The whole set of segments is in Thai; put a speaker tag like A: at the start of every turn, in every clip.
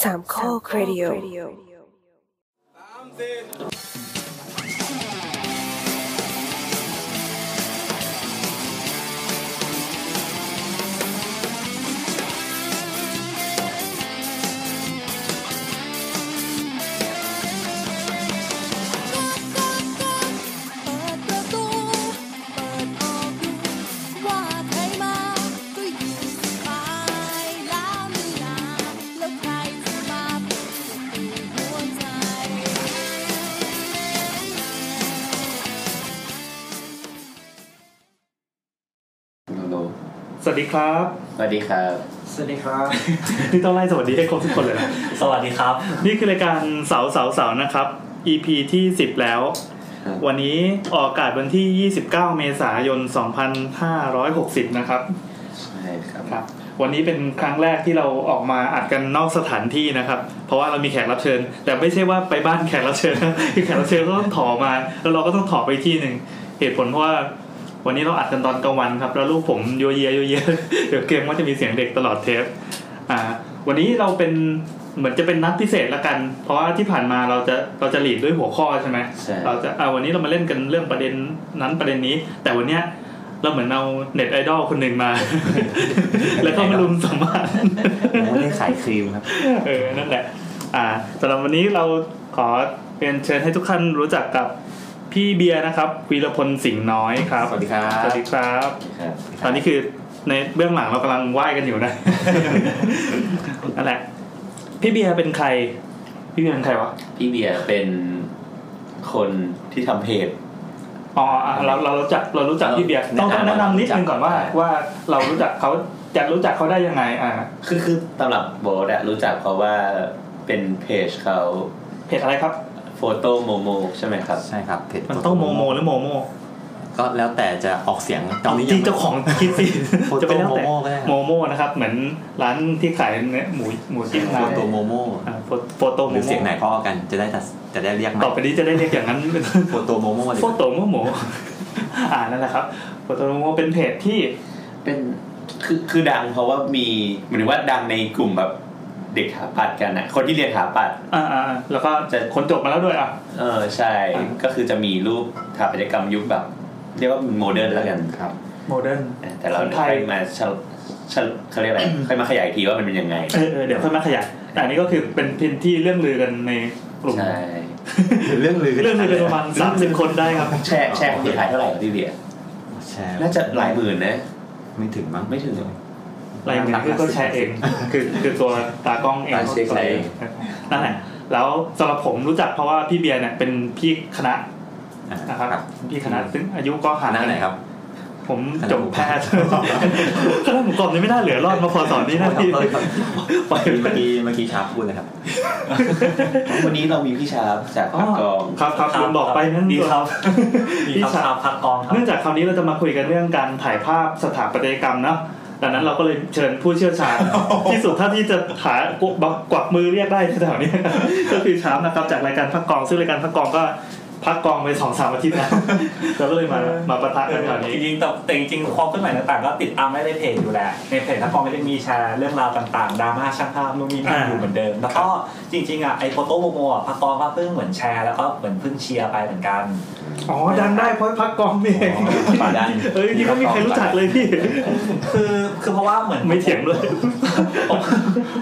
A: สามข้อครดิโอ
B: เปิดประตู เปิดออกดูว่าใครมา ก็อยู่สบายแล้วนี่นาแล้วใครจะมาเป็นศัตรูหัวใจ
C: โนโน
D: สวัสดีครับ
C: สวัสดีครับ
E: สวัสดีครับ
D: นี่ต้องไล่สวัสดีให้ครบทุกคนเลยนะ
E: สวัสดีครับ
D: นี่คือรายการเสาเสาเสานะครับ EP ที่ 10 แล้ว
C: ครับ
D: วันนี้ออกอากาศวันที่ 29 เมษายน 2560 นะครับ
C: ใช่ครับ
D: ครับ วันนี้เป็นครั้งแรกที่เราออกมาอัดกันนอกสถานที่นะครับ เพราะว่าเรามีแขกรับเชิญ แต่ไม่ใช่ว่าไปบ้านแขกรับเชิญ นะคือแขกรับเชิญก็ต้องถอมา แล้วเราก็ต้องถอไปที่หนึ่งเหตุผลเพราะว่า วันนี้เราอัดกันตอนกลางวันครับ แล้วลูกผมโยเยโย เย เดี๋ยวเกมก็จะมีเสียงเด็กตลอดเทป อ่า วันนี้เราเป็นเหมือนจะเป็นนัดพิเศษละกัน เพราะว่าที่ผ่านมาเราจะเราจะหลีดด้วยหัวข้อใช่ไหม
C: ใช่
D: เราจะอ่าวันนี้เรามาเล่นกันเรื่องประเด็นนั้นประเด็นนี้ แต่วันเนี้ยเราเหมือนเอาเน็ตไอดอลคนหนึ่งมา แล้วก็มารุมสัมภาษณ์
C: ไม่ได้ขายครีมครับ
D: เออ นั่นแหละ อ่าสำหรับวันนี้เราขอเรียนเชิญให้ทุกท่านรู้จักกับพี่เบียร์นะครับวีรพลสิงห์น้อยครับ
C: สวัสดีครับ
D: สวัสดีครับ ตอนนี้คือในเบื้องหลังเรากำลังไหว้กันอยู่นะ นั่นแหละ พี่เบียร์เป็นใคร พี่เบียร์เป็นใครวะ
C: พี่เบียร์เป็นคนที่ทำเพจ
D: อ๋ออ่ะเราเรารู้จักเรารู้จักพี่เบียร์ต้องต้องแนะนำนิดนึงก่อนว่า ว่าเรารู้จักเขาจะรู้จักเขาได้ยังไง อ่า
C: คือคือตำรับโบทอะรู้จักเพราะว่าเป็นเพจเขา
D: เพจอะไรครับ
C: โฟโต้โมโมใช่ไหมครับ
F: ใช่ครับเพจ
D: มันต้องโมโมหรือโมโม
F: ก็แล้วแต่จะออกเสียงตอนนี้
D: จ
F: ยั
D: ริ
F: ง
D: งเจ้าของคิ ดสิ
F: โฟโต้โมโมก็ได้ค
D: โม
F: รับ
D: โม่นะครับ เหมือนร้านที่ขายเนื้อหมูหมูจิ้ม
F: โฟ
D: ร้าน
F: โต้โมโม
D: อ่าโฟโฟโตโม
F: หรือ
D: โม่
F: เสียงไหนเพราะเอากันจะได้ตัดจะได้เรียกใหม่
D: ต่อไปนี้จะได้เรียกอย่างนั้น
F: โฟโต้โมโมเลย
D: โฟโตโมโม อ่านั่นแหละครับโฟโตโมโมเป็นเพจที่
C: เป็นคือคือดังเพราะว่ามีหมายถึงว่าดังในกลุ่มแบบเด็กถาปัดกันอะคนที่เรียนถาปัด
D: อ่าอ่าแล้วก็
C: จะ
D: คนจบมาแล้วด้วยอ่ะ
C: เออใช่
D: อ่า
C: ก็คือจะมีรูปถาปัตยกรรมยุคแบบ เรียกว่าโมเดิร์นแล้วกัน
F: ครับ
D: โมเดิร์น
C: แต่เรา
D: ของไท
C: ค่อย ยมาเฉลเฉลเขาเรียกอะไรค่อยมาขยายทีว่ามันเป็นยังไง
D: เออเออเดี๋ยวค่อยมาขยายแต่อันนี้ก็คือเป็นเพนที่เรื่องลือกันในกลุ่ม
C: ใช่
F: เรื่องลือ
D: เรื่องลือกันประมาณสามสิบคนได้ครับ
C: แชร์แชร์ของสุดท้ายเท่าไหร่ครับพี่เบียร์
F: แชร์
C: น่าจะหลายหมื่นนะ
F: ไม่ถึงมั้ง
C: ไม่ถึงหรอ
D: รายงานคือก็แชร์เอง คือคือตัวตากล้องเอง
C: ตาเช็ค
D: ขา
C: เอง
D: นั่นแหละแล้วสำหรับผมรู้จักเพราะว่าพี่เบียร์เนี่ยเป็นพี่คณะ
F: อ่า
D: นะครับ
F: ครับ
D: พี่คณะซึ่งอายุก็
F: ค
D: ห่าง
F: ณะ
D: กั
F: ไหนครับ
D: ผม
F: คณะ
D: จบแพทย์ คณะหมูกรอบนี่ไม่น่าเหลือรอดมาพอสอนนี่นะ
F: ขอ
D: พี่
F: โทษครับ
D: ปล่อยไป
F: เมื่อกี้เมื่อกี้ชาร์ปพูดนะครับ
C: วันนี้เรามีพี่ชาร์ปจาก
D: อ๋อ
C: ปากกอง
D: ครับครับคุณบอกไปนั่น
E: ดีครับดี
D: พี่
E: ครับ
D: ชา
E: ชาวพักกองครับ
D: เนื่องจากคราวนี้เราจะมาคุยกันเรื่องการถ่ายภาพสถาปัตยกรรมเนาะ ดังนั้นเราก็เลยเชิญผู้เชี่ยวชา ญ ที่สุดเท่าที่จะหากวักกวักมือเรียกได้แถวๆนี้ ก็คือชามนะครับจากรายการพักกองซึ่งรายการพักกองก็พักกองไปสองสามอาทิตย์แล้ว เราก็เลยมามาประทะกันแถวนี้
E: จริงๆแต่แต่จริงๆความเคลื่อนไหวต่างๆ ก็ติดตามได้ในเพจอยู่แหละ ในเพจถ้าฟองไม่ได้มีแชร์เรื่องราวต่างๆดราม่าช่างภาพนู่นนี่นั่น
D: อ่า
E: อยู่เหมือนเดิม แล้วก็จริงๆอ่ะไอโฟโต้โมโมอ่ะพักกองก็เพิ่งเหมือนแชร์แล้วก็เหมือนเพิ่งเชียร์ไปเหมือนกัน
D: อ๋อดังได้เพราะพักกองนี่เอง
F: ปาดัน
D: เอ้ยจริงๆก็มีใครรู้จักเลยพี่
E: คือคือเพราะว่าเหมือน
D: ไม่เถียงด้วย
E: ผม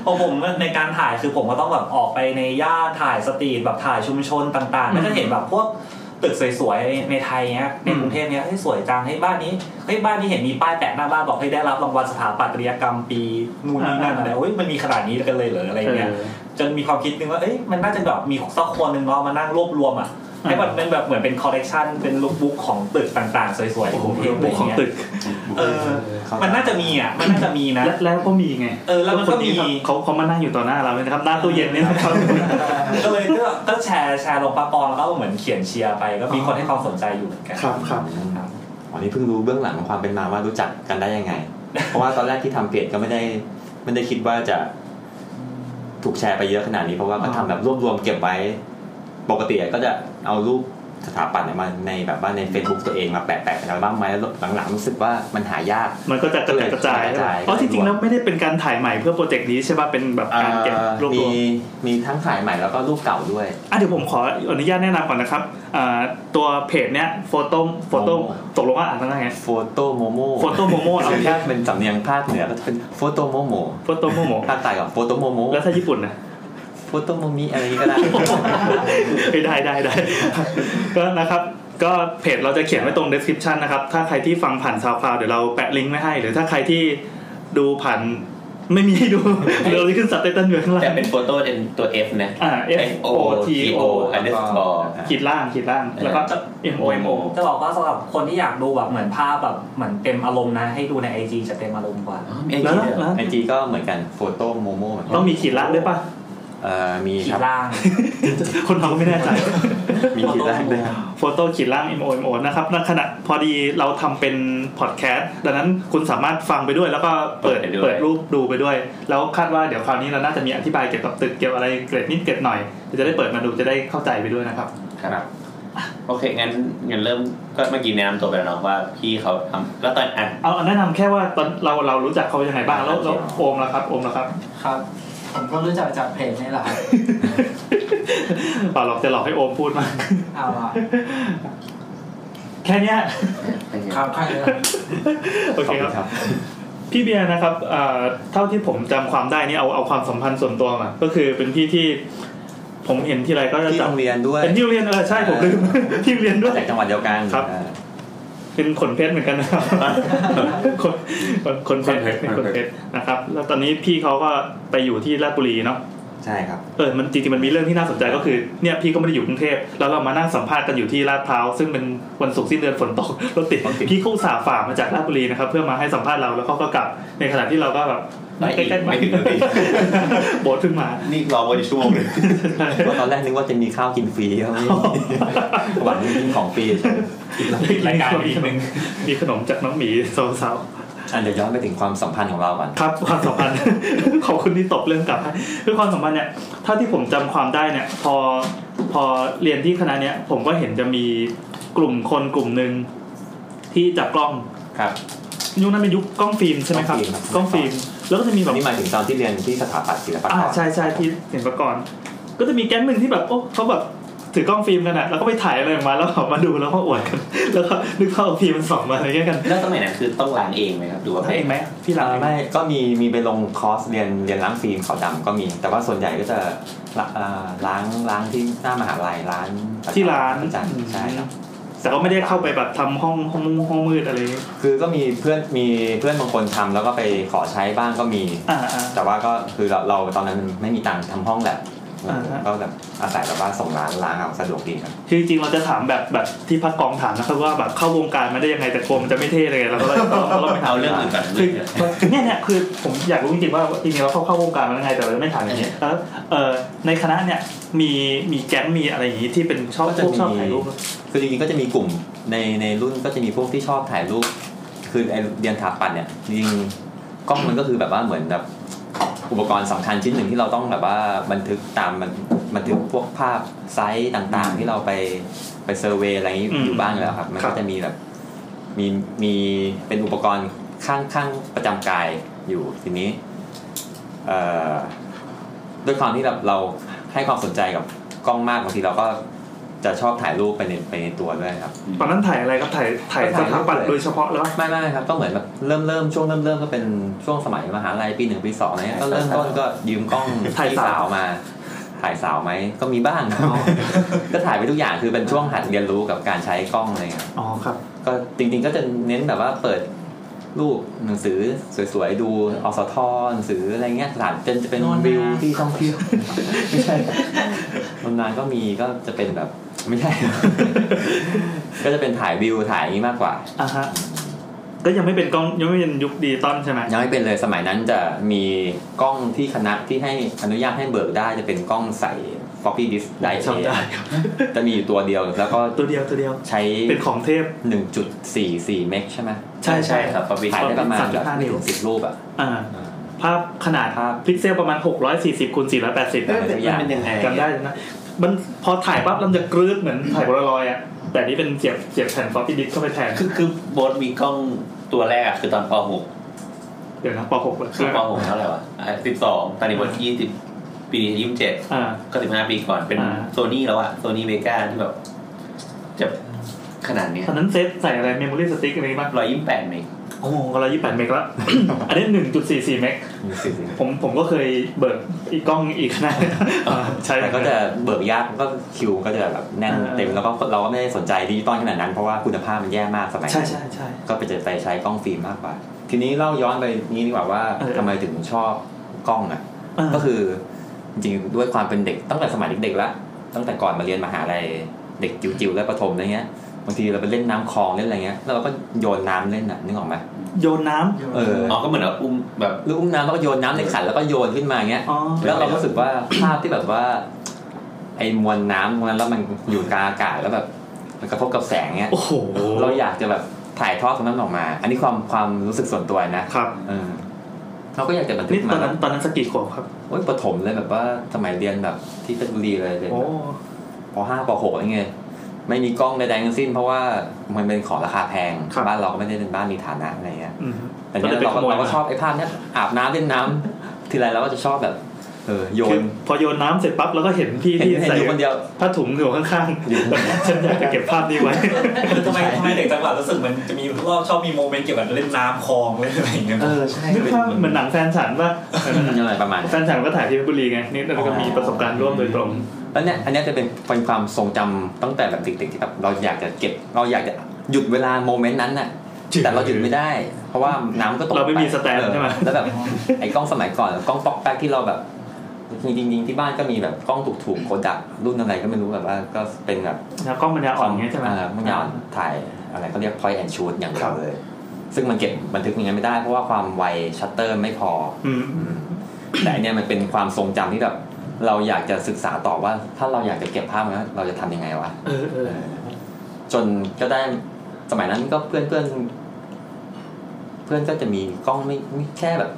E: ผมผมในการถ่ายคือผมก็ต้องแบบออกไปในย่านถ่ายสตรีทแบบถ่ายชุมชนต่างๆแล้วก็เห็นแบบพวกตึกสวยๆในไทยเนี้ยในกรุงเทพเนี้ยเฮ้ยสวยจังเฮ้ยบ้านนี้เฮ้ยบ้านนี้เห็นมีป้ายแปะหน้าบ้านบอกให้ยได้รับรางวัลสถาปัตยกรรมปีนู่นนี่นั่นอะไรเฮ้ยมันมีขนาดนี้กันเลยเหรออะไรเงี้ย จนมีความคิดนึงว่า เอ้ย มันน่าจะแบบมีสักคนหนึ่งเรามานั่งรวบรวมอ่ะ ให้มันเป็นแบบเหมือนเป็นคอลเลกชันเป็นลุคบุ๊กของตึกต่างๆ สวยๆใน
D: โอ้โห
E: กรุงเทพอะไร
D: บุกของ
E: เงี้ย
D: ตึก
E: เออ มันน่าจะมีอ่ะ มันน่าจะมีนะ
D: และแล้วก็มีไง
E: เออแล้วมันก็มี
D: คครับเขาเขามานั่งอยู่ต่อหน้าเราเลยนะครับหน้าตู้เย็นนี่นะครับ
E: ก็เลยก็ก็แชร์แชร์ลงปะปองแล้วก็เหมือนเขียนเชียร์ไป ก็มีคนให้ความสนใจอยู่เหมือนกัน
D: ครับครับ
F: อ๋อนี่เพิ่งรู้เบื้องหลังความเป็นมาว่ารู้จักกันได้ยังไง เพราะว่าตอนแรกที่ทำเพจก็ไม่ได้ไม่ได้คิดว่าจะถูกแชร์ไปเยอะขนาดนี้ เพราะว่าก็ทำแบบรวบรวมเก็บไว้ ปกติก็จะเอารูป สถาปัตย์เนี่ยมาในแบบว่าใน Facebook ตัวเองมาแปะๆกันแล้วบ้างไหมแล้วหลังๆรู้สึกว่ามันหายาก
D: มันก็จะกระจายกระจาย
F: กระจาย
D: อ๋อจริงๆแล้วไม่ได้เป็นการถ่ายใหม่เพื่อโปรเจกต์นี้ใช่ป่ะเป็นแบบการเก็บ
F: เอ่อ
D: รวบร
F: มี
D: วม
F: มีทั้งถ่ายใหม่แล้วก็รูปเก่าด้วย
D: อ่ะเดี๋ยวผมขออนุญาตแนะนำก่อนนะครับอ่าตัวเพจเนี้ยโฟโต้โฟโต้
F: โอ้
D: ตกลงว่าอ่านว่าไง
F: โฟโต้โมโม
D: โฟโต้โมโมเอา
F: ถ้าเป็นสำเนียงภาคเหนือก็จะเป็นโฟโต้โมโม
D: โฟโต้โมโม
F: ภาคใต้ก็โฟโต้โมโม
D: แล้วถ้าญี่ปุ่นนะ
F: โฟโต้โมมิอะไรอย่างงี้ก็ได้
D: เอ้ยได้ได้ได้ ก็นะครับ ก็เพจเราจะเขียนไว้ตรง description นะครับ ถ้าใครที่ฟังผ่าน SoundCloud เดี๋ยวเราแปะลิงก์ไว้ให้ หรือถ้าใครที่ดูผ่านไม่มี ให้ดู เดี๋ยวเราจะขึ้นสับไตเติ้ลอยู่ข้างล่า
C: แต่
D: ง
C: เป็นโฟโต้เป็นตัว F นะ
D: อ่า F
C: F
D: O
C: O
D: T
C: T
D: O
C: O underscore
D: ขีดล่างขีดล่างแล้วก็ M O M O
E: จะบอกว่าสำหรับคนที่อยากดูแบบเหมือนภาพแบบเหมือนเต็มอารมณ์นะ ให้ดูในไอจจะเต็มอารมณ์กว่า
C: อ๋อมีไอ
D: แล้ว
C: จีด้วยเหรอ
D: แล้ว
F: ไอจีก็เหมือนกันโฟโต้โมโมเหมือนกั
D: ต้อน งมีขีดล่างด้วยป่ะ
F: เอ่อมี
E: ขี
F: ค
E: ด
F: รับ
E: ล่าง
D: คนเราก็ไม่แน่ใจ
F: มีขีดล่างด้วยครับ
D: โฟโต้ขีดล่าง MO MO นะครับณขณะพอดีเราทำเป็นพอดแคสต์ดังนั้นคุณสามารถฟังไปด้วยแล้วก็เปิดเปิดรูปดูไปด้วย แล้วคาดว่าเดี๋ยวคราวนี้เราน่าจะมีอธิบายเกี่ยวกับตึกเกี่ยวอะไรเกร็ดนิดเกร็ดหน่อยเดี๋ยวจะได้เปิดมาดูจะได้เข้าใจไปด้วยนะครับ
C: ครับ โอเค งั้นงั้นเริ่มก็เมื่อกี้แนะนำตัวไปแล้วเนาะว่าพี่เขาทำแล้วตอนอ่ะ
D: เอาแนะนำแค่ว่าตอนเราเรารู้จักเขายังไงบ้างแล้วแล้ว
F: ครับ
D: โอมล่ะครับโอมล่ะครับ
G: ครับ ผมก็รู้จักจากเพจนี่แหละครับ
D: เปล่าหรอกจะหลอกให้โอมพูดมาก
G: เอาละ
D: แค่เนี้ย
G: ครับใครเลย
D: โอ
F: ขอ
D: เคค
F: บคุ
D: รับ
F: ณครับ
D: พี่เบียร์นะครับเอ่อเท่าที่ผมจำความได้นี่เอาเอาความสัมพันธ์ส่วนตัวมา ก็คือเป็นพี่ที่ผมเห็นทีไรก็จะ
F: ที่
D: จำ
F: โรงเรียนด้วย
D: เป็นที่โรงเรียนเออใช่ผมลืม ที่โรงเรียนด้วย
F: จากจังหวัดเดียวกัน
D: ครับ
F: เอ่อ
D: เป็นขนเพชรเหมือนกันนะครับ คนคนเพชรเป็นขนเพชรนะครับ แล้วตอนนี้พี่เขาก็ไปอยู่ที่ราชบุรีเนาะ
F: ใช่ครับ
D: เออมันจริงๆมันมีเรื่องที่น่าสนใจก็คือเนี่ยพี่ก็ไม่ได้อยู่กรุงเทพแล้วเรามานั่งสัมภาษณ์กันอยู่ที่ลาดพร้าวซึ่งเป็นวันศุกร์สิ้นเดือนฝนตก รถติด
F: รถติด
D: พี่เขาอุตส่าห์ฝ่ามาจากราชบุรีนะครับเพื่อมาให้สัมภาษณ์เราแล้วเขาก็กลับในขณะที่เราก็แบบ
C: ไม่
D: ใกล้ๆ
C: ไม่ถึงนาที
D: โบสขึ้นมา
C: นี่รอวันชั่วโมงหนึ่ง
F: เพราะตอนแรกนึกว่าจะมีข้าวกินฟรี ครับหวังกินของฟรี
D: รายการอีกหนึ่งมีขนมจากน้องหมีสาวๆ
F: อันเดี๋ยวย้อนไปถึงความสัมพันธ์ของเราก่อน
D: ครับความสัมพันธ์ ขอบคุณที่ตบเรื่องกลับให้คือความสัมพันธ์เนี่ยเท่าที่ผมจำความได้เนี่ย พอพอเรียนที่คณะเนี้ยผมก็เห็นจะมีกลุ่มคนกลุ่มหนึ่งที่จับกล้อง
F: ครับ
D: ยุคนั้นเป็นยุคกล้องฟิล์มใช่ไหมครับ
F: ก
D: กล้
F: ล้อ
D: อง ง
F: ฟิ
D: ฟิ
F: ล์
D: ล์
F: ม
D: มแล้วก็จะมี
F: อั
D: แบ
F: น
D: บ
F: นี้หมายถึงตอนที่เรียนที่สถาปัตย์ศิลปะ
D: อ่าใช่ใช่ที่เห็นประกรณ์ก็จะมีแก๊งหนึ่งที่แบบโอ้เขาแบบถือกล้องฟิล์มกันอะแล้วก็ไปถ่ายอะไรออกมาแล้วเอามาดูแล้วก็อวดกัน แล้วก็นึกภาพเอาฟิล์มมันส่องมาอะไรเงี้ยกัน
C: แล้วสมัยนั้นคือต้องล้างเองไหมครับดูว่า
D: ได้เองไหมพี่หลัง
F: อ่า
D: เองไหม
F: ไม่ก็มีมีไปลงคอร์สเรียนเรียนล้างฟิล์มขาวดำก็มี แต่ว่าส่วนใหญ่ก็จะละอ่าล้างล้างที่หน้ามหาลัยร้าน
D: ที่ร้าน
F: อาจารย์ใช่ครับ
D: แต่ก็ไม่ได้เข้าไปแบบทำห้องห้องห้องมืดอะไรอย่างเงี้ย
F: คือก็มีเพื่อนมีเพื่อนบางคนทำแล้วก็ไปขอใช้บ้างก็มี
D: อ่าอ่า
F: แต่ว่าก็คือเราเราตอนนั้นไม่มีตังค์ทำห้องแลบ
D: อ่าฮะ
F: ก็แบบอาศัยแบบว่าส่งร้านล้างเอาสะดวกดีครับ
D: คือจริงๆเราจะถามแบบแบบที่พักกองถามนะครับว่าแบบเข้าวงการมาได้ยังไงแต่กลัวมันจะไม่เท่เลยเราก็เลยเราไม่ถาม
C: เอาเรื่องอื่นก่อน
D: คือเนี่ยเนี่ยคือผมอยากรู้จริงๆว่าจริงๆเราเข้าเข้าวงการมาได้ยังไงแต่เราจะไม่ถามอย่างนี้ยแล้วเออในคณะเนี่ยมีมีแก๊งมีอะไรอย่างนี้ที่เป็นชอบ
F: ก็จะ
D: พวก
F: มี
D: ชอบถ่ายรูป
F: คือจริงๆก็จะมีกลุ่มในในรุ่นก็จะมีพวกที่ชอบถ่ายรูป คือไอเรียนถาปัดเนี่ยจริงๆกล้องมันก็คือแบบว่าเหมือนแบบอุปกรณ์สำคัญชิ้นหนึ่งที่เราต้องแบบว่าบันทึกตามบันบันทึกพวกภาพไซส์ต่างๆ ที่เราไปไปเซอร์เวยอะไรอย่างนี้อยู่บ้างอยู่แล้วครับ มันก็จะมีแบบมีมีเป็นอุปกรณ์ข้างข้างประจำกายอยู่ทีนี้เอ่อด้วยความที่เราเราให้ความสนใจกับกล้องมากบางทีเราก็จะชอบถ่ายรูปไปในไปในตัวด้วยครับ
D: ตอนนั้นถ่ายอะไรครับถ่ายถ่ายสถาปัตย์โดยเฉพาะแล้ว
F: ไม่ไม่ไม่ครับก็เหมือนแบบเริ่มเริ่มช่วงเริ่มเริ่มก็เป็นช่วงสมัยมหาลัยปีหนึ่งปีสองอะไรเงี้ยก็เริ่มต้นก็ยืมกล้องพี่สาวมา ถ่ายสาวไหมก็มีบ้าง ก็ถ่ายไปทุกอย่างคือเป็นช่วงหัดเรียนรู้กับการใช้กล้องอะไรเลยครับ
D: อ๋อครับ
F: ก็จริง ๆ ก็จะเน้นแบบว่าเปิดรูปหนังสือสวยๆดูอสทหนังสืออะไรเงี้ยสถานจนจะเป็นวิวที่ท่องเที่ยวไม่ใช่นานๆก็มีก็จะเป็นแบบไม่ใช่ ก็จะเป็นถ่ายวิวถ่ายอย่างนี้มากกว่า
D: อ่ะฮะก็ยังไม่เป็นกล้องยังไม่เป็นยุคดิจิตอลใช่ไหม
F: ยังไม่เป็นเลยสมัยนั้นจะมีกล้องที่คณะที่ให้อนุญาตให้เบิกได้จะเป็นกล้องใส่ floppy disk ได้เอ
D: จำได้ครับ
F: จะมีอยู่ตัวเดียวแล้วก็
D: ตัวเดียวตัวเดียว
F: ใช้
D: เป็นของเทพ
F: 1.44 เมกใช่ไหม
D: ใช่ใช่
C: ครับปะวิ
F: ถ่ายได้ประมาณ
D: 35
F: แบบไม่
D: นิ้ว
F: ถึงสิบรูปอ่ะ
D: อ่าภาพขนาด
F: ภาพ
D: พิกเซลประมาณ640คูณ480
C: มันเป็นยังไง
D: จำได้นะ มันพอถ่ายปั๊บเราจะกรืดเหมือนถ่ายโพลารอยด์อ่ะแต่นี่เป็นเสียบเสียบแผ่นฟลอปปี้ดิสเข้าไปแทน
C: คือคือโบทมีกล้องตัวแรกอะคือตอนป
D: เดี๋ยวนะป .6 เลย
C: .6 คือป .6 เท่าไหร่วะสิบสองตอนนี้โบทยี่สิบปีนี้ยี่สิบเจ็ด
D: อ่า
C: ก็สิบห้าปีก่อนเป็น
D: อ่า
C: โซนี่แล้วอะโซนี่เวก้าที่แบบจะขนาดเนี้ย
D: ตอนนั้นเซตใส่อะไรเมมโมรี่สติ๊กอะไรบ้าง
C: ร้อยยี่สิบแปดเมก
D: โอ้โหร้อยยี่สิบแปดเมกละ อันนี้หนึ่งจุดสี่สี่เมก
F: มีสิบ
D: ผมผมก็เคยเบิกอีกกล้องอีกขนาดอ่าใช้
F: แต่ก็จะเบิกยากก็คิวก็จะแบบแน่น
D: เออ
F: เต็มแล้วก็เราก็ไม่ได้สนใจดิจิตอลขนาดนั้นเพราะว่าคุณภาพมันแย่มากสมัย
D: ใช่
F: นั้น
D: ใช่ใช่
F: ก็ไปเจอไปใช้กล้องฟิล์มมากกว่า ทีนี้เล่าย้อนไปนี้ดีกว่าว่า
D: เออ
F: ทำไมถึงชอบกล้องอ่ะ
D: อ่า
F: ก็คือจริงๆด้วยความเป็นเด็กตั้งแต่สมัยเด็กๆละตั้งแต่ก่อนมาเรียนมหาลัยเด็กจิ๋วๆและประถมอะไรเงี้ยบางทีเราไปเล่นน้ำคลองเล่นอะไรเงี้ยแล้วเราก็โยนน้ำเล่นน่ะนึกออกไหม
D: โยนน้ำ
F: เออ
C: อ๋อก็เหมือนแบบอุ้มแบบ
F: ลูกอุ้มน้ำแล้วก็โยนน้ำในขันแล้วก็โยนขึ้นมาอย่างเงี้ย
D: อ๋อ
F: แล้วเรารู้สึกว่า ภาพที่แบบว่า ไอ้มวลน้ำมวลนนแล้วมันอยู่กลางอากาศแล้วแบบ มันกระทบกับแสงเงี้ย
D: โอ้โห
F: เราอยากจะแบบถ่ายทอดตรงนั้นออกมา อันนี้ความความรู้สึกส่วนตัวนะครับ เออเราก็อยากจะบันทึ
D: นี่
F: ก
D: ตอ
F: มาน
D: นั้นตอนนั้นสกกี่ขวบครับ
F: โอ้ยประถมเลยแบบว่าสมัยเรียนแบบที่เพชรบุรีเลยเลย
D: โอ้
F: ปห้าปหกอะไรเงี้ยไม่มีกล้องใดๆทั้งสิ้น เพราะว่ามันเป็นของราคาแพง
D: ครับ
F: บ้านเราก็ไม่ได้เป็นบ้านมีฐานะอะไรเงี้ย
D: อืม
F: แต่เนี้ย
D: ก็เลยไป
F: เรา
D: ขโมยมา
F: เราก็ชอบไอ้ภาพเนี้ยอาบน้ำเล่นน้ำ ทีไรเราก็จะชอบแบบ เออโย
D: คื
F: น
D: อพอโยนน้ำเสร็จปั๊บเราก็เห็นพี่
F: เห็น
D: ที่
F: เห็น
D: ใส่
F: อยู่คนเดียว
D: ผ้าถุงอยู่ข้าง
F: อยู่
D: ๆ ฉันอยากจะเก็บภาพนี้ไว้
E: คือทำไมทำไมเด็กจังหวัดรู้สึกเหมันจะมีรอบชอบมีโมเมนต์เกี่ยวกับเล่นน้ำคลองเล่นอะไรอย่างเงี้ย
F: เออใช่
D: นึกภาพเหมือนหนังแฟนฉันว่า
F: อะไรประมาณ
D: แฟนฉันก็ถ่ายที่เพชรบุรีไงนี่เราก็มีประสบการณ์ร่วมโดยตรง
F: แล้วเนี่ยอันเนี้ยจะเป็นเป็นความทรงจำตั้งแต่แบบเด็กๆที่แบบเราอยากจะเก็บเราอยากจะหยุดเวลาโมเมนต์นั้นน่ะแต่เราหยุดไม่ได้ เพราะว่าน้ำก็ตก
D: เราไม่มี
F: ป
D: สแตนด์
F: เออ
D: ใช่ไหม
F: แล้วแบบไอ้กล้องสมัยก่อนกล้องป๊อกแป๊กที่เราแบบจริงๆจริงๆที่บ้านก็มีแบบกล้องถูกๆโคดักรุ่นอะไรก็ไม่รู้แบบว่าก็เป็นแบบ
D: แล้วกล้องมันยาอ่อนอย่างเงี้ยใช่ไหม
F: เมันยาวถ่ายอะไรเขาเรียก point and shoot อย่างเดี
D: ครั
F: ยว
D: บ
F: เลย ซึ่งมันเก็บบันทึกอย่างนั้นไม่ได้เพราะว่าความไวชัตเตอร์ไม่พอ
D: อืม
F: อแต่อันเนี่ยมันเป็นความทรงจำที่แบบเราอยากจะศึกษาต่อว่า ถ้าเราอยากจะเก็บภาพมันเราจะทำยังไงวะ
D: เออเออ
F: จนก็ได้สมัยนั้นก็เพื่อนเพื่อนเพื่อนก็จะมีกล้องไม่ไม่แค่แบบ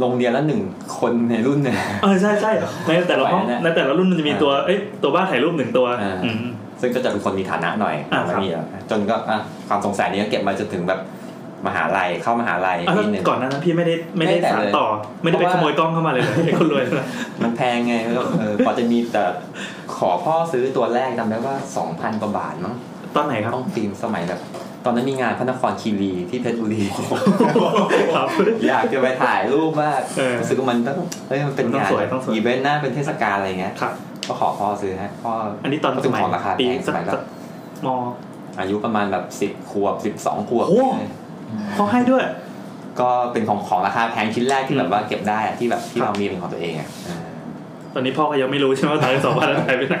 F: โรงเรียนละหนึ่งคนในรุ่นเนี่ย
D: เออใช่ใช่ในแต่ละห้อง
F: ไหวนะ
D: ในแต่ละรุ่นมันจะมีตัว เอ้ยตัวบ้านถ่ายรูปหนึ่งตัว
F: อ่า
D: อืม
F: ซึ่งก็จะเป็นคนมีฐานะหน่อย
D: อ่าครับ
F: แล้วมีอ่ะจนก็อ่ะความสงสัยนี้ก็เก็บมาจนถึงแบบมหาลัยเข้ามหาลัย
D: อ่ะแล้ว
F: นิดนึง
D: ก่อนหนานั้นพี่ไม่ได้ไม่ได้
F: ไม่ได้แตะ
D: สาน
F: เลย
D: ต่อ ไม่ได้ไปข
F: เพราะว่า
D: โมยกล้องเข้ามาเลยเหรอไอ้คนรวย
F: มันแพงไงแล้วเออ พอจะมีแต่ขอพ่อซื้อตัวแรกจำได้ว่า 2,000กว่าบาทมั้ง
D: ตอนไหนครับ
F: ต้องฟิล์มสมัยแบบ ตอนนั้นมีงานพระนครคีรีที่เพชรบุรี
D: ครับ
F: อยากจะไปถ่ายรูปมาก
D: เออ
F: รู้สึกว่ามันต้องเฮ้ยมันเป็น
D: ต้อง
F: งาน
D: สวยต้องสวย
F: อีเวนต์หน้าเป็นเทศกาลอะไรเงี้ย
D: ครับ
F: ก็ขอพ่อซื้อฮะพ่อ
D: อันนี้ตอน
F: ก็
D: ส
F: เป็น
D: มัย
F: ของราคาแพ
D: ปี
F: งส
D: สัก
F: มัยแบ
D: สั
F: บ
D: กม
F: อายุประมาณแบบสิบขวบสิบสองขวบ
D: โอ้ เขาให้ด้วย
F: ก็เป็นของของราคาแพงชิ้นแรกที่แบบว่าเก็บได้อะที่แบบที่
D: ครับ
F: เรามีเป็นของตัวเองอ่ะอ่า
D: ตอนนี้พ่อก็ยังไม่รู้ใช่ไหมว่าตอนสองพันหายไปไหน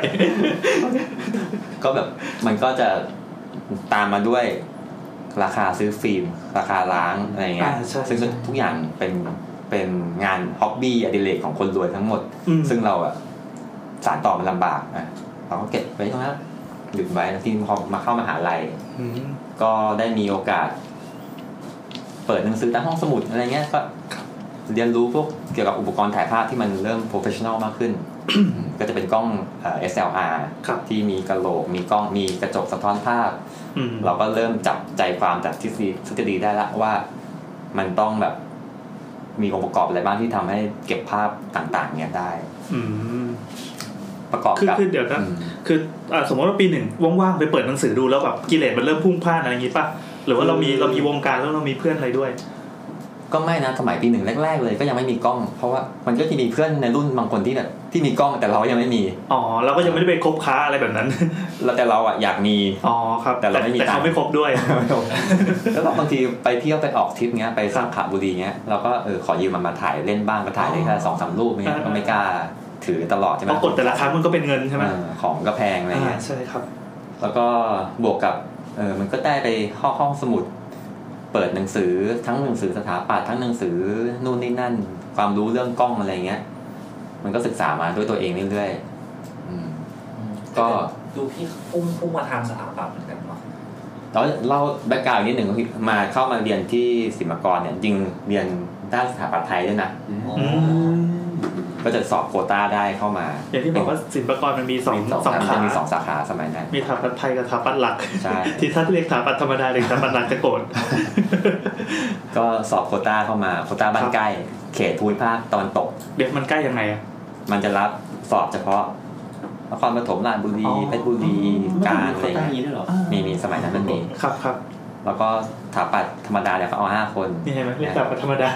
F: ก็แบบมันก็จะตามมาด้วยราคาซื้อฟิล์ม ราคาล้างอะไรเงี้ย
D: อ่าใช่
F: ซึ่ง
D: ใช่
F: ทุกอย่างเป็นเป็นงานฮ็อบบี้อดิเรกของคนรวยทั้งหมด
D: อืม
F: ซึ่งเราอะสารต่อมันลำบากอ่ะเราก็เก็บไว้ตรงนั้นหยุดไว้แล้วที่พอมาเข้ามหาลัย
D: อืม
F: ก็ได้มีโอกาส เปิดหนังสือตามห้องสมุดอะไรเงี้ยก็เรียนรู้พวกเกี่ยวกับอุปกรณ์ถ่ายภาพที่มันเริ่มโปรเฟชชั่นอลมากขึ้น ก็จะเป็นกล้องเอ่อ SLR
D: ครับ
F: ที่มีกระโหลก มีกล้องมีกระจกสะท้อนภาพ
D: อืม
F: เราก็เริ่มจับใจความจากทฤษฎีทฤษฎีได้ละว่ามันต้องแบบมีองค์ประกอบอะไรบ้างที่ทำให้เก็บภาพต่างๆเนี้ยได้
D: อืม
F: ประกอบ
D: คือ
F: กับ
D: คือเดี๋ยวนะ
F: อืม
D: คืออ่ะสมมติว่าปีหนึ่งว่างๆไปเปิดหนังสือดูแล้วแบบกิเลสมันเริ่มพุ่งพล่านอะไรอย่างงี้ป่ะ หรือว่าเรามี
F: อืม
D: เรามีวงการแล้วเรามีเพื่อนอะไรด้วย
F: ก็ไม่นะสมัยปีหนึ่งแรกๆเลยก็ยังไม่มีกล้อง เพราะว่ามันก็จะมีเพื่อนในรุ่นบางคนที่แบบที่มีกล้องแต่เรายังไม่มี
D: อ๋อเราก็ยังไม่ได้ไปคบค้าอะไรแบบนั้น
F: เราแต่เราอ่ะอยากมี
D: อ๋อครับ
F: แต่เราไม่มี
D: แต่
F: ตังค์
D: เขาไม่คบด้วย
F: แล้วเราบางทีไปเที่ยวไปออกทริปเงี้ยไปสังขบุรีเงี้ยเราก็เออขอยืมมันมาถ่ายเล่นบ้างก็ถ่ายได้แค่สองสามรูปเงี้ย
D: อ่า
F: ก็ไม่กล้าถือตลอดใช่ไหม
D: เพราะกดแต่ละครั้งมันก็เป็นเงินใช่ไหม
F: เออของก็แพงอะไร
D: อ่า
F: เงี้ย
D: ใช่ครับ
F: แล้วก็บวกกับเออมันก็ได้ไปห้องห้องสมุด เปิดหนังสือทั้งหนังสือสถาปัตย์ทั้งหนังสือนู่นนี่นั่น ความรู้เรื่องกล้องอะไรเงี้ย มันก็ศึกษามาด้วยตัวเองเรื่อยๆอืม ก็
E: ดูพี่พุ่งพุ่งมาทางสถาปัตย์เหมือนกันเนาะ
F: แล้วเล่าแบ็กกราวนิดหนึ่งก็คือมาเข้ามาเรียนที่ศิลปากรเนี่ยจริงเรียนด้านสถาปัตย์ไทยด้วยนะ
D: อืม
F: ก็จะสอบโควต้าได้เข้ามา
D: อย่างที่บอกว่าศิลปากรมันมีสอง
F: มี
D: สอง
F: มัน
D: ขา
F: จะ
D: ม
F: มีสองสาขาสมัยนั้น
D: มีถาปัดไทยกับถาปัดหลัก
F: ใช่
D: ที่ถ้าเรียกถาปัดธรรมดาเรียกถาปัดหลักจะโกรธ
F: ก็สอบโควต้าเข้ามาโควต้าบ้านใกล้ เขตภูมิภาคตอนตก
D: เดี๋ยวมันใกล้ยังไงอะ
F: มันจะรับสอบเฉพาะนครปฐมราชบุรี
D: อ๋อ
F: เพชรบุรีการอะไร
C: เขาตั้งอย่างนี้ด้วยเหรอ
F: มีมีสมัยนั้นมันมี
D: ครับครับ
F: แล้วก็ถาปัดธรรมดาเนี่ยก็เอาห้าคน
D: นี่เห็นไหมเรียกถาปัดธรรมดา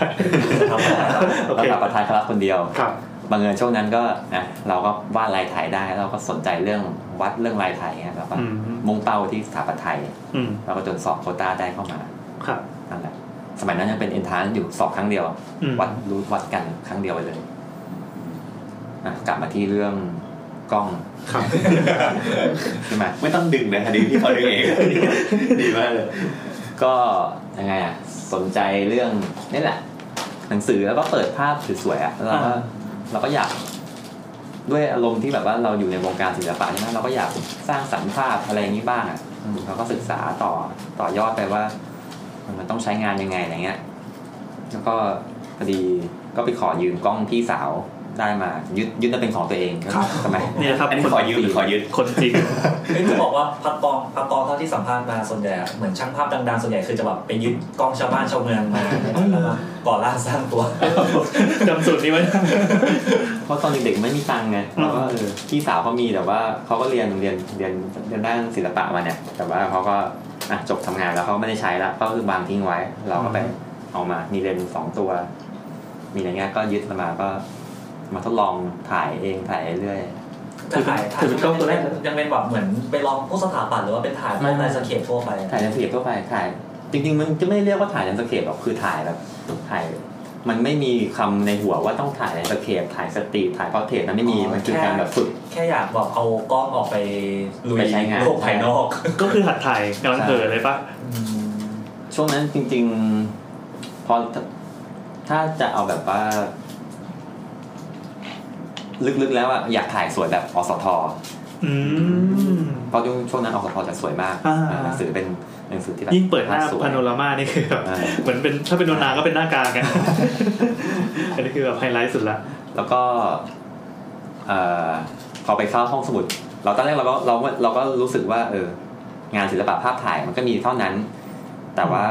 D: โอ
F: แล้ว
D: เค
F: ถาปัดไทยเขารับคนเดียว
D: ครับ
F: บังเอิญช่วงนั้นก็นะเราก็วาดลายไทยได้เราก็สนใจเรื่องวัดเรื่องลายไทยไงแล้วก็
D: อืม
F: มุ่งเป้าที่สถาปัตย์ไทย
D: อืม
F: เราก็จนสอบโควต้าได้เข้ามา
D: ครับ
F: นั่นแหละสมัยนั้นยังเป็นเอนทานอยู่สอบครั้งเดียว
D: อืม
F: วัดรู้วัดกันครั้งเดียวไปเลยอ่ะกลับมาที่เรื่องกล้อง
D: ครับ
F: ใช่ไหม
C: ไม่ต้องดึงนะดึงที่เขาดึง เอง ดีมากเลย
F: ก็ยังไงอ่ะสนใจเรื่องนี่แหละ หนังสือแล้วก็เปิดภาพสวยๆอ่ะแล้วเราก็
D: อ่า
F: เราก็อยาก ด้วยอารมณ์ที่แบบว่าเราอยู่ในวงการศิลปะใช่ไหมเราก็อยากสร้างสรรค์ภาพอะไรอย่างนี้บ้างอ่ะอืมเราก็ศึกษาต่อต่อยอดไปว่า มันต้องใช้งานยังไงอะไรเงี้ย แล้วก็พอดีก็ไปขอยืมกล้องพี่สาวได้มา ยึดยึดมาเป็นของตัวเองทำไม
D: นี่แหละครับ
C: อันนี้ขอยืมหรือขอยึด
D: คนจริง
E: เอ้ยจะบอกว่าพักกองพักกองเท่าที่สัมภาษณ์มาส่วนใหญ่อะเหมือนช่างภาพดังๆส่วนใหญ่คือจะแบบไปยึดกล้องชาวบ้านชาวเมืองมา
D: อ๋อเหรอ
E: แล้วก็ก่อร่างสร้างตัว
D: จำสูตรนี้ไว้
F: เพราะตอนเด็กๆไม่มีตังค์ไง
D: อืม
F: เราก็เออพี่สาวเขามีแต่ว่าเขาก็เรียนเรียนเรียนเรียนด้านศิลปะมาเนี่ย แต่ว่าเขาก็อ่ะจบทำงานแล้วเขาไม่ได้ใช้ละก็คือวางทิ้งไว้ เราก็ไปเอามา มีเลนส์สองตัว มีอะไรเงี้ยก็ยึดมันมาก็ มาทดลองถ่ายเองถ่ายเรื่อย
E: แต่ถ่ายถ่าย
D: ถือเป็นกล้องตัวแรกเลย
E: ยังเป็นแบบเหมือนไปลองพวกสถาปัตย์หรือว่าเป็นถ่ายพวกลายสเก็ตทั่วไป
F: ถ่ายในสเก็ตทั่วไปถ่าย จริงๆ มันจะไม่เรียกว่าถ่ายในสเก็ตหรอกคือถ่ายแบบถ่าย มันไม่มีคำในหัวว่าต้องถ่ายในสเก็ตถ่ายสตรีทถ่ายพอร์เทรตมันไม่มีมันคือการแบบฝึก
E: แค่อยากแบบเอากล้องออกไปลุย
F: ไปใช้งาน
E: โลกภายนอก
D: ก็คือหัดถ่ายกำลังเผลอเลยปะ
F: ช่วงนั้นจริงๆ พอถ้าถ้าจะเอาแบบว่า ลึกๆแล้วอะอยากถ่ายสวยแบบอสท
D: อืม
F: เพราะช่วงนั้นอสทจะสวยมาก
D: อ่า
F: อ่าหนังสือเป็นหนังสือที่แบบ
D: ยิ่งเปิดหน้า
F: ภพสวย
D: พาโนรามานี่คือแบบ
F: ใช่
D: เหมือนเป็นถ้าเป็นโนนาก็เป็นหน้ากลางอะ อันนี้คือแบบไฮไลท์สุดละ
F: แล้วก็เอ่อพอไปเข้าห้องสมุด เราตอนแรกเราก็เราเราก็รู้สึกว่า เออ งานศิลปะภาพถ่ายมันก็มีเท่านั้น แต่ว่า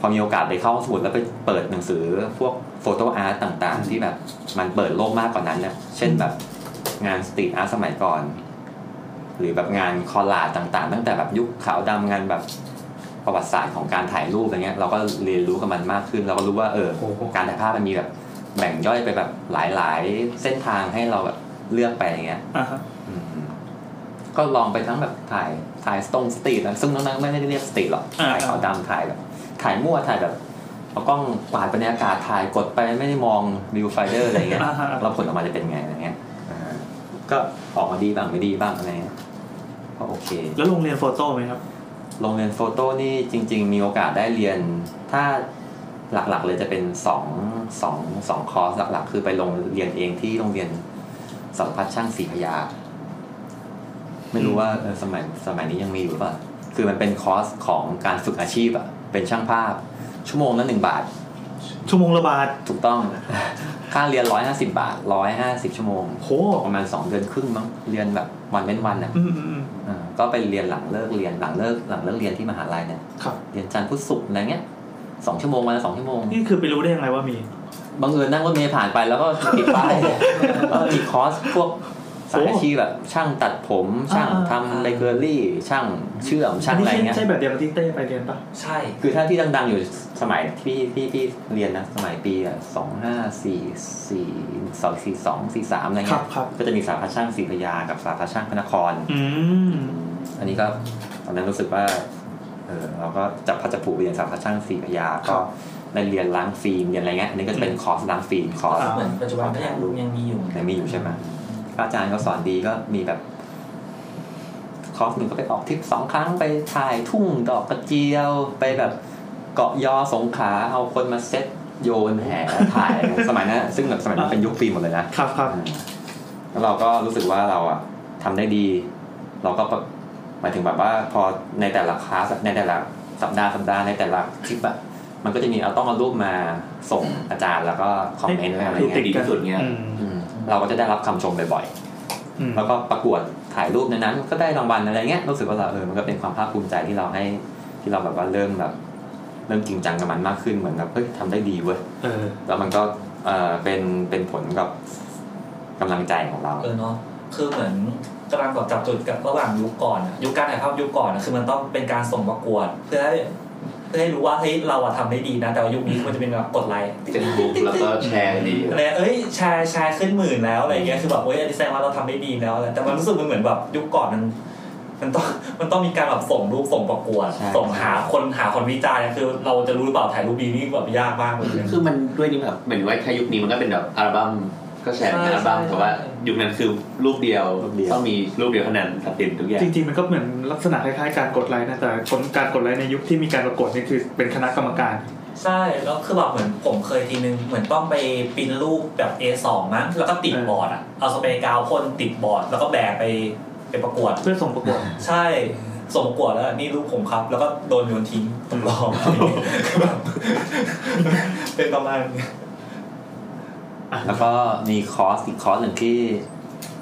F: พอมีโอกาสไปเข้าห้องสมุดแล้วไปเปิดหนังสือพวกโฟโต้อาร์ตต่าง ๆ ที่แบบมันเปิดโลกมากกว่านั้นเนี่ยเช่นแบบงานสตรีทอาร์ตสมัยก่อน หรือแบบงานคอลลาจต่าง ๆ ตั้งแต่แบบยุคขาวดำงานแบบประวัติศาสตร์ของการถ่ายรูปอะไรเงี้ย เราก็เรียนรู้กับมันมากขึ้น เราก็รู้ว่าเออ
D: โอ้โห
F: การถ่ายภาพมันมีแบบ แบ่งย่อยไปแบบหลาย ๆ เส้นทางให้เราแบบเลือกไปอย่างเงี้ย
D: อ่าฮะ
F: อืมก็ลองไปทั้งแบบถ่ายถ่ายสตรงสตรีทนะซึ่งน้องๆไม่ได้เรียกสตรีทหรอกถ่ายขาวดำถ่ายแบบ ถ่ายมั่วถ่ายแบบเอากล้องกวาดไปในอากาศถ่ายกดไปไม่ได้มองวิวไฟเดอร์อะไรเงี้ยแล้วผลออกมาจะเป็นไงอะไรเงี้ยอ่าก็ออกมาดีบ้างไม่ดีบ้างอะไรเงี้ยก็โอเค
D: แล้วโรงเรียนโฟโต้ไหมครับ
F: โรงเรียนโฟโต้นี่จริง ๆ มีโอกาสได้เรียน ถ้าหลักๆเลยจะเป็นสองสองสองคอร์สหลักๆ คือไปลงเรียนเองที่โรงเรียนสารพัดช่างศรีพระยา ไม่รู้ว่าเออสมัยสมัยนี้ยังมีอยู่หรือเปล่ะ คือมันเป็นคอร์สของการฝึกอาชีพอะเป็นช่างภาพ ชั่วโมงละหนึ่งบาท
D: ชั่วโมงละบาท
F: ถูกต้อง ค่าเรียนร้อยห้าสิบาทร้อยห้าสิบชั่วโมง
D: โห
F: ประมาณสองเดือนครึ่งมั้งเรียนแบบวันเว้นวันอะ
D: อืมอืมอืม
F: อ่าก็ไปเรียนหลังเลิกเรียนหลังเลิกหลังเลิกเรียนที่มหาลัยเนี่ย
D: ครับ
F: เรียนจันทร์พุธศุกร์อะไรเงี้ยสองชั่วโมงวันละสองชั่วโมง
D: นี่คือไปรู้ได้ยังไงว่ามี
F: บังเอิญนั่งรถเมล์ผ่านไปแล้วก็ติดป้ายเอออีกคอร์สพวกสายอาชีพแบบ ช่างตัดผม ช่าง
D: อ่า
F: ทำไลเกอรี่ ช่างเชื่อมช่างอะไร
D: ใช่
F: เงี้ย
D: ใช่แบบเดียวกับที่เต้ไปเรียนปะ
E: ใช่
F: คือถ้าที่ดังๆอยู่สมัยที่พี่พี่เรียนนะ สมัยปีสองห้าสี่สี่สองสี่สองสี่สามอะไร
D: ครั
F: เงี้
D: บ
F: ย
D: ครับ
F: ก็จะมีสาขาช่างศรีพระยากับสาขาช่างพระนคร
D: อืม
F: อันนี้ก็ตอนนั้นรู้สึกว่าเออเราก็จับพัดจับผูไปเรียนสาขาช่างศรีพระยาก็ได้เรียนล้างฟิล์มเรียนอะไรเงี้ยอันนี้ก็จะเป็นคอร์สล้างฟิล์มคอร์ส
E: เหมือนปัจจุบันก็ยังยังมีอยู่
F: ยังมีอยู่ใช่ไหมก็อาจารย์ก็สอนดีก็มีแบบ คอร์สหนึ่งก็ไปออกทริปสองครั้งไปถ่ายทุ่งดอกกระเจียว ไปแบบเกาะยอสงขลาเอาคนมาเซ็ตโยนแห่ถ่าย สมัยนั้นซึ่งแบบสมัยนั้นเป็นยุคฟิล์มหมดเลยนะ
D: ครับครับ
F: แล้วเราก็รู้สึกว่าเราอะทำได้ดี เราก็แบบหมายถึงแบบว่าพอในแต่ละคลาสอะในแต่ละสัปดาห์สัปดาห์ในแต่ละคลิปอะ มันก็จะมีเอาต้องเอารูปมาส่งอาจารย์แล้วก็คอมเมนต์อะไร
D: ดู
F: เงี้
D: ติด
F: ย
C: ดีที่
D: กัน
C: สุดเนี่ย
D: อืม
F: อืมเราก็จะได้รับคำชมบ่อย
D: อืม
F: ๆแล้วก็ประกวดถ่ายรูปในนั้น ก็ได้รางวัลอะไรเงี้ยรู้สึกว่าเราเออมันก็เป็นความภาคภูมิใจที่เราให้ที่เราแบบว่าเริ่มแบบ เริ่มจริงจังกับมันมากขึ้นเหมือนแบบเฮ้ยทำได้ดีเว้ย
D: เออ
F: แล้วมันก็เออเป็นเป็นผลกับกำลังใจของเรา
E: เออเนาะคือเหมือนกำลังกับจับจุดกับระหว่างยุคก่อนอะยุคการถ่ายภาพยุคก่อนอะคือมันต้องเป็นการส่งประกวด เพื่อให้เพื่อให้รู้ว่าเฮ้ยเราอะทำได้ดีนะ แต่ว่ายุคนี้มันจะเป็นแบบกดไลค์
C: เฟซบุ๊กแล้วก็แชร์ดี
E: อะไรเอ้ยแชร์แชร์ขึ้นหมื่นแล้วอะไรเงี้ยคือแบบโอ้ยอันนี้แสดงว่าเราทำได้ดีแล้วอะไรแต่มันรู้สึกมันเหมือนแบบยุคก่อนมันมันต้องมันต้องมีการแบบส่งรูปส่งประกวด
F: ใช่
E: ส่งหาคนหาคนวิจารณ์เนี่ยคือ เราจะรู้หรือเปล่าถ่ายรูปดีนี่แบบยากมากเลย
C: คือมันด้วยนี่แบบเหมือนว่าถ้ายุคนี้มันก็เป็นแบบอัลบั้มก็แชร์เป็น
E: ใช่
C: อัลบั้ม
E: ใช่
C: แต่ว่ายุคนั้นคือรูปเดียว
F: รูปเดียว
C: ต้องมีรูปเดียวเท่านั้นตัดสินทุกอย่าง
D: จริงๆมันก็เหมือนลักษณะคล้ายๆการกดไลค์นะแต่ผลการกดไลค์ในยุคที่มีการประกวดนี่คือเป็นคณะกรรมการ
E: ใช่แล้วคือแบบเหมือนผมเคยทีนึงเหมือนต้องไปปริ้นรูปแบบ A2 มั้งแล้วก็ติด
D: เออ
E: บอร์ดอะเอาสเปรย์กาวพ่นติดบอร์ด แล้วก็แบกไปไปประกวด
D: เพื่อส่งประกวด
E: ใช่ส่งประกวดแล้วนี่รูปผมครับ แล้วก็โดนโยนทิ้งผมลอง คือแบบเป็นประมาณนี้
F: แล้วก็มีคอร์สอีกคอร์สหนึ่งที่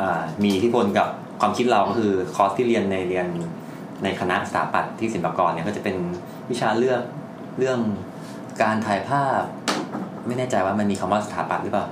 F: อ่ามีอิที่พลกับความคิดเราก็คือคอร์สที่เรียนในเรียนในคณะสถาปัตย์ที่ศิลปากรเนี่ยก็จะเป็นวิชาเลือกเรื่องการถ่ายภาพ ไม่แน่ใจว่ามันมีคำว่าสถาปัตย์หรือเปล่า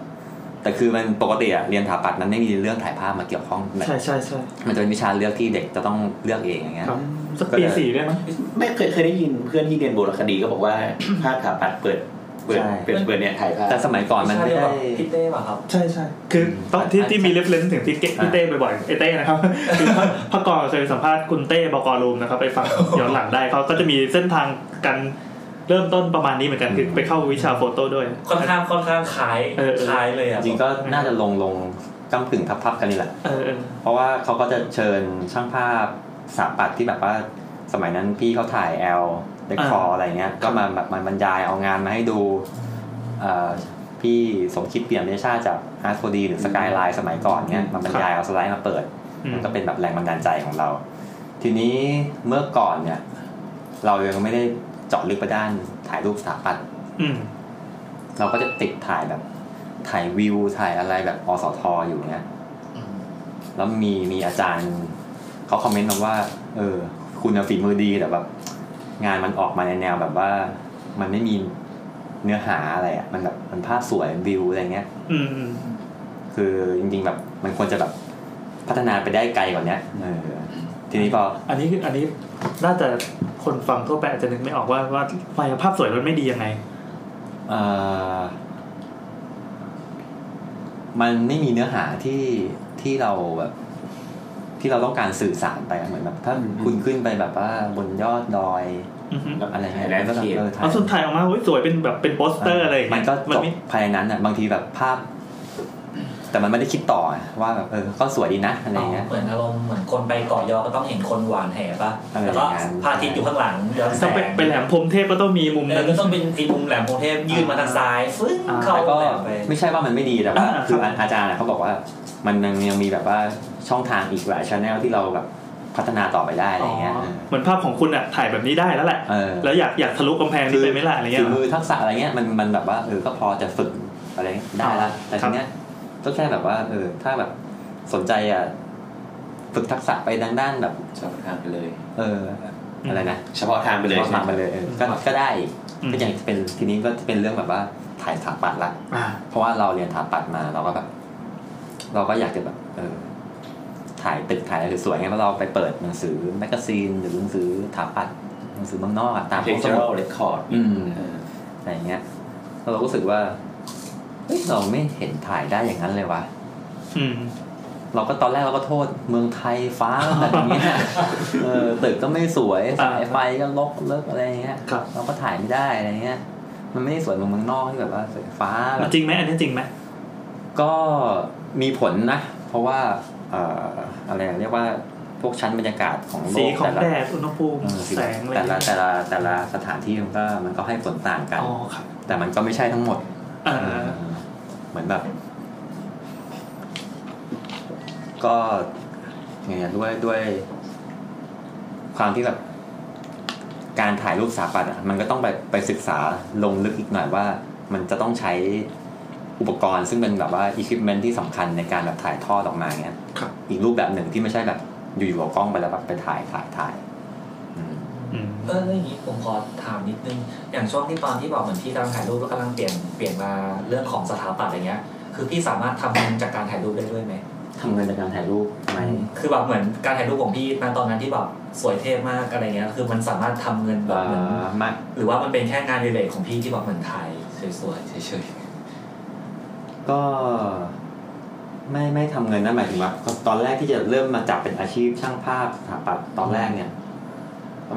F: แต่คือมันปกติอะเรียนสถาปัตย์มันไม่มีเรื่องถ่ายภาพมาเกี่ยวข้อง
D: ใช่ใช่ใช่
F: มันจะเป็นวิชาเลือกที่เด็กจะต้องเลือกเองอย่างเงี้ย
D: ครับสักปี
F: ก็ได้
D: สี่ได้ไหมย
C: ไม่เคยเคยได้ยินเพื่อนที่เรียนโบราณคดีก็บอกว่า ภาพถาปัดเปิดเปิด
F: ใช่
C: เปิดเปิดเนี่ยถ่ายภาพ
F: แต่สมัยก่อนมัน
E: ใช่
F: ไม่
E: แบ
F: ได้
E: บพี่เต้ป่ะครับ
D: ใช่ใช่คือต้องที่ที่มีเรฟเลนซ์ถึงพี่เก้พี่เต้บ่อยๆไอเต้ นะครับคือพระกรเคยสัมภาษณ์คุณเต้บกรูมนะครับไปฟังย้อนหลังได้เขาก็จะมีเส้นทางการเริ่มต้นประมาณนี้เหมือนกันคือไปเข้าวิชาโฟโต้ด้วย
E: ค่อนข้างค่อนข้างคล้าย
D: เออเออ
E: คล้ายเลยอะ
F: จริงๆก็น่าจะลงลงก้ากึ่งทับๆกันนี่แหละ
D: เออเออ
F: เพราะว่าเขาก็จะเชิญช่างภาพสถาปัตย์ที่แบบว่าสมัยนั้นพี่เขาถ่ายแอลเดคอ
D: อ่า
F: อะไรเงี้ย ก็มาแบบมันบรรยายเอางานมาให้ดูเอ่อพี่สมคิดเปี่ยมเดชาจากอาร์ตโฟดีหรือสกายไลน์สมัยก่อนเนี้ยมันบรรยายเอาสไลด์มาเปิด
D: อืม
F: มันก็เป็นแบบแรงบันดาลใจของเรา ทีนี้เมื่อก่อนเนี่ย เรายังไม่ได้เจาะลึกไปด้านถ่ายรูปสถาปัตย์
D: อืม
F: เราก็จะติดถ่ายแบบถ่ายวิวถ่ายอะไรแบบอสทอยู่เนี้ยแล้วมีมีอาจารย์เขาคอมเมนต์มาว่า เออ คุณน่ะฝีมือดีแต่แบบ งานมันออกมาในแนวแบบว่า มันไม่มีเนื้อหาอะไรอะ่ะ มันแบบมันภาพสวยวิวอะไรเงี้ย
D: อืมอืม
F: คือจริงๆแบบมันควรจะแบบพัฒนาไปได้ไกลกว่าเนี้ยเออทีนี้พอ
D: อันนี้อันนี้น่าจะคนฟังทั่วไปอาจจะนึกไม่ออกว่าว่าไฟภาพสวยมันไม่ดียังไง
F: เอ่อมันไม่มีเนื้อหาที่ที่เราแบบ ที่เราต้องการสื่อสารไปอะเหมือนแบบถ้า
C: อืม
F: คุณขึ้นไปแบบว่าบนยอดดอย
D: อือฮึ
C: แล้ว
F: อะไรเงี้
C: ถ่าย
F: ย
C: แล้
F: มันก็แบบ
C: เขียน
F: เออถ่าย
D: เอาสุดท้ายออกมาโอ้ยสวยเป็นแบบเป็นโปสเตอร์อะไรอย่าง
F: มั
D: เงี้
F: น
D: ย
F: ก็จบ
D: ไม่
F: ภายในนั้นอ่ะ บางทีแบบภาพ แต่มันไม่ได้คิดต่อว่าแบบเออ ก็สวยดีนะอะไรเงี้ย
E: เหมือนอารมณ์เหมือนคนไปเกาะยอก็ต้องเห็นคนหวานแหป่ะ
F: อะไรอ
E: แล้ว
F: ย่างนั้
E: ก็
F: น
E: พระอาทิตย์อยู่ข้างหลังย้อนแส
D: ถ้าง ไปไปแหลมพรหมเทพก็ต้องมีมุม
E: เออ
D: นั้น
E: ก็ต้องเป็นไอ้มุมแหลมกรุงเทพยืนมาทางซ้ายฟึ้ง
D: อ่า
E: เข้า
F: แล้วก็
E: แหลมไป
F: ไม่ใช่ว่ามันไม่ดีแต่ว่า
D: อ่า
F: คือ
D: ครับ
F: อาจารย์อะเขาบอกว่า มันยังยังมีแบบว่าช่องทางอีกหลายชแนลที่เราแบบพัฒนาต่อไปได้อะไรเงี้ยเออ
D: เหมือนภาพของคุณอ่ะถ่ายแบบนี้ได้แล้วแหละ
F: เออ
D: แล้วอยากอยากทะลุกำแพงนี่ไปไหม่ล่ะอะไรเงี้ย
F: ฝีมือทักษะอะไรเงี้ยมันมันแบบว่าเออก็พอจะฝึกอะไรได้ละแต่
D: ครั
F: ที
D: บ
F: เนี้ยก็แค่แบบว่าเออถ้าแบบสนใจอ่ะฝึกทักษะไปด้านด้านแบบ
C: เฉพาะทางไปเลย
F: เอออะไรนะ
C: เฉพาะทางไปเลย
F: ก็ทำไปเลยเออก็ก็ได้
D: อืม
F: ก็อย่างเป็นทีนี้ก็จะเป็นเรื่องแบบว่าถ่ายสถาปัตย์ละ
D: อ่า
F: เพราะว่าเราเรียนสถาปัตย์มาเราก็แบบ เราก็อยากจะแบบ เออ ถ่ายตึกถ่ายอะไรสวยๆไงเพราะเราไปเปิดหนังสือแมกกาซีนหรือหนังสือสถาปัตย์หนังสือเมืองนอกอะตาม
C: เท
F: ห้
C: ค
F: องส
C: เจอ
F: มุด
C: ร์เรคคอร์ด
F: อืม อะไรอย่างเงี้ยแล้วเราก็รู้สึกว่าเฮ้ยเราไม่เห็นถ่ายได้อย่างนั้นเลยวะ
D: อืม
F: เราก็ตอนแรกเราก็โทษเมืองไทยฟ้าแบบเนี้ ยเออตึกก็ไม่สวยสายไฟก็ลกเลิกอะไรอย่างเงี้ย
D: ครับ
F: เราก็ถ่ายไม่ได้อะไรเงี้ย มันไม่ได้สวยเหมือนเมืองนอกที่แบบว่าสวยฟ้าแบบ
D: จริงไหมอันนี้จริงไหม
F: ก็มีผลนะ เพราะว่าเอ่ออะไรเรียกว่าพวกชั้นบรรยากาศของโล
D: สี
F: ก
D: ของ
F: แต่ละ
D: แดดอุณหภูมิ
F: เออสี
D: แสงอะไร
F: แต่ละ
D: เงี้ย
F: แต่ละแต่ละสถานที่มันก็มันก็ให้ผลต่างกัน
D: อ๋อครับ
F: แต่มันก็ไม่ใช่ทั้งหมด
D: อ่า
F: เหมือนแบบ ก็ไงอะด้วยด้วย ความที่แบบ การถ่ายรูปสถาปัตย์อะมันก็ต้องไปไปศึกษาลงลึกอีกหน่อยว่า มันจะต้องใช้อุปกรณ์ซึ่งเป็นแบบว่าอุปกรณ์ที่สำคัญในการแบบถ่ายทอดออกมาเงี้ย
D: ครับ
F: อีกรูปแบบหนึ่งที่ไม่ใช่แบบอยู่ๆเอากล้องไปแล้วแบบไปถ่ายถ่ายถ่ายอืม
D: อืม
E: เออเรื่องนี้ผมขอถามนิดนึง อย่างช่วงที่ตอนที่บอกเหมือนพี่กำลังถ่ายรูปแล้วกำลังเปลี่ยนเปลี่ยนมาเรื่องของสถาปัตย์อะไรเงี้ย คือพี่สามารถทำงานจากการถ่ายรูปได้ด้วยไหม
F: ทำงานจากการถ่ายรูปไหม
E: คือแบบเหมือนการถ่ายรูปของพี่ณตอนนั้นที่แบบสวยเท่มากอะไรเงี้ย คือมันสามารถทำเงินแบบเหมือน
F: มาก
E: หรือว่ามันเป็นแค่งานรีเลทของพี่ที่แบบเหมือนถ่ายสวยๆเฉย
F: ก็ไม่ไม่ทำเงินนะหมายถึงว่าตอนแรกที่จะเริ่มมาจับเป็นอาชีพช่างภาพสถาปัตย์ตอนแรกเนี่ย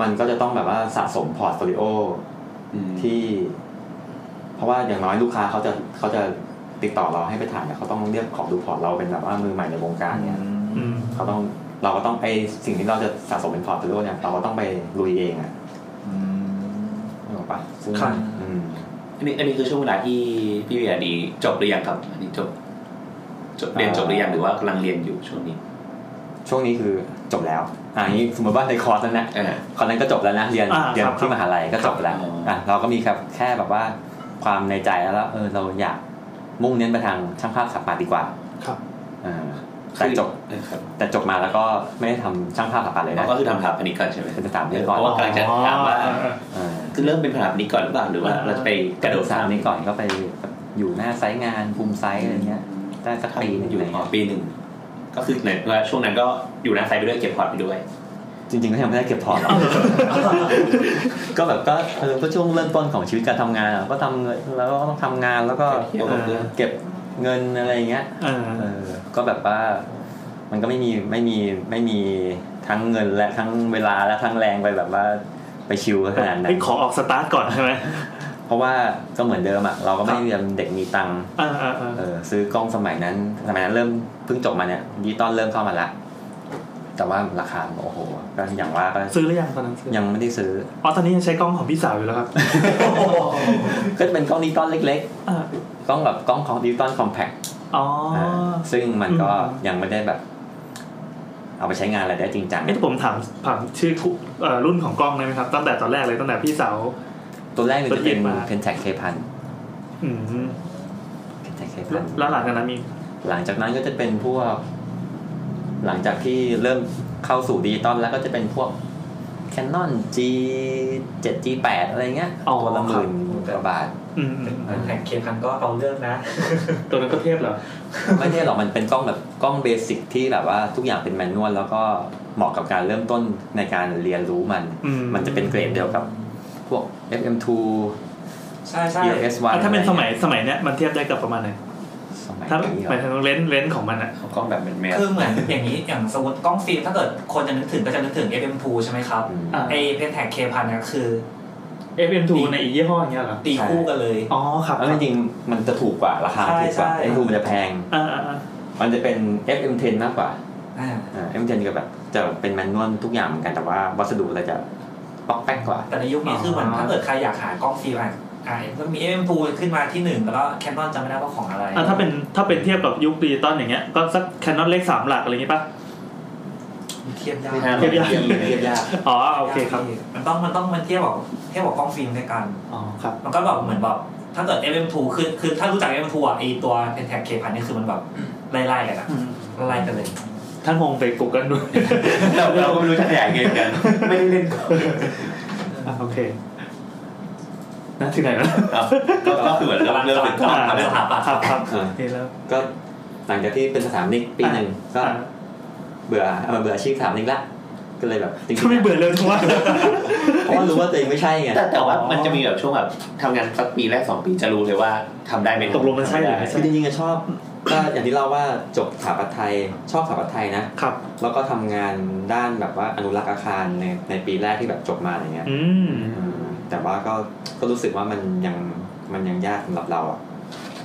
F: มันก็จะต้องแบบว่าสะสมพอร์ตโฟลิโอที่ เพราะว่าอย่างน้อยลูกค้าเขาจะเขาจะติดต่อเราให้ไปถ่ายเนี่ยเขาต้องเรียกขอดูพอร์ตเราเป็นแบบว่ามือใหม่ในวงการเนี่ย
D: อืม
F: เขาต้องเราก็ต้องไอสิ่งที่เราจะสะสมเป็นพอร์ตโฟลิโอเนี่ยเราก็ต้องไปลุยเองอ่ะนึกออกปะซึ่ง
D: ครับ
F: อืม
C: อันนี้อันนี้คือช่วงเวลาที่พี่เวียดีจบหรือยังครับ อันนี้จบจบเรียนจบหรือยังหรือว่ากำลังเรียนอยู่ช่วงนี้
F: ช่วงนี้คือจบแล้วอ่านี้สมมติว่าในคอร์สนั้นนะ
C: เออ
F: คอร์สนั้นก็จบแล้วนะเรียน
D: อ่า
F: เรียน
D: ครับ
F: ที่มหาลัยก็จบแล้ว
C: อ๋ออ่
F: อ่ะเราก็มีครับแค่แบบว่าความในใจแล้วว่าเออเราอยากมุ่งเน้นไปทางช่างภาพสถาปัตย์ดีกว่า
D: ครับ
F: อ่าแต่จบ
C: เออครับ
F: แต่จบมาแล้วก็ไม่ได้ทำช่างภาพสถาปัตย์เลย
C: เรา
F: นะ
C: ก็คือทำสถาปนิกก่อนใช่ไหม
F: เป็นสถาป
C: เออ
F: นิ
C: ก เพ
F: ก่อน
C: ราะว่ากำลังจะถามว่า
D: อ๋อเออ
F: อ่า
C: คือเริ่มเป็นสถาปนิกก่อนหรือเปล่าหรือว่าเราจะไปก
F: ก
C: ระ
F: ระ
C: โด
F: โด
C: ด
F: ด
C: สา
F: สาม มนี้ก่อนก็ไปอยู่หน้าไซต์งานภูมิไซต์อะไรเงี้ยได้สักปีหนึ่ง
C: อยู่
F: อะไร
C: อ๋อ
F: เงี้ย
C: ปีหนึ่งก็คือเหมือนว่าช่วงนั้นก็อยู่หน้าไซต์ไปด้วยเก็บพอร์ตไปด้วย
F: จริงๆก็ยังไม่ได้เก็บพอร์ตหรอก ก็แบบก็เออก็ช่วงเริ่มต้นของชีวิตการทำงานอะก็ทำเงินแล้วก็ต้องทำงานแล้วก็
C: เก็บเงิน
F: เออเก็บเงินอะไรอย่างเงี้ย
D: เออ
F: เออก็แบบว่า มันก็ไม่มีไม่มีไม่มีทั้งเงินและทั้งเวลาและทั้งแรงไปแบบว่าไปชิวขนาดนั้
D: เฮ้ย
F: น
D: ขอออกสตาร์ทก่อนใช่ไหม
F: เพราะว่าก็เหมือนเดิมอ่ะเราก็ไม่ได้เรียนเด็กมีตังค์
D: อ่าอ่าอ่า
F: เออซื้อกล้องสมัยนั้น สมัยนั้นเริ่มเพิ่งจบมาเนี่ยดิจิตอลเริ่มเข้ามาละแต่ว่าราคาโอ้โหก็อย่างว่าก็
D: ซื้อหรือยังตอนนั้นซื้อ
F: ยังไม่ได้ซื้อ
D: อ๋อตอนนี้ยังใช้กล้องของพี่สาวอยู่แล้วครับ
F: ก็เป็นกล้องดิจิตอลเล็ก ๆ
D: อ่าก
F: ล้องแบบกล้องของดิจิตอลคอมแพค
D: อ๋ออ
F: ซึ่งมันก็
D: อืม
F: ยังไม่ได้แบบ เอาไปใช้งานอะไรได้จริงจัง
D: เอ้ยแต่ผมถามถามชื่อคู่เอ่อรุ่นของกล้องได้ไหมครับ ตั้งแต่ตอนแรกเลยตั้งแต่พี่สาว
F: ตัวแรกเนี่ยจะเป็
D: ตัว
F: น
D: เย็นมา
F: เพนแท k เคพัน
D: อืม
F: เพนแทกเค
D: แล้
F: พั
D: วน แล้วหลังจากนั้นมี
F: หลังจากนั้นก็จะเป็นพวก หลังจากที่เริ่มเข้าสู่ดิจิตอลแล้วก็จะเป็นพวก Canon G 7 G 8อะไรเงี้ย
D: อ๋อ
F: ตัวละหมื่นกว่าบาท
D: อืมอืมอืม
E: ๆแข่งเคพันก็เอาเรื่องนะ
D: ตัวนั้นก็เทพเหรอ
F: ไม่ใช่หรอกมันเป็นกล้องแบบกล้องเบสิกที่แบบว่าทุกอย่างเป็นแมนนวลแล้วก็เหมาะกับการเริ่มต้นในการเรียนรู้มัน
D: อืม
F: มันจะเป็นเกรดเดียวกับ พวก FM2
E: ใช่ใช่
F: EOS1
D: อ่ะถ้าเป็นสมัยสมัยเนี้ยมันเทียบได้กับประมาณไหน
F: สมัย
D: ถ้า
F: นี้
D: ห
F: เหร
D: มาย
F: อ
D: ถึงเลนส์เลนส์ของมันอะ
C: เอากล้องแบบแมส
E: คือเหมือนอย่างนี้อย่างสมมติกล้องฟิล์มถ้าเกิดคนจะนึกถึงก็จะนึกถึง FM2 ใช่ไหมครับ
F: อืม
D: อ่ะ
E: ไอเพนแท็กเคพันเนี่ยคือ
D: FM2
E: ดี
D: ในอีกยี่ห้ออย่างเงี้ยเหรอ
E: ตี
F: ใช่
E: คู่กันเลย
D: อ๋อครับ
F: เออจริงๆมันจะถูกกว่าราคาถูกกว่า
E: ใช่ใช่
F: ไอ้ทูมันจะแพง
D: อ่าอ่าอ่า
F: มันจะเป็น FM10 มากกว่า
E: อ่า
F: อ่า FM10 ก็แบบจะเป็นแมนนวลทุกอย่างเหมือนกันแต่ว่าวัสดุเราจะป๊อกแป๊กกว่า
E: แต่ในยุคนี้คือเหมือนถ้าเกิดใครอยากหากล้องฟิล์มอ่ะอ่ะมันมี FM2 ขึ้นมาที่หนึ่งแล้วก็แคนนอนจำไม่ได้ว่าของอะไร
D: อ่ะถ้าเป็นถ้าเป็นเทียบกับยุคดิจิตอลอย่างเงี้ยก็สักแคนนอนเลขสามหลักอะไรอย่างงี้ปะ
E: เทียบยาก
C: ไม่ห้าม
D: เทียบยาก
C: เทียบเทียบยาก
D: อ๋อโอเคครับ
E: มันต้องมันต้องมันเทียบกับเทียบกับกล้องฟิล์มด้วยกัน
D: อ๋อครับ
E: มันก็แบบเหมือนแบบถ้าเกิด FM2 คือคือถ้ารู้จัก FM2 อ่ะไอตัวเพนแท็กเคพันนี่ยคือมันแบบไล่ๆกันอะไล่ๆกันเลย
D: ท่านคงไปกูเกิลด้วย
C: เราเราก็ไม่รู้จะขยายเงินกัน
D: ไม่ได้เล่นก่อนอ่ะโอเคนะถึงไหนแล้ว
C: ก็ก็คือเหมือนเริ่มเริ่มเป็นกล้อง
D: อ่า
C: ทำ
E: สถาปัตย์
D: ครับครับ
F: เออ
D: นี่แล้ว
F: ก็หลังจากที่เป็นสถาปนิกปีหนึ่งก็
D: อ่ะ
F: เบื่อเอามาเบื่ออาชีพสถาปนิกละก็เลยแบบจริง
D: ท ำไมเบื่อเร็วจังวะ
F: เพราะว่ารู้ว่าตัวเองไม่ใช่ไง
C: แต่แต่ว่ามันจะมีแบบช่วงแบบทำงานสักปีแรกสองปีจะรู้เลยว่าทำได้ไม่
D: ตกลงมันใช่หรือไม่ใช่
F: คือจริงๆอะชอบ ก็อย่างที่เล่าว่าจบสถาปัตย์ไทยชอบสถาปัตย์ไทยนะ
D: ครับ
F: แล้วก็ทำงานด้านแบบว่าอนุรักษ์อาคารในในปีแรกที่แบบจบมาอะไรเงี้ย
D: อืม
F: อืมแต่ว่าก็ก็รู้สึกว่ามันยังมันยังยากสำหรับเราอะ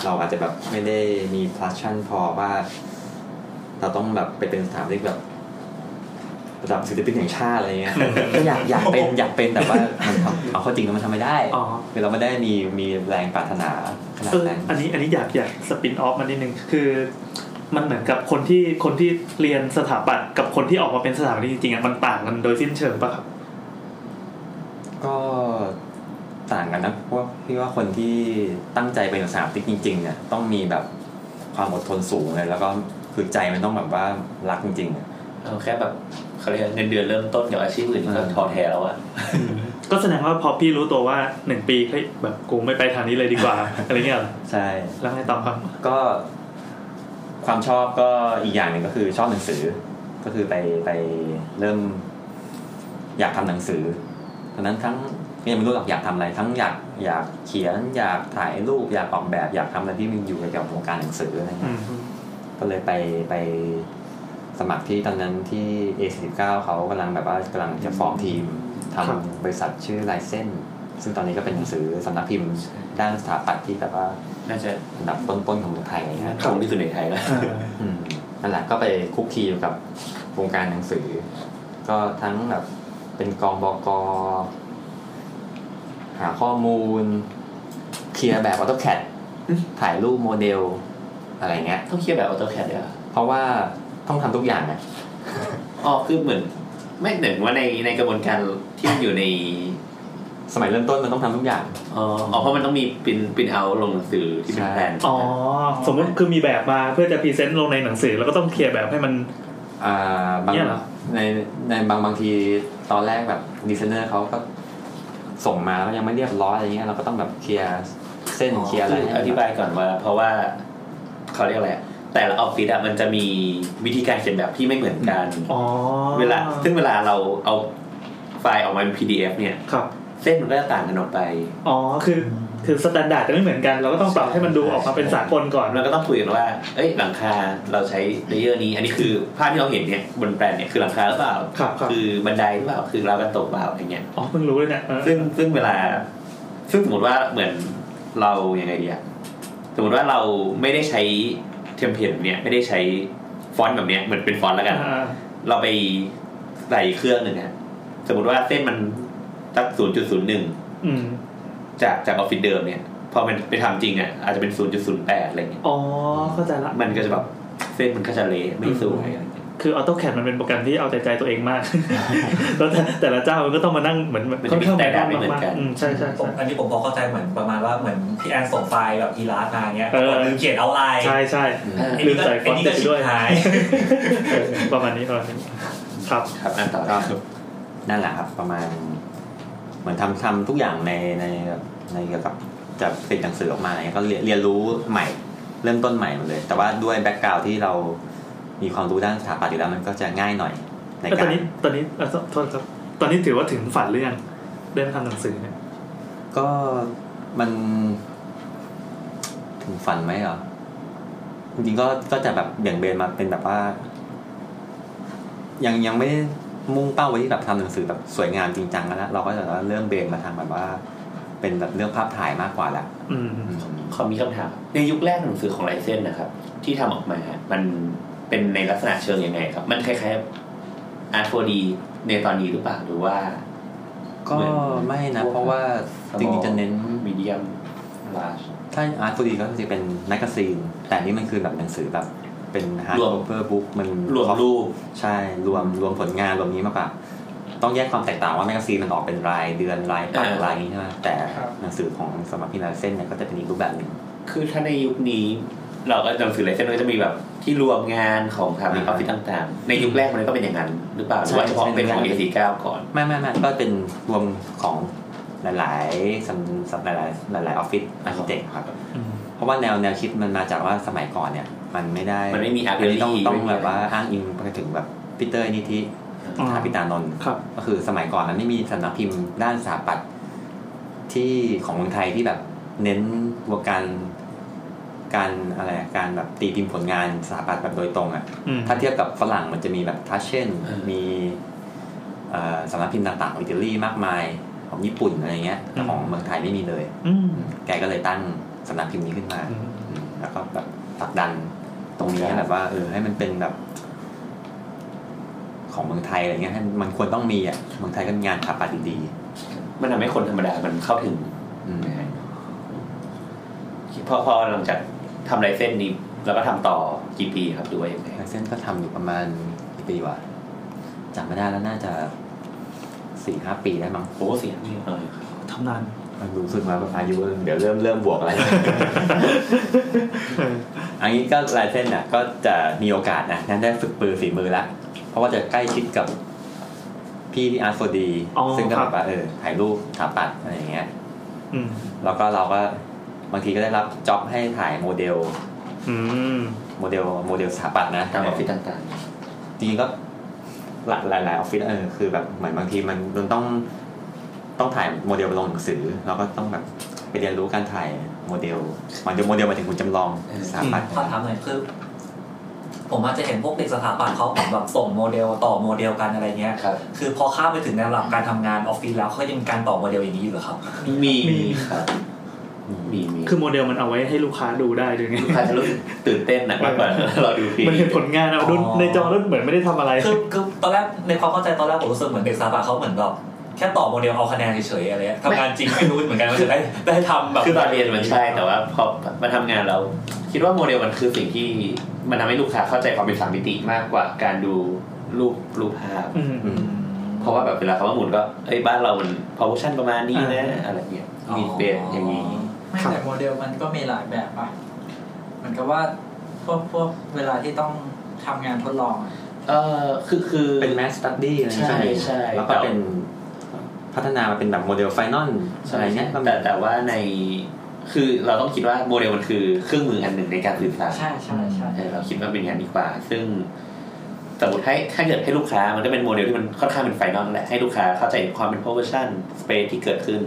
F: เราอาจจะแบบไม่ได้มี passion พอว่า เราต้องแบบไปเป็นสถาปนิกแบบระดับศิลปินแห่งชาติอะไรเงี้ย ก็อยากอยากเป็นอยากเป็นแต่ว่ามันทำเอาเข้อจริงแล้วมันทำไม่ได้
D: อ๋อ
F: คือเราไม่ได้มีมีแรงปรารถนาขนาด
D: เออ
F: นั้น
D: อันนี้อันนี้อยากอยากสปินออฟมานิดนึง คือมันเหมือนกับคนที่คนที่เรียนสถาปัตย์กับคนที่ออกมาเป็นสถาปนิกจริงๆอ่ะมันต่างกันโดยสิ้นเชิงปะครับ
F: ก็ พี่ว่าคนที่ตั้งใจเป็นสถาปนิกจริงๆเนี่ยต้องมีแบบความอดทนสูงเลยแล้วก็คือใจมันต้องแบบว่ารักจริงๆอะ
C: เอาแค่แบบเขาเรียกเงินเดือนเริ่มต้นกับอาชีพอื่นก็
F: อืม
C: ท้อแท้แล้วอะ
D: ก็แสดงว่าพอพี่รู้ตัวว่าหนึ่งปีเฮ้ยแบบกูไม่ไปทางนี้เลยดีกว่า อะไรเงี้ยเหรอ
F: ใช่
D: แล้วไงต่อครับ
F: ก็ความชอบก็อีกอย่างหนึ่งก็คือชอบหนังสือ ก็คือไปไปเริ่ม อยากทำหนังสือตอนนั้นทั้งยังไม่รู้หรอกอยากทำอะไร ทั้งอยากอยากเขียน อยากถ่ายรูปอยากออกแบบ อยากทำอะไรที่มันอยู่เกี่ยวกับวงการหนังสืออะไร
D: อื
F: เงี้ย
D: ม
F: ก็เลยไปไปสมัครที่ตอนนั้นที่ A49 เขากำลังแบบว่ากำลังจะฟอร์มทีมทำ
D: ครับ
F: บริษัทชื่อไลเซนซึ่งตอนนี้ก็เป็นหนังสือสำนักพิมพ์ด้านสถาปัตย์ที่แบบว่า
C: น่าจะ
F: อันดับต้นๆของเมืองไทยนะครับ
C: คงที่สุดในไทยแล้ว
F: อืมนั่นแหละก็ไปคุกคีอยู่กับวงการหนังสือ ก็ทั้งแบบเป็นกองบอกอหาข้อมูล เคลียร์แบบ AutoCAD ถ่ายรูปโมเดลอะไรเงี้ย
C: ต้องเคลียร์แบบออโต้แคดเลยเหรอ
F: เพราะว่าต้องทำทุกอย่างนะ
C: อ๋อคือเหมือน ไม่เหมือนว่าในในกระบวนการที่มันอยู่ใน
F: สมัยเริ่มต้นมันต้องทำทุกอย่าง
C: อ๋ออ๋อเพราะมันต้องมีปรินปรินเอาลงหนังสือที่เป็น
F: ใช่
C: แผน
D: อ๋อ สมมติคือมีแบบมาเพื่อจะพรีเซนต์ลงในหนังสือ แล้วก็ต้องเคลียร์แบบให้มัน
F: อ่าบาง
D: เนี่ยเหรอ
F: ในในบางบางทีตอนแรกแบบดีไซเนอร์เขาก็ส่งมาแล้วยังไม่เรียบร้อยอะไรเงี้ยเราก็ต้องแบบเคลียร์เส้นเคลียร์อะไร
C: คืออ
F: ให้มัน
C: ธิบายก่อนว่า เพราะว่าเขาเรียกอะไรอะแต่ละออฟฟิศอะมันจะมีวิธีการเขียนแบบที่ไม่เหมือนกัน
D: อ๋อ
C: เวลาซึ่งเวลาเราเอาไฟล์ออกมาเป็น PDF เนี่ย
D: ครับ
C: เส้นมันก็จะต่างกันออกไป
D: อ๋อ คือ คือสแตนดาร์ดจะไม่เหมือนกัน เราก็ต้องปรับให้มันดูออกมาเป็นสากลก่อน
C: เราก็ต้องคุยกันว่า เอ้ย หลังคาเราใช้เลเยอร์นี้ อันนี้คือภาพที่เราเห็นเนี่ยบนแปลนเนี่ยคือหลังคาหรือเปล่า
D: ครับครับ
C: อบันไดหรือเปล่า คือเราวกันตกเปล่าอะไรเงี้ย
D: อ๋อเพิ่งรู้เลยเนี่ยเออ
C: ซึ่งซึ่งเวลา ซึ่งสมมติว่าเหมือนเรายังไงดีอะสมมติว่าเราไม่ได้ใช้เทมเพลตเนี่ยไม่ได้ใช้ฟอนต์แบบเนี้ยเหมือนเป็นฟอนต์แล้วกัน
D: อ่า
C: เราไปใส่เครื่องหนึ่งอะสมมติว่าเส้นมันสักศูนย์จุดศูนย์หนึ่ง
D: อืม
C: จากจากออฟฟิศเดิมเนี่ยพอมันไปทำจริงอ่ะอาจจะเป็น 0.08 อะไรเงี้ย
D: อ๋อ เข้าใจละ
C: มันก็จะแบบเส้นมันก็จะเละไม่สวยอะไรเงี้ย
D: คือ AutoCAD มันเป็นโปรแกรมที่เอาใจใจตัวเองมาก แล้วแต่แต่ละเจ้ามันก็ต้องมานั่งเหมือน
C: มันจะมี
D: ค่อนข้า
C: standard
D: งแบบ
C: ไม่เหมือนกัน
D: อืมใช่ใช่
E: ผม
D: ใช่
E: อันนี้ผมพอเข้าใจเหมือนประมาณว่าเหมือนพี่แอนส่งไฟล์แบบอีลาสมาเงี้ย
D: เออ
E: คนหนึงเขียนเอาไลน์
D: ใช่ใช่
E: ไอ้นี่
D: ลืม
E: ก็
D: ใส่ฟ
E: ไอ้
D: อนต์
E: นี่ก็
D: ไป
E: ชิบ
D: ด้วย
E: หาย
D: เออประมาณนี้ประมาณนี้ครับ
C: ครับอ่านต่อ
F: ก็ นั่นแหละครับประมาณ เหมือนทำทำทุกอย่างในในในเกี่ยวกับจะเป็นหนังสือออกมาอะไรเงี้ยก็เรียนเรียนรู้ใหม่ เริ่มต้นใหม่หมดเลย แต่ว่าด้วยแบ็กกราวที่เรามีความรู้ด้านสถาปัตย์อยู่แล้วมันก็จะง่ายหน่อยใน
D: แล้วตอ
F: กา
D: น
F: ร
D: นี้ตอนนี้เอ่อโทษโทษครับ ตอนนี้ถือว่าถึงฝันหรือยังได้มาทำหนังสือเนี่ย
F: ก็มันถึงฝันไหมเหรอจริงๆก็ก็จะแบบเบี่ยงเบนมาเป็นแบบว่า ยังยังไม่ได้มุ่งเป้าไว้ที่แบบทำหนังสือแบบสวยงามจริงจังแล้วนะเราก็จะเริ่มเบนมาทางแบบว่า เป็นแบบเรื่องภาพถ่ายมากกว่าละ
D: อืม
C: ขอมีคำถาม ในยุคแรกหนังสือของไลเซนนะครับ ที่ทำออกมา มันเป็นในลักษณะเชิงยังไงครับ มันคล้ายๆ R4D ในตอนนี้หรือเปล่าหรือว่า
F: ก็ไม่นะ เพราะว่าจริงๆจะเน้น
C: มีเดียมลา
F: ถ้าอาร์ตฟูดีก็จะเป็นแมกกาซีน แต่อันนี่มันคือแบบหนังสือแบบ เป็นฮาร์ด
C: รวม
F: คอเวอร์บุ๊กมัน
C: รวมรูป
F: ใช่ รวมรวมผลงานรวมนี้มากกว่าต้องแยกความแตกต่างว่าแมกกาซีนมันออกเป็นรายเดือนรายปัก
C: อ่า
F: รายนี้ใช่ไหมแต่
H: ครับ
F: หนังสือของสมัครพินาเส้นเนี่ยก็จะเป็นอีกรูปแบบหนึ่ง
C: คือถ้าในยุคนี้ เราก็หนังสือไลเซนก็จะมีแบบที่รวมงานของทางอ
F: อ่า
C: อฟฟิศต่างๆ ในยุคแรกมันก็เป็นอย่างนั้นหรือเปล่าหรือว่า
F: ใช่
C: เฉพาะ
F: ใช่
C: เป็นของ
F: ใช่
C: A49 ก่อน
F: ไม่ไม่ไม่ก็เป็นรวมของหลายๆสำสำหรับหลายๆหลายๆออฟฟิศอาร์เคเต็กครับ
D: อืม
F: เพราะว่าแนวแนวคิดมันมาจากว่าสมัยก่อนเนี่ย มันไม่ได้
C: มันไม่มี art
F: เดี๋ยวนี้ต้อง
C: gallery
F: ต้อง
C: ไม่มี
F: แบบว่า
C: อะไร
F: อ้างอิงไปถึงแบบพีเตอร์นิธิ
D: อ๋อ
F: ถาปิตานนท์
D: ครับ
F: ก็คือสมัยก่อนมันไม่มีสำนักพิมพ์ด้านสถาปัตย์ที่ของเมืองไทยที่แบบเน้นวงการการอะไรอะการแบบตีพิมพ์ผลงานสถาปัตย์แบบโดยตรงอะ่ะ
D: อืม
F: ถ้าเทียบกับฝรั่งมันจะมีแบบทัชเช่น
C: เออ
F: มีเอ่อสำนักพิมพ์ต่างๆของอิตาลีมากมายของญี่ปุ่นอะไรเงี้ยแต่ของเมืองไทยไม่มีเลย
D: อืม
F: แกก็เลยตั้งสำนักพิมพ์นี้ขึ้นมา
D: อืม
F: แล้วก็แบบผลักดันตรงนี้ให้แบบว่าเออให้มันเป็นแบบ ของเมืองไทยอะไรเงี้ยให้มันควรต้องมีอ่ะเมืองไทยก็มีงานถาปัดดี
C: มันทำให้คนธรรมดามันเข้าถึง
F: ๆอืม
C: พอพอหลังจากทำไลเซนนี้แล้วก็ทำต่อกี่ปีครับหรือว่ายังไง
F: ไลเซนก็ทำอยู่ประมาณกี่ปีวะจำไม่ได้แล้วน่าจะสี่ห้าปีได้มั้ง
C: โอ้เสียงนี่เลย
D: ทำนาน
F: เอ มันรู้สึกว่าแบบอายุเดี๋ยวเริ่มเริ่มบ วกอะไร อันนี้ก็ลายเส้นน่ะก็จะมีโอกาสนะนั้นได้ฝึกปือฝีมือละเพราะว่าจะใกล้ชิดกับพี่ที่อาร์ตโฟดี
D: อ๋อ
F: ซึ่งก็
D: ครับ
F: แบบว่าเออถ่ายรูปถาปัดอะไรอย่างเงี้ย
D: อืม
F: แล้วก็เราก็บางทีก็ได้รับจ็อบให้ถ่ายโมเดล
D: อืม
F: โมเดลโมเดลสถาปัตย์นะ
C: ตามออฟฟิศ
F: เออ
C: ต่าง
F: จริงๆก็หลายหลายหลายออฟฟิศเออคือแบบเหมือนบางทีมันมันต้องต้องถ่ายโมเดลลงหนังสือเราก็ต้องแบบไปเรียนรู้การถ่ายโมเดลโมเดลโมเดลหมายถึงคุณจำลองสถาปัตย์
E: ขอถามหน่อยคือ ผมอาจจะเห็นพวกเด็กสถาปัตย์เขาแบบส่งโมเดลต่อโมเดลกันอะไรเงี้ย
C: ๆครับ
E: คือพอข้ามไปถึงในระดับการทำงานออฟฟิศแล้วเขายังมีการต่อโมเดลอย่างนี้อยู่เหรอครับ
C: มีครับมีมี
D: คือโมเดลมันเอาไว้ให้ลูกค้าดูได้ด้วยไง
C: ลูกค้าจะรู้สึกตื่นเต้นหนักมากกว่าเราดูฟรี
D: มันเห็นผลงานเอาดู
E: อ๋อ
D: ในจอแล้วเหมือนไม่ได้ทำอะไร
E: คือคือตอนแรกในความเข้าใจตอนแรกผมรู้สึกเหมือนเด็กสถาปัตย์เขาเหมือนแบบแค่ต่อโมเดลเอาคะแนนเฉยๆอะไรเงี้ยทำงานจริงไม่รู้เหมือนกันว่าจะได้ได้ทำแบบ
C: คือตอนเรียนมันใช่แต่ว่าพอมาทำงานเราคิดว่าโมเดลมันคือสิ่งที่มันทำให้ลูกค้าเข้าใจความเป็นสามมิติมากกว่าการดูรูปรูปภาพ
D: อืม
F: อืม
C: เพราะว่าแบบเวลาเขามาหมุนก็เอ้ยบ้านเรามันพาวเวอร์ชันประมาณนี้
D: อ่า
C: นะอะไรเงี้ยมีเปลี่ยนอย่างนี้
I: ไม่
D: ครับ
I: แต่โมเดลมันก็มีหลายแบบปะเหมือนกับว่าพวกพวกเวลาที่ต้องทำงานทดลองอะ
C: เออคือคือ
F: เป็นแมสตัดดี้อะไรอย่างเงี้ย
C: ใช่
F: ไหม
C: ใช่
F: แล้วก็เป็นพัฒนามาเป็นแบบโมเดลไฟนอลอะ
C: ใช่
F: ไร
C: ใช่
F: เงี้ยก็มี
C: แต่แต่ว่าในคือเราต้องคิดว่าโมเดลมันคือเครื่องมืออันหนึ่งในการสื่อสาร
I: ใช่ใช่ใช่
C: ใช่เราคิดว่าเป็นอย่างนั้นดีกว่า ซึ่งสมมติให้ถ้าเกิดให้ลูกค้ามันก็เป็นโมเดลที่มันค่อนข้างเป็นไฟนอลแหละ ให้ลูกค้าเข้าใจความเป็น p o v e r s i o n space ที่เกิดขึ้น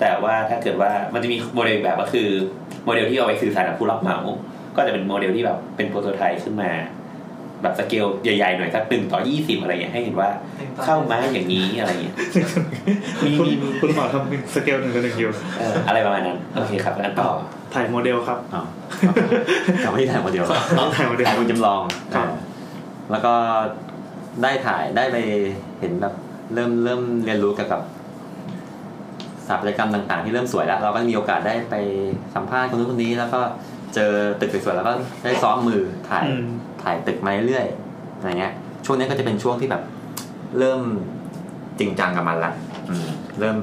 C: แต่ว่าถ้าเกิดว่ามันจะมีโมเดลอีกแบบก็คือโมเดลที่เอาไว้สื่อสารกับผู้รับเหมา ก็จะเป็นโมเดลที่แบบเป็นโปรโตไทป์ขึ้นมา แบบสเกลใหญ่ๆหน่อยสักหนึ่งต่อยี่สิบอะไรอย่างเงี้ยให้เห็นว่าเข้าไม้อย่างนี้อะไรอย่างเงี้ย มี
D: คุณ
C: มี
D: คุณหมอทำสเกลหนึ่งต่อหนึ่งอยู่
C: เอออะไรประมาณนั้นโอเคครับแล้วต่อ
D: ถ่ายโมเดลครับ
F: อ๋อกลับมาที่ถ่ายโมเดล
D: ต้องถ่ายโมเดล
F: ถ่ายคุณจำลอง
D: ครับ
F: อ่าแล้วก็ได้ถ่ายได้ไปเห็นแบบเริ่มเริ่มเรียนรู้เกี่ยวกับสถาปัตยกรรมต่าง ๆ ที่เริ่มสวยแล้ว เราก็มีโอกาสได้ไปสัมภาษณ์คนนู้นคนนี้ แล้วก็เจอตึกสวยๆแล้วก็ได้ซ้อมมือถ่าย
D: อืม
F: ถ่ายตึกมาเรื่อยๆอะไรเงี้ย ช่วงนี้ก็จะเป็นช่วงที่แบบ เริ่มจริงจังกับมันละอืมเริ่ม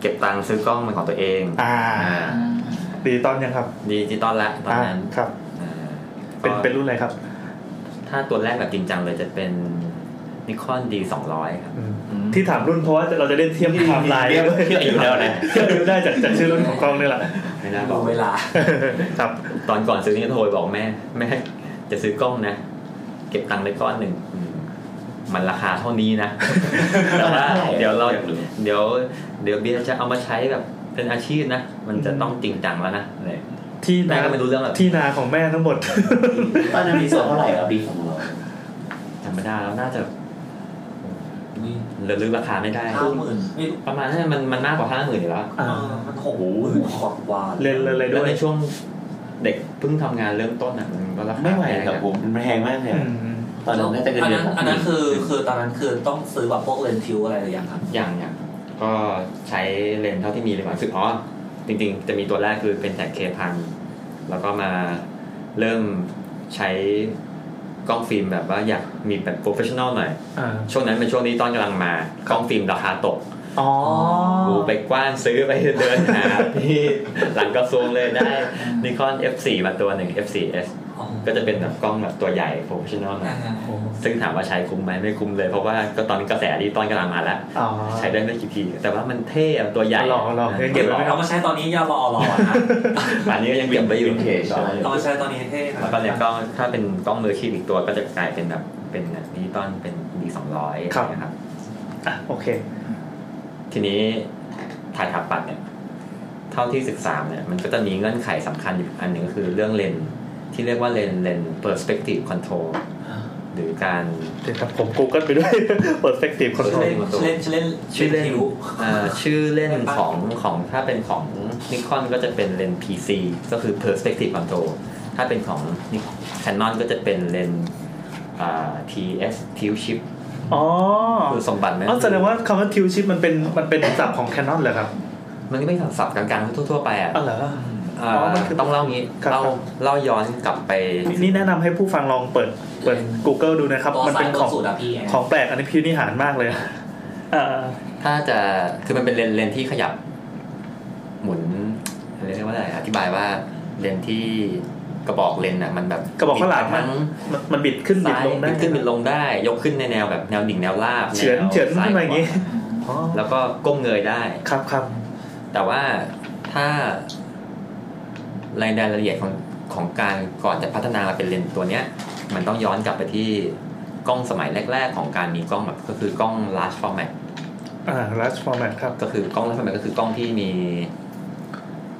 F: เก็บตังค์ซื้อกล้องเป็นของตัวเอง
D: อ่า
F: อ่า
D: ดีตอนยังครับ
F: ดิจิตอลละตอนนั้น
D: อ่าครับ
F: อ่า
D: เป็น
F: ก็
D: เป็นรุ่นอะไรครับ
F: ถ้าตัวแรกแบบจริงจังเลยจะเป็นนิคอนดีสองร้อยครับ
D: อืมที่ถามรุ่นเพราะว่าเราจะได้เทียบไทม์ไลน์
C: เรียกเรียกอยู่แล้วนะ
D: เทียบอายุได้จากจากชื่อรุ่นของกล้องนี่แหละ
F: ไม่น่าบอก
E: เวลา
D: ครับ
F: ตอนก่อนซื้อนี่โทรไปบอกแม่ แม่จะซื้อกล้องนะ เก็บตังค์ได้ก้อนหนึ่งอืมมันราคาเท่านี้ นะ แต่ว่าเดี๋ยวเรา
C: อยากรู้
F: เดี๋ยวเดี๋ยวเบียร์จะเอามาใช้แบบเป็นอาชีพนะ มันจะต้องจริงจังแล้วนะอะไร
D: ที่
F: แม่
D: นา
F: ก็ไม่รู้เรื่องหรอก
D: ที่นาของแม่ทั้งหมด
C: ตอนนั้นมีส่วนเท่าไหร่ครับดีของเรา
F: จำไม่ได้แล้วน่าจะระลึกราคาไม่ได้
E: ห้าหมื่นไม่รู้
F: ประมาณนั้นมันมันมากกว่าห้าหมื่นอยู่แล้ว
E: เออมันหกหมื่นกว่าวา
D: เรียนเรียนอะไร
F: แล้
D: ด้
F: ว
D: วย
F: ในช่วงเด็กเพิ่งทำงานเริ่มต้นอ่ะมันก็ราคา
C: ไม่ไหว
F: แพง
C: ครับ
F: อะ
C: ผมมันแพงมากเลย
D: อื
C: อะ
D: ม
C: ตอนนั้นน่าจะเกิน
E: อัน
C: เดือ
E: นั้น น
C: ผม
E: อันนั้นคือคือตอนนั้นคือต้องซื้อแบบพวกเลนส์ทิวอะไรหรือยังครับ
F: อย่างอย่างก็ใช้เลนส์เท่าที่มีเลยก่อนซึ่งอ๋อจริง ๆ จะมีตัวแรกคือเป็นแต่เคพันแล้วก็มาเริ่มใช้กล้องฟิล์มแบบว่าอยากมีแบบโปรเฟชชั่นอลหน่อย
D: อ่า
F: ช่วงนั้นเป็นช่วงนี้ตอนกำลังมากล้องฟิล์มราคาตก
D: อ๋อ
F: กูไปกว้านซื้อไปเดินหา ที่หลังกระทรวงเลยได้นิคอน F4 มาตัวหนึ่ง F4S
E: อ๋อ
F: ก็จะเป็นแบบกล้องแบบตัวใหญ่โปรเฟชชั่นอลหน่อยซึ่งถามว่าใช้คุ้มไหมไม่คุ้มเลย เพราะว่าก็ตอนนี้กระแสดีตอนกำลังมาแล้ว
D: อ๋อ
F: ใช้ได้ไม่กี่ทีแต่ว่ามันเท่อะตัวใหญ่
D: หล่อหล่อเก็บไว้ไหม
E: เอามาใช้ตอนนี้ยาบอรอนะ
F: อันนี้ก็ยังเก็บไว้อยู่
C: วินเทจใช่ไหม
E: เอามาใช้ตอนนี้เท่นะ
F: แล้วก็เนี่ยกล้องถ้าเป็นกล้องมืออาชีพอีกตัวก็จะกลายเป็นแบบเป็นแบบดิจิตอลเป็น D200
D: ครับ
F: นะครับ
D: อ่ะโอเค
F: ทีนี้ถ่ายทับปัดเนี่ย เท่าที่ศึกษาเนี่ยมันก็จะมีเงื่อนไขสำคัญอยู่อันหนึ่งก็คือเรื่องเลนส์ที่เรียกว่าเลนส์เลนส์ perspective control หรือการ
D: เดี๋ยวครับผมกูเกิลไปด้วย เปิดเฟกติฟคอนโทรล
E: ชื่อเล่นชื่อเล่นชื่อเล่
F: ชื่อเล่น
E: นทิว
F: เอ่อชื่อเล่นของของถ้าเป็นของนิคอนก็จะเป็นเลนส์ PC ก็คือ perspective control ถ้าเป็นของ Canon ก็จะเป็นเลนส์อ่า TS tilt shift
D: อ๋อ
F: คือสมบัติไหม
D: อ๋อแสดงว่าคำว่าทิวชิปมันเป็นมันเป็นศัพท์ของแคนนอนเหรอครับ
F: มันก็เป็นคำศัพท์กลางๆทั่วๆไปอ่ะ
D: อ๋อเหรอ
F: เอ่อ
D: อมันคือ
F: ต้องเล่างี้
D: ครับ
F: เล่าเล่าย้อนกลับไป
D: นี่แนะนำให้ผู้ฟังลองเปิดเปิด Google ดูนะครับ
E: ตัว
D: มัน
E: สา
D: เป็
E: ย
D: น
E: บ
D: ข
E: น
D: อง
E: สุดอะพี่แอน
D: ของแปลกอันนี้พิวนิหารมากเลยอ่า
F: ถ้าจะคือมันเป็นเลนส์เลนส์ที่ขยับ หมุนเรียกว่าอะไรอธิบายว่าเลนส์ที่กระบอกเลนส์อ่ะมันแบบ
D: กระบอกข้างหลัง
F: ทั้ง
D: มันมันบิดขึ้นบิด
F: ซ้าย
D: ลงได้
F: บิดขึ้นบิดลงได้ ยกขึ้นในแนวแบบแนวดิ่งแนวราบ
D: เฉือน
F: แว
D: เฉือนขึ้นมาอย่างนี้
F: ซ้ยขว
D: อ๋อา
F: แล้วก็ก้มเงยได้
D: ครับครับ
F: แต่ว่าถ้าในรายละเอียดของของการก่อนจะพัฒนามาเป็นเลนส์ตัวเนี้ย มันต้องย้อนกลับไปที่กล้องสมัยแรก ๆ ของการมีกล้องแบบก็คือกล้อง large format
D: อ่า large format ครับ
F: ก็คือกล้อง large format ก็คือกล้องที่มี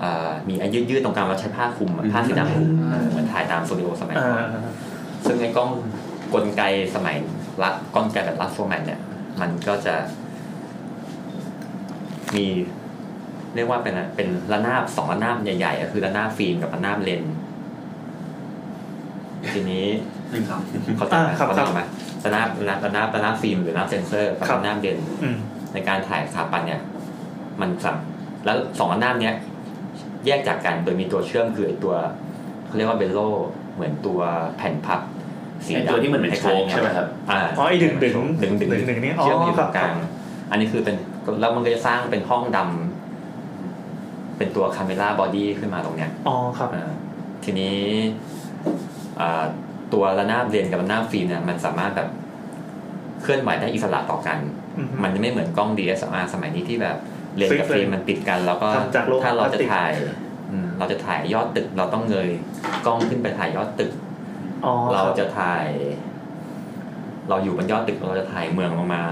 F: อ่ามีไอ้ยืดๆตรงกลางเราใช้ผ้าคลุมอะผ้าสีดำคลุม
I: อ่า
F: เหมือนถ่ายตามสตูดิโอสมัย
D: อ่า
F: ก่อนซึ่งไอ้กล้องกลไกสมัยรัดกล้องไกแบบ large format เนี่ย มันก็จะ มี เรียกว่าเป็นอะไรเป็นระนาบสองระนาบใหญ่ๆก็คือระนาบฟิล์มกับระนาบเลนส์ทีนี้เขาใจไหม
D: ครับ
F: เขาใจไหมระนาบระนาบระนาบระนาบฟิล์มหรือระนาบเซนเซอร์กับ
D: ครับ
F: ระนาบเลนส์
D: อืม
F: ในการถ่ายสถาปันเนี่ย มันสับแล้วสองระนาบเนี้ยแยกจากกันโดยมีตัวเชื่อมคือไอตัวเขาเรียกว่าเบลโลเหมือนตัวแผ่นพับสี
J: ไอ้
F: ดำ
J: ตัวที่เหมือนเป็นโครงใช่ไหมครับ
F: อ่า
D: อ๋อไอ้ดึงดึง
F: ดึงดึง
D: ดึงดึงนี่อ๋อ
F: เชื่อมอยู่
D: ค
F: ต
D: รั
F: ร
D: บ
F: งกลางอันนี้คือเป็นแล้วมันก็จะสร้างเป็นห้องดำเป็นตัวคาเมล่าบอดี้ขึ้นมาตรงเนี้ย
D: อ๋อครับ
F: อ่าทีนี้อ่าตัวระนาบเลนกับระนาบฟิล์มเนี่ยมันสามารถแบบเคลื่อนไหวได้อิสระต่อกัน
D: อือฮึ
F: มันจะไม่เหมือนกล้อง DSLR สมัยนี้ที่แบบเลนกับ
D: ซึ่ง
F: ฟิล์มมันติดกัน แล้วก็
D: ทำจากโลหะ
F: ถ้าเรา
D: พลาส
F: จะ
D: ติก
F: ถ่ายอืมเราจะถ่ายยอดตึก เราต้องเงยกล้องขึ้นไปถ่ายยอดตึก
D: อ๋อ
F: เรา
D: คบ
F: จะถ่าย เราอยู่บนยอดตึกเราจะถ่ายเมืองลงมา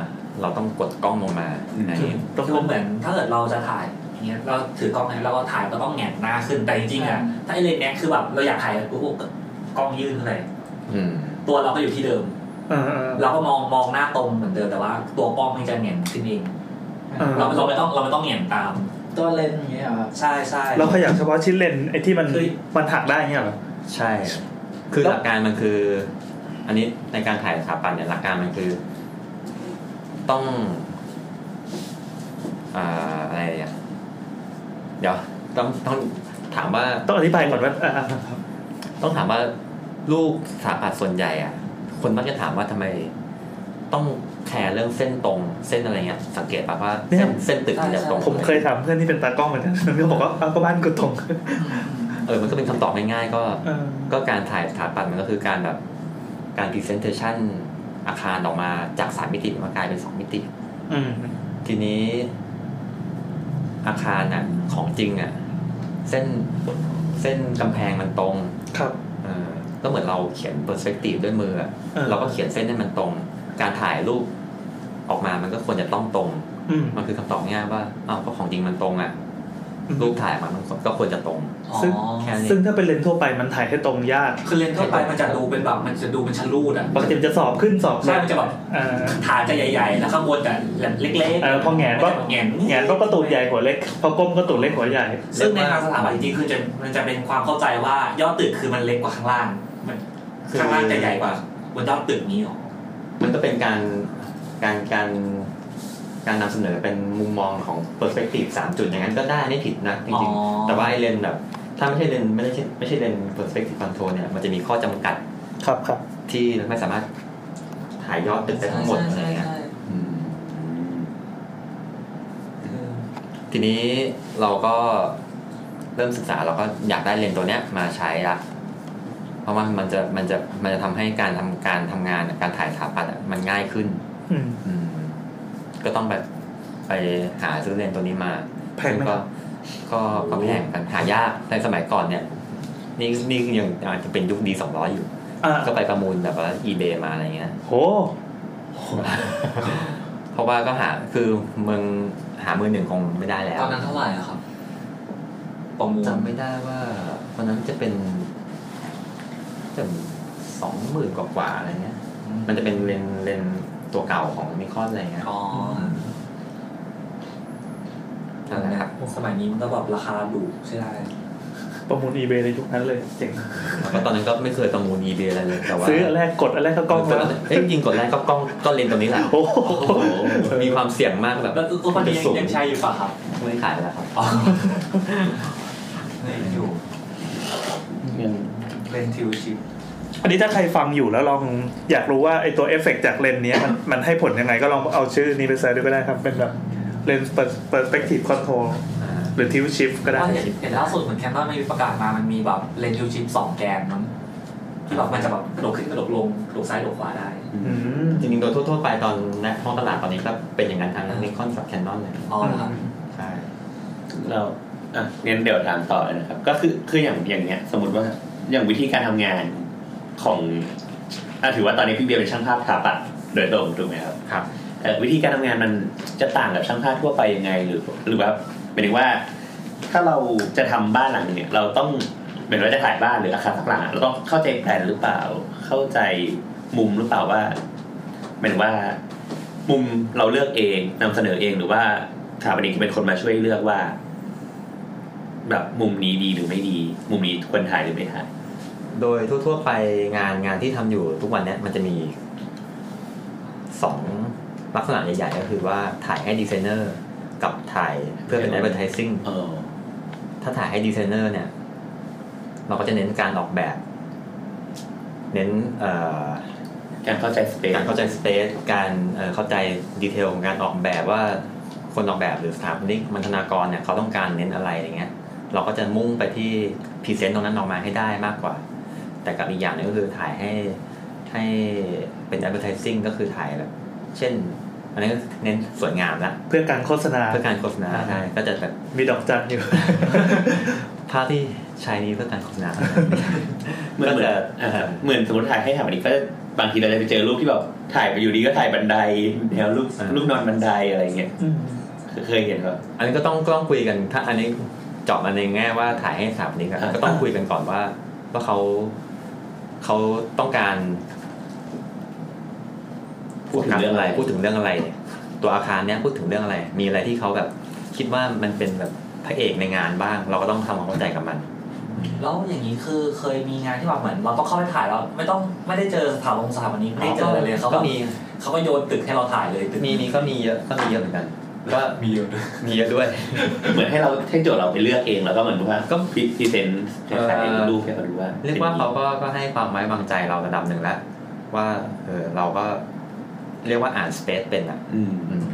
F: เราต้องกดกล้องลงมา
J: อืม
F: อันนี้
D: ต้อง
E: คือเหมือนถ้าเกิดเราจะถ่ายอย่างเงี้ยเราถือกล้องไหนเราก็ถ่ายก็ต้องแหงนหน้าขึ้นแต่จริงๆอ่ะถ้าไอเลนส์เนี้ยคือแบบเราอยากถ่ายกูก็กล้องยื่นขึ้นไป
F: อืม
E: ตัวเราก็อยู่ที่เดิม
D: อ่าอ่า
E: เราก็มองมองหน้าตรงเหมือนเดิมแต่ว่า ตัวกล้องมันจะแหงนขึ้นเอง
D: อ่า
E: เราเราไม่ต้องเราไม่ต้องแหงนตาม
I: ตัวเลนส์อย่างเงี้ยเหรอครับ
E: ใช่ใช่
D: เราขยับเฉพาะชิ้นเลนไอ้ที่มัน
E: คือ
D: มันหักได้เนี่ยเหรอ
F: ใช่ คือ
D: แล้ว
F: หลักการมันคือ อันนี้ในการถ่ายสถาปัตย์เนี่ยหลักการมันคือ ต้องอ่าอะไรเนี่ยเดี๋ยวต้องต้องถามว่า
D: ต้องอธิบายก่อนว่าอ่าอ่าครับ
F: ต้องถามว่าลูกสถาปัตย์ส่วนใหญ่อะคนมักจะถามว่าทำไม ต้องแคร์เรื่องเส้นตรงเส้นอะไรเงี้ยสังเกตปะว่า
D: เนี่ย
F: เส้นเส้นตึกมันจะตรง
D: ผมเคยถามเพื่อนที่เป็นตากล้องเหมือนกัน มันก็บอกว่าอ้าวก็บ้านกูตรง
F: เออมันก็เป็นคำตอบง่ายๆก็
D: เออ
F: ก็การถ่ายสถาปัตย์มันก็คือการแบบการพรีเซนเทชันอาคารออกมาจากสามมิติมากลายเป็นสองมิติ
D: อืม
F: ทีนี้อาคารอ่ะของจริงอ่ะเส้นเส้นกำแพงมันตรง
D: ครับ
F: เอ่อก็เหมือนเราเขียน perspective ด้วยมืออะ
D: เออ
F: เราก็เขียนเส้นให้มันตรง การถ่ายรูปออกมามันก็ควรจะต้องตรง
D: อืม
F: มันคือคำตอบง่ายๆว่าอ้าวก็ของจริงมันตรงอ่ะ
D: อืม
F: รูปถ่ายออกมามันก็ควรจะตรง
E: อ๋อ
D: ซึ่ง
F: แค่นี้
D: ซึ่งถ้าเป็นเลนส์ทั่วไปมันถ่ายให้ตรงยาก
E: คือเลนส์ทั่วไปมันจะดูเป็นแบบมันจะดูเป็นชะลูดอ่ะ
D: ปกติมันจะสอบขึ้นสอบลง
E: ใช่มันจะแบบ
D: อ่า
E: ฐานจะใหญ่ๆ แล้วข้างบนจะเล็กๆ
D: เออพอแหงนปั๊บ
E: แหงน
D: แงนก็ประตูใหญ่หัวเล็ก พอก้มก็ตูดเล็กหัวใหญ่
E: ซึ่งในทางสถาปัตย์จริงๆคือจะมันจะเป็นความเข้าใจว่ายอดตึกคือมันเล็กกว่าข้างล่างมัน
F: คือ
E: ข้างล่างจะใหญ่กว่าบนยอดตึกนี้หรอ
F: มันก็เป็นการการการการนำเสนอเป็นมุมมองของ perspective สามจุดอย่างนั้นก็ได้ไม่ผิดนะจริงๆ แต่ว่าไอเลนส์แบบ ถ้าไม่ใช่เลนส์ไม่ได้ใช่ไม่ใช่เลนส์ perspective control เนี่ยมันจะมีข้อจำกัด
D: ครับครับ
F: ที่ไม่สามารถถ่ายยอดตึกได้ทั้งหมดอะไรเงี้ย อืมทีนี้เราก็เริ่มศึกษาเราก็อยากได้เลนส์ตัวเนี้ยมาใช้ละเพราะมันมันจะมันจะมันจะทำให้การทำการทำงานการถ่ายสถาปัตย์อะมันง่ายขึ้น
D: อืม
F: อืม ก็ต้องแบบไปหาซื้อเลนส์ตัวนี้มา
D: แพงไหม
F: ซึ่ก็ก็ก็แพงกันหายากในสมัยก่อนเนี่ย นี่นี่ยังอาจจะเป็นยุคดีสองร้อยอยู่
D: อ่า
F: ก็ไปประมูลแบบว่า eBay มาอะไรเงี้ย
D: โห
F: เพราะว่าก็หาคือเมืองหามือหนึ่งคงไม่ได้แล้ว
E: ตอนนั้นเท่าไหร่อะครับประมูล
F: จำไม่ได้ว่าวันนั้นจะเป็นจะสองหมื่นกว่าๆอะไรเงี้ย มันจะเป็นเลนเลนตัวเก่าของนิคอนอะไรเงี้ย
E: อ๋อ
F: นั่นแหละครับ
E: สมัยนี้มันก็แบบราคาดุใช่ไหม
D: ประมูล eBay ในยุคนั้นเลยเจ๋ง
F: แล้วก็ตอนนั้นก็ไม่เคยประมูล eBay อะไรเลยแต่ว่า
D: ซื้ออันแรกกดอันแรกก็กล้อง
F: กด
D: แล้
F: แล้ววเอ้ยจริงกดแรกก็กล้องก็เลนตัวนี้แหละ
D: โอ้โห
F: มีความเสี่ยงมากแบบ
E: แล้วตัว
F: มั
E: นี้
F: จะ
E: ยัง
F: สูง
E: ยังใช้อยู่ป่ะครับ
F: ไม่ขายแล้วครับ
E: อ๋อยังอยู่เป็นทิวชิป
D: อันนี้ถ้าใครฟังอยู่แล้วลองอยากรู้ว่าไอตัวเอฟเฟกต์จากเลนส์เนี้ยมันมันให้ผลยังไงก็ลองเอาชื่อนี้ไปเสิร์ชดูก็ได้ครับ เป็นแบบเลนส์เปอร์สเปอร์สเปกทีฟคอนโทรล
F: อ่า
D: หรือทิวชิฟก็ได้
E: ว่าเห็นเห็นล่าสุดเหมือนแคน o อนไม่มีประกาศมา มันมีแบบเลนส์ยูชิปสองแกนมั้งที่แบบมันจะแบบกระโดดขึ้นกระโดดลงกระโดดซ้ายกระโดดขวาได้
D: อืม
F: จริงๆโดยทั่วๆไปตอนในท้องตลาดตอนนี้ก็เป็นอย่างนั้นทั้งนิคอนกับแคนนอนเลย
E: อ๋อเหรอครับ
F: ใช่
C: เราอ่ะงั้นเดี๋ยวถามต่อเลยนะครับ ก็คือคืออย่างอย่างเนี้ย สมมติว่าอย่างวิธีการทำงานของอ่ะถือว่าตอนนี้พี่เบียร์เป็นช่างภาพถาปัดโดยตรงถูกไหมครับ
F: ครับ
C: เอ่อวิธีการทำงานมันจะต่างกับช่างภาพทั่วไปยังไงหรือ หรือว่าหมายถึงว่า ถ้าเราจะทำบ้านหลังเนี่ย เราต้องเหมือนว่าจะถ่ายบ้านหรืออาคารสักหลังอ่ะเราต้องเข้าใจแผนหรือเปล่า เข้าใจมุมหรือเปล่าว่าหมายถึงว่า มุมเราเลือกเองนำเสนอเองหรือว่าสถาปนิกเป็นคนมาช่วยเลือกว่า แบบมุมนี้ดีหรือไม่ดี มุมนี้ควรถ่ายหรือไม่ถ่าย
F: โดยทั่วๆไปงานงานที่ทำอยู่ทุกวันเนี้ยมันจะมีสองลักษณะใหญ่ๆก็คือว่าถ่ายให้ดีไซเนอร์กับถ่ายเพื่อเป็น advertising
C: เออ
F: ถ้าถ่ายให้ดีไซเนอร์เนี่ย เราก็จะเน้นการออกแบบ เน้นเอ่อ
C: การเข้าใจสเปซ
F: การเข้าใจสเปซการเอ่อเข้าใจดีเทลของการออกแบบว่าคนออกแบบหรือสถาปนิกมัณฑนากรเนี่ยเขาต้องการเน้นอะไรอย่างเงี้ย เราก็จะมุ่งไปที่พรีเซนต์ตรงนั้นออกมาให้ได้มากกว่า แต่กับอีกอย่างหนึงก็คือถ่ายให้ให้เป็น advertising ก็คือถ่ายแบบ เช่น อันนี้ก็เน้นสวยงามละ
D: เพื่อการโฆษณา
F: เพื่อการโฆษณาใช่ก็จะแบบ
D: มีดอกจันอยู่
F: ภาพที่ใช้นี้เพื่อการโฆษณา
C: เหมือนเหมือนอ่าเหมือนสมมติถ่ายให้ถ่ายแบบนี้ก็บางทีเราจะไปเจอรูปที่แบบถ่ายไปอยู่ดีก็ถ่ายบันไดแนวรูป
F: อ่า
C: รูปนอนบันไดอะไรเงี้ยเคยเคยเห็นแบบ
F: อันนี้ก็ต้องก็ต้องคุยกัน ถ้าอันนี้เจอบมาในแง่ว่าถ่ายให้สถาปนิกอะ
C: อ่ะ
F: ก็ต้องคุยกันก่อนว่าว่าเขาเขาต้องการ
C: พูดถึงเรื่องอะไร
F: พูดถึงเรื่องอะไร ตัวอาคารเนี้ยพูดถึงเรื่องอะไร มีอะไรที่เขาแบบคิดว่ามันเป็นแบบพระเอกในงานบ้าง เราก็ต้องทำความเข้าใจกับมัน
E: แล้วอย่างนี้คือเคยมีงานที่แบบเหมือน เราต้องเข้าไปถ่ายแล้วไม่ต้องไม่ได้เจอสถาบันสถาบันนี้ไม่ได้เจออะไรเลยเขาแบ
F: ก็
E: บ
F: มี
E: เขาก็โยนตึกให้เราถ่ายเลยตึก
F: มีมีก็มีเยอะก็มีเยอะเหมือนกันก็
E: มีเยอะด้วย
F: มีเยอะด้วย
C: เหมือนให้เราให้โจทย์เราไปเลือกเองแล้วก็เหมือนว่า
F: ก็
C: ก็พรีเซนต์ให้ถ่ายรูปให้เขาดูว่า
F: เรียกว่าเขาก็ก็ให้ความไว้วางใจเราระดับหนึ่งแล้ว ว่าเออเราก็เรียกว่าอ่านสเปซเป็นอ่ะ
C: อืม
F: อืม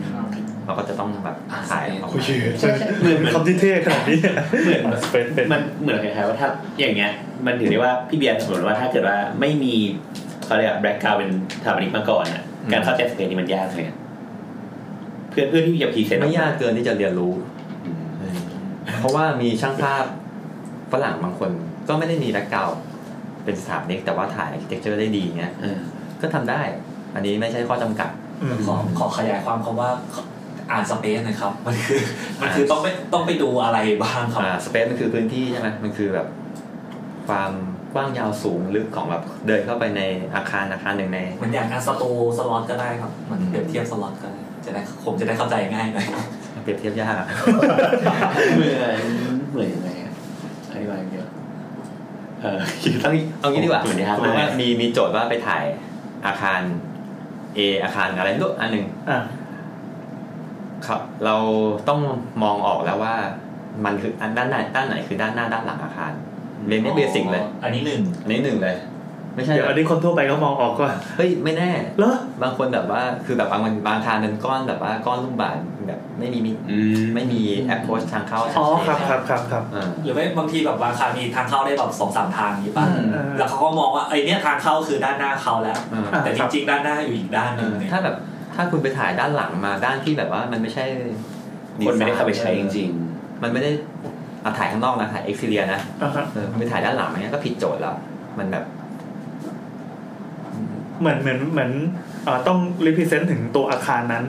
F: เราก็จะต้องแบบขายออกมา
D: ใช่เหมือนคำที่เท่ขนาดนี้
C: เหมือน
D: สเปนเป็น
C: มันเหมือนคล้ายๆว่าถ้าอย่างเงี้ย มันถือได้ว่าพี่เบียร์สมมติว่าถ้าเกิดว่าไม่มีเขาเรียกแบล็กกราวเป็นสถาปนิกมาก่อนอ่ะการเข้าใจสเปนนี่มันยากเลยอะเพื่อนเพื่อนที่จะพรีเซนต์
F: ไม่ยากเกินที่จะเรียนรู้
C: อืม
F: เพราะว่ามีช่างภาพฝรั่งบางคนก็ไม่ได้มีแบ็กกราวด์เป็นสถาปนิกแต่ว่าถ่าย a r c h i t e c t u r e ได้ดีเงี้ย
C: เออ
F: ก็ทำได้ อันนี้ไม่ใช่ข้อจำกัด
E: ขอขอขยายความคำว่าอ่านสเปซหนะครับ มันคือมันคือต้องไปต้องไปดูอะไรบ้างครับ
F: อ่าสเปซมันคือพื้นที่ใช่ไหมมันคือแบบความกว้างยาวสูงลึกของแบบเดินเข้าไปในอาคารอาคารหนึ่งใน
E: มันอย่างการสตูสล็อตก็ได้ครับมันเปรียบเทียบสล็อตก็ได้จะได้ผมจะได้เข้าใจง่ายหน่อย
F: เปรียบเทียบยากอะ
C: เหมือนเหมือนยังไงอะอธิบายเดียวเออ
F: เอางี้เอางี้ดีกว่า
C: เหมือนยาก
F: สมม
C: มา
F: ติว่าก มีมีโจทย์ว่าไปถ่ายอาคาร A อาคารอะไรไม่รู้อันหนึ่ง
D: อ่ะ
F: ครับ เราต้องมองออกแล้วว่า มันคืออันด้านไหนด้านไหนคือด้านหน้าด้านหลังอาคารเรียนนี่เบสิกเลย
E: อันนี้หนึ่ง
F: อันนี้หนึ่งเลย ไม่ใช่
D: เดี๋ยว
F: แบ
D: อั
F: บ
D: นนี้คนทั่วไปก็มองออกว่า
F: เฮ้ยไม่แน่
D: เหรอบ
F: างคนแบบว่าคือแบบบางวันบางอาคารเป็นก้อนแบบว่าก้อนลูกบาศก์แบบไม่มีมิ
C: อืม
F: ไม่มีแอปโพสทางเข้า
D: อ๋อครับครับครับครับ
F: เออ
E: หรือไม่บางทีแบบบางคามีทางเข้าได้แบบสองสามทางนี้ป่ะ
F: อืม
E: แล้วเขาก็มองว่าไอ้เนี่ยทางเข้าคือด้านหน้าเขาแล้ว
F: เออ
D: อ่ะ
E: แต่จริงๆ ด้านหน้าอยู่อีกด้านห
F: เอ
E: นึ่ง
F: อ
E: เนี่ย
F: ถ้าแบบถ้าคุณไปถ่ายด้านหลังมาด้านที่แบบว่ามันไม่ใช่
C: คนไม่ได้เข้าไปใช้จริง
F: มันไม่ได้เอาถ่ายข้างนอกนะถ่ายเอ็กซ์เรียนะ
D: อ่ะฮะ
F: เออคุณไปถ่ายด้านหลังมันเนี้ยก็ผิดโจทย์แล้วมันแบบ
D: เหมือนเหมือนเหมือนอ่าต้องรีพ e เซนต์ถึงตัวอาคารนั้น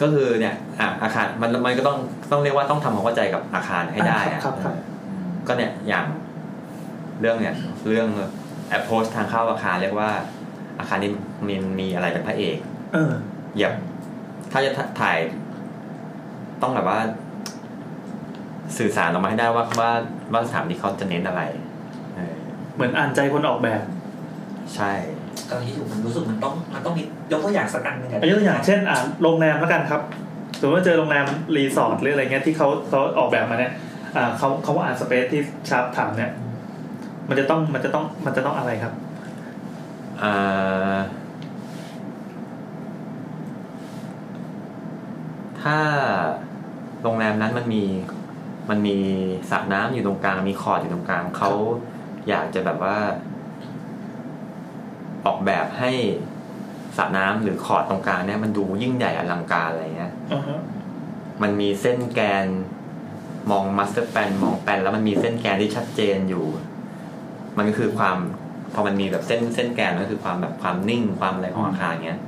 F: ก็คือเนี่ยอ่ะอาคารมันมันก็ต้องต้องเรียกว่าต้องทำความเข้าใจกับอาคารให้ได้อะ
D: ครับครับ
F: เออก็เนี่ยอย่างเรื่องเนี่ยเรื่องแอปโพสทางเข้าอาคารเรียกว่า อาคารนี้มีมีอะไรเป็นพระเอก
D: เออ
F: อย่าถ้าจะถ่ายต้องแบบว่า สื่อสารออกมาให้ได้ว่าว่าว่าสถานที่เขาจะเน้นอะไรเออ
D: เหมือนอ่านใจคนออกแบบ
F: ใช่
E: กำลังคิดอยู่มันรู้สึกมันต้องมันต้องมียกตัวอย่างสักอันหนึ่งะ
D: ยกตัวอย่างเช่นอ่าโรงแรมแล้วกันครับสมมติว่าเจอโรงแรมรีสอร์ทหรืออะไรเงี้ยที่เขาเขาออกแบบมาเนี่ยอ่าเขาเขาว่าอ่านสเปซที่ชาร์ปถามเนี่ย มันจะต้องมันจะต้องมันจะต้องอะไรครับ
F: เอ่อถ้าโรงแรมนั้นมันมี มันมีสระน้ำอยู่ตรงกลางมีคอร์ดอยู่ตรงกลางเขาอยากจะแบบว่า ออกแบบให้สระน้ำหรือคอร์ดตรงกลางเนี่ยมันดูยิ่งใหญ่อลังการอะไรเงี้ย
D: อ่าฮะ
F: มันมีเส้นแกนมองมาสเตอร์แปนมองแปนแล้วมันมีเส้นแกนที่ชัดเจนอยู่ มันก็คือความพอมันมีแบบเส้นเส้นแกนก็คือความแบบความนิ่งความอะไรของอาคารเงี้ย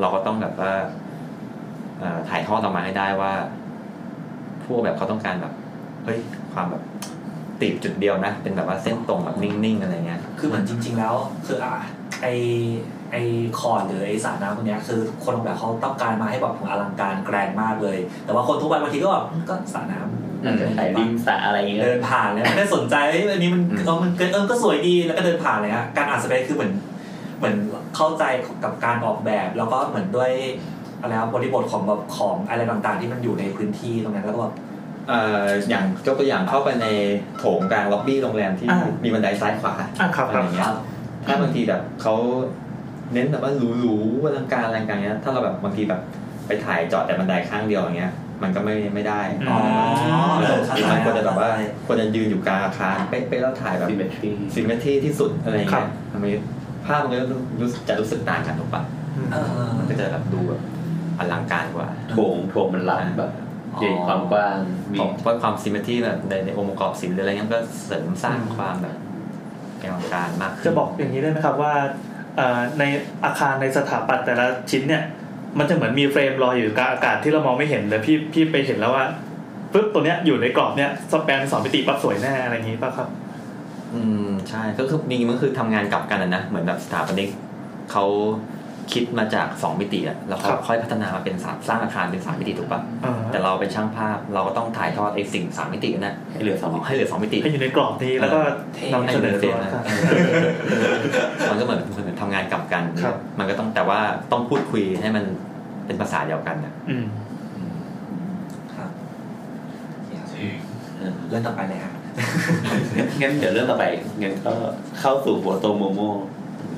F: เราก็ต้องแบบว่าเอ่อถ่ายทอดออกมาให้ได้ว่า พวกแบบเขาต้องการแบบเฮ้ยความแบบตีบจุดเดียวนะ เป็นแบบว่าเส้นตรงแบบนิ่งๆอะไรเงี้ย
E: คือเหมือนจริง ๆ แล้ว คืออ่ะไอไอคอนหรือไอสระน้ำพวกเนี้ยคือคนออกแบบเขาต้องการมาให้แบบอลังการแกรงมากเลย แต่ว่าคนทุกวันบางทีก็แบบก็สระน้ำ
C: มันจะใส่ริมสระอะไรอย่างเงี้ย
E: เดินผ่านเลยไม่ได้สนใจเอ้ยอันนี้มันเออมันเกิดเออก็สวยดีแล้วก็เดินผ่านเลยฮะการอ่านสเปคคือเหมือนเหมือนเข้าใจกับการออกแบบ แล้วก็เหมือนด้วยอะไรนะบริบทของแบบของอะไรต่างๆ ที่มันอยู่ในพื้นที่ตรงนั้นแล้วก็แบบ
F: เอ่ออย่างยกตัวอย่างเข้าไปในโถงกลางล็อบบี้โรงแรมที่
D: อ่า
F: มีบันไดซ้ายขวา
D: อ่าครับ
F: อะไรอย่างเงี้
E: ครั
F: ย
E: บ
F: ถ้าบางทีแบบเขาเน้นแบบว่าหรูๆอลังการอะไรกันเงี้ยถ้าเราแบบบางทีแบบไปถ่ายจอดแต่บันไดข้างเดียวอย่างเงี้ย มันก็ไม่ไม่ได้
D: อืม
E: อ๋อเออเข้าใจ
F: มันควรจะแบบว่า
E: เข้ใจ
F: ควรจะยืนอยู่กลางอาคารเป๊ะๆแล้วถ่ายแบบ
C: ซิมเมทรี
F: ซิมเมทรีที่สุดอะไรอย่าง
D: ครั
F: เงี้
D: บ
F: ยทำให้ภาพมันก็รู้สึกจะรู้สึกต่างกันถูกปะ
E: เออ
F: มันก็จะแบบดูแบบอลังการกว่า
C: โถงโถงมันรับแบบ
E: อ๋อ
C: ใหญ่ความกว้างมี
F: ของว่าความซิมเมทรีแบบในในองค์ประกอบศิลป์หรืออะไรเงี้ยมันก็เสริมสร้างความแบบอลังการมากขึ้น
D: จะบอกอย่างนี้ได้ไหมครับว่าเอ่อในอาคารในสถาปัตย์แต่ละชิ้นเนี่ย มันจะเหมือนมีเฟรมลอยอยู่กลางอากาศที่เรามองไม่เห็นเลยพี่พี่ไปเห็นแล้วว่าปึ๊บตัวเนี้ยอยู่ในกรอบเนี้ยสแปนสองมิติปั๊บสวยแน่อะไรอย่างนี้ป่ะครับ
F: อืมใช่ก็คือจริงๆมันคือทำงานกลับกันอะนะ เหมือนแบบสถาปนิกเขาคิดมาจากสองมิติอะแล้วเขา
D: ครับ
F: ค่อยพัฒนามาเป็นสามสร้างอาคารเป็นสามมิติถูกปะ
D: อ่า
F: แต่เราเป็นช่างภาพเราก็ต้องถ่ายทอดไอ้สิ่งสามมิตินะ
C: ให้เหลือสอง
F: ให้เหลือสองมิติ
D: ให้อยู่ในกรอบนี้แล้วก็นำเสนอตัวครับ
F: มันก็เหมือนเหมือนทำงานกลับกัน
D: ครับ
F: มันก็ต้องแต่ว่าต้องพูดคุยให้มันเป็นภาษาเดียวกันนะ
D: อืม
E: เรื่องต่อไปเลยฮะ
C: งั้นเดี๋ยวเรื่องต่อไปงั้นก็เข้าสู่หัวโตโมโม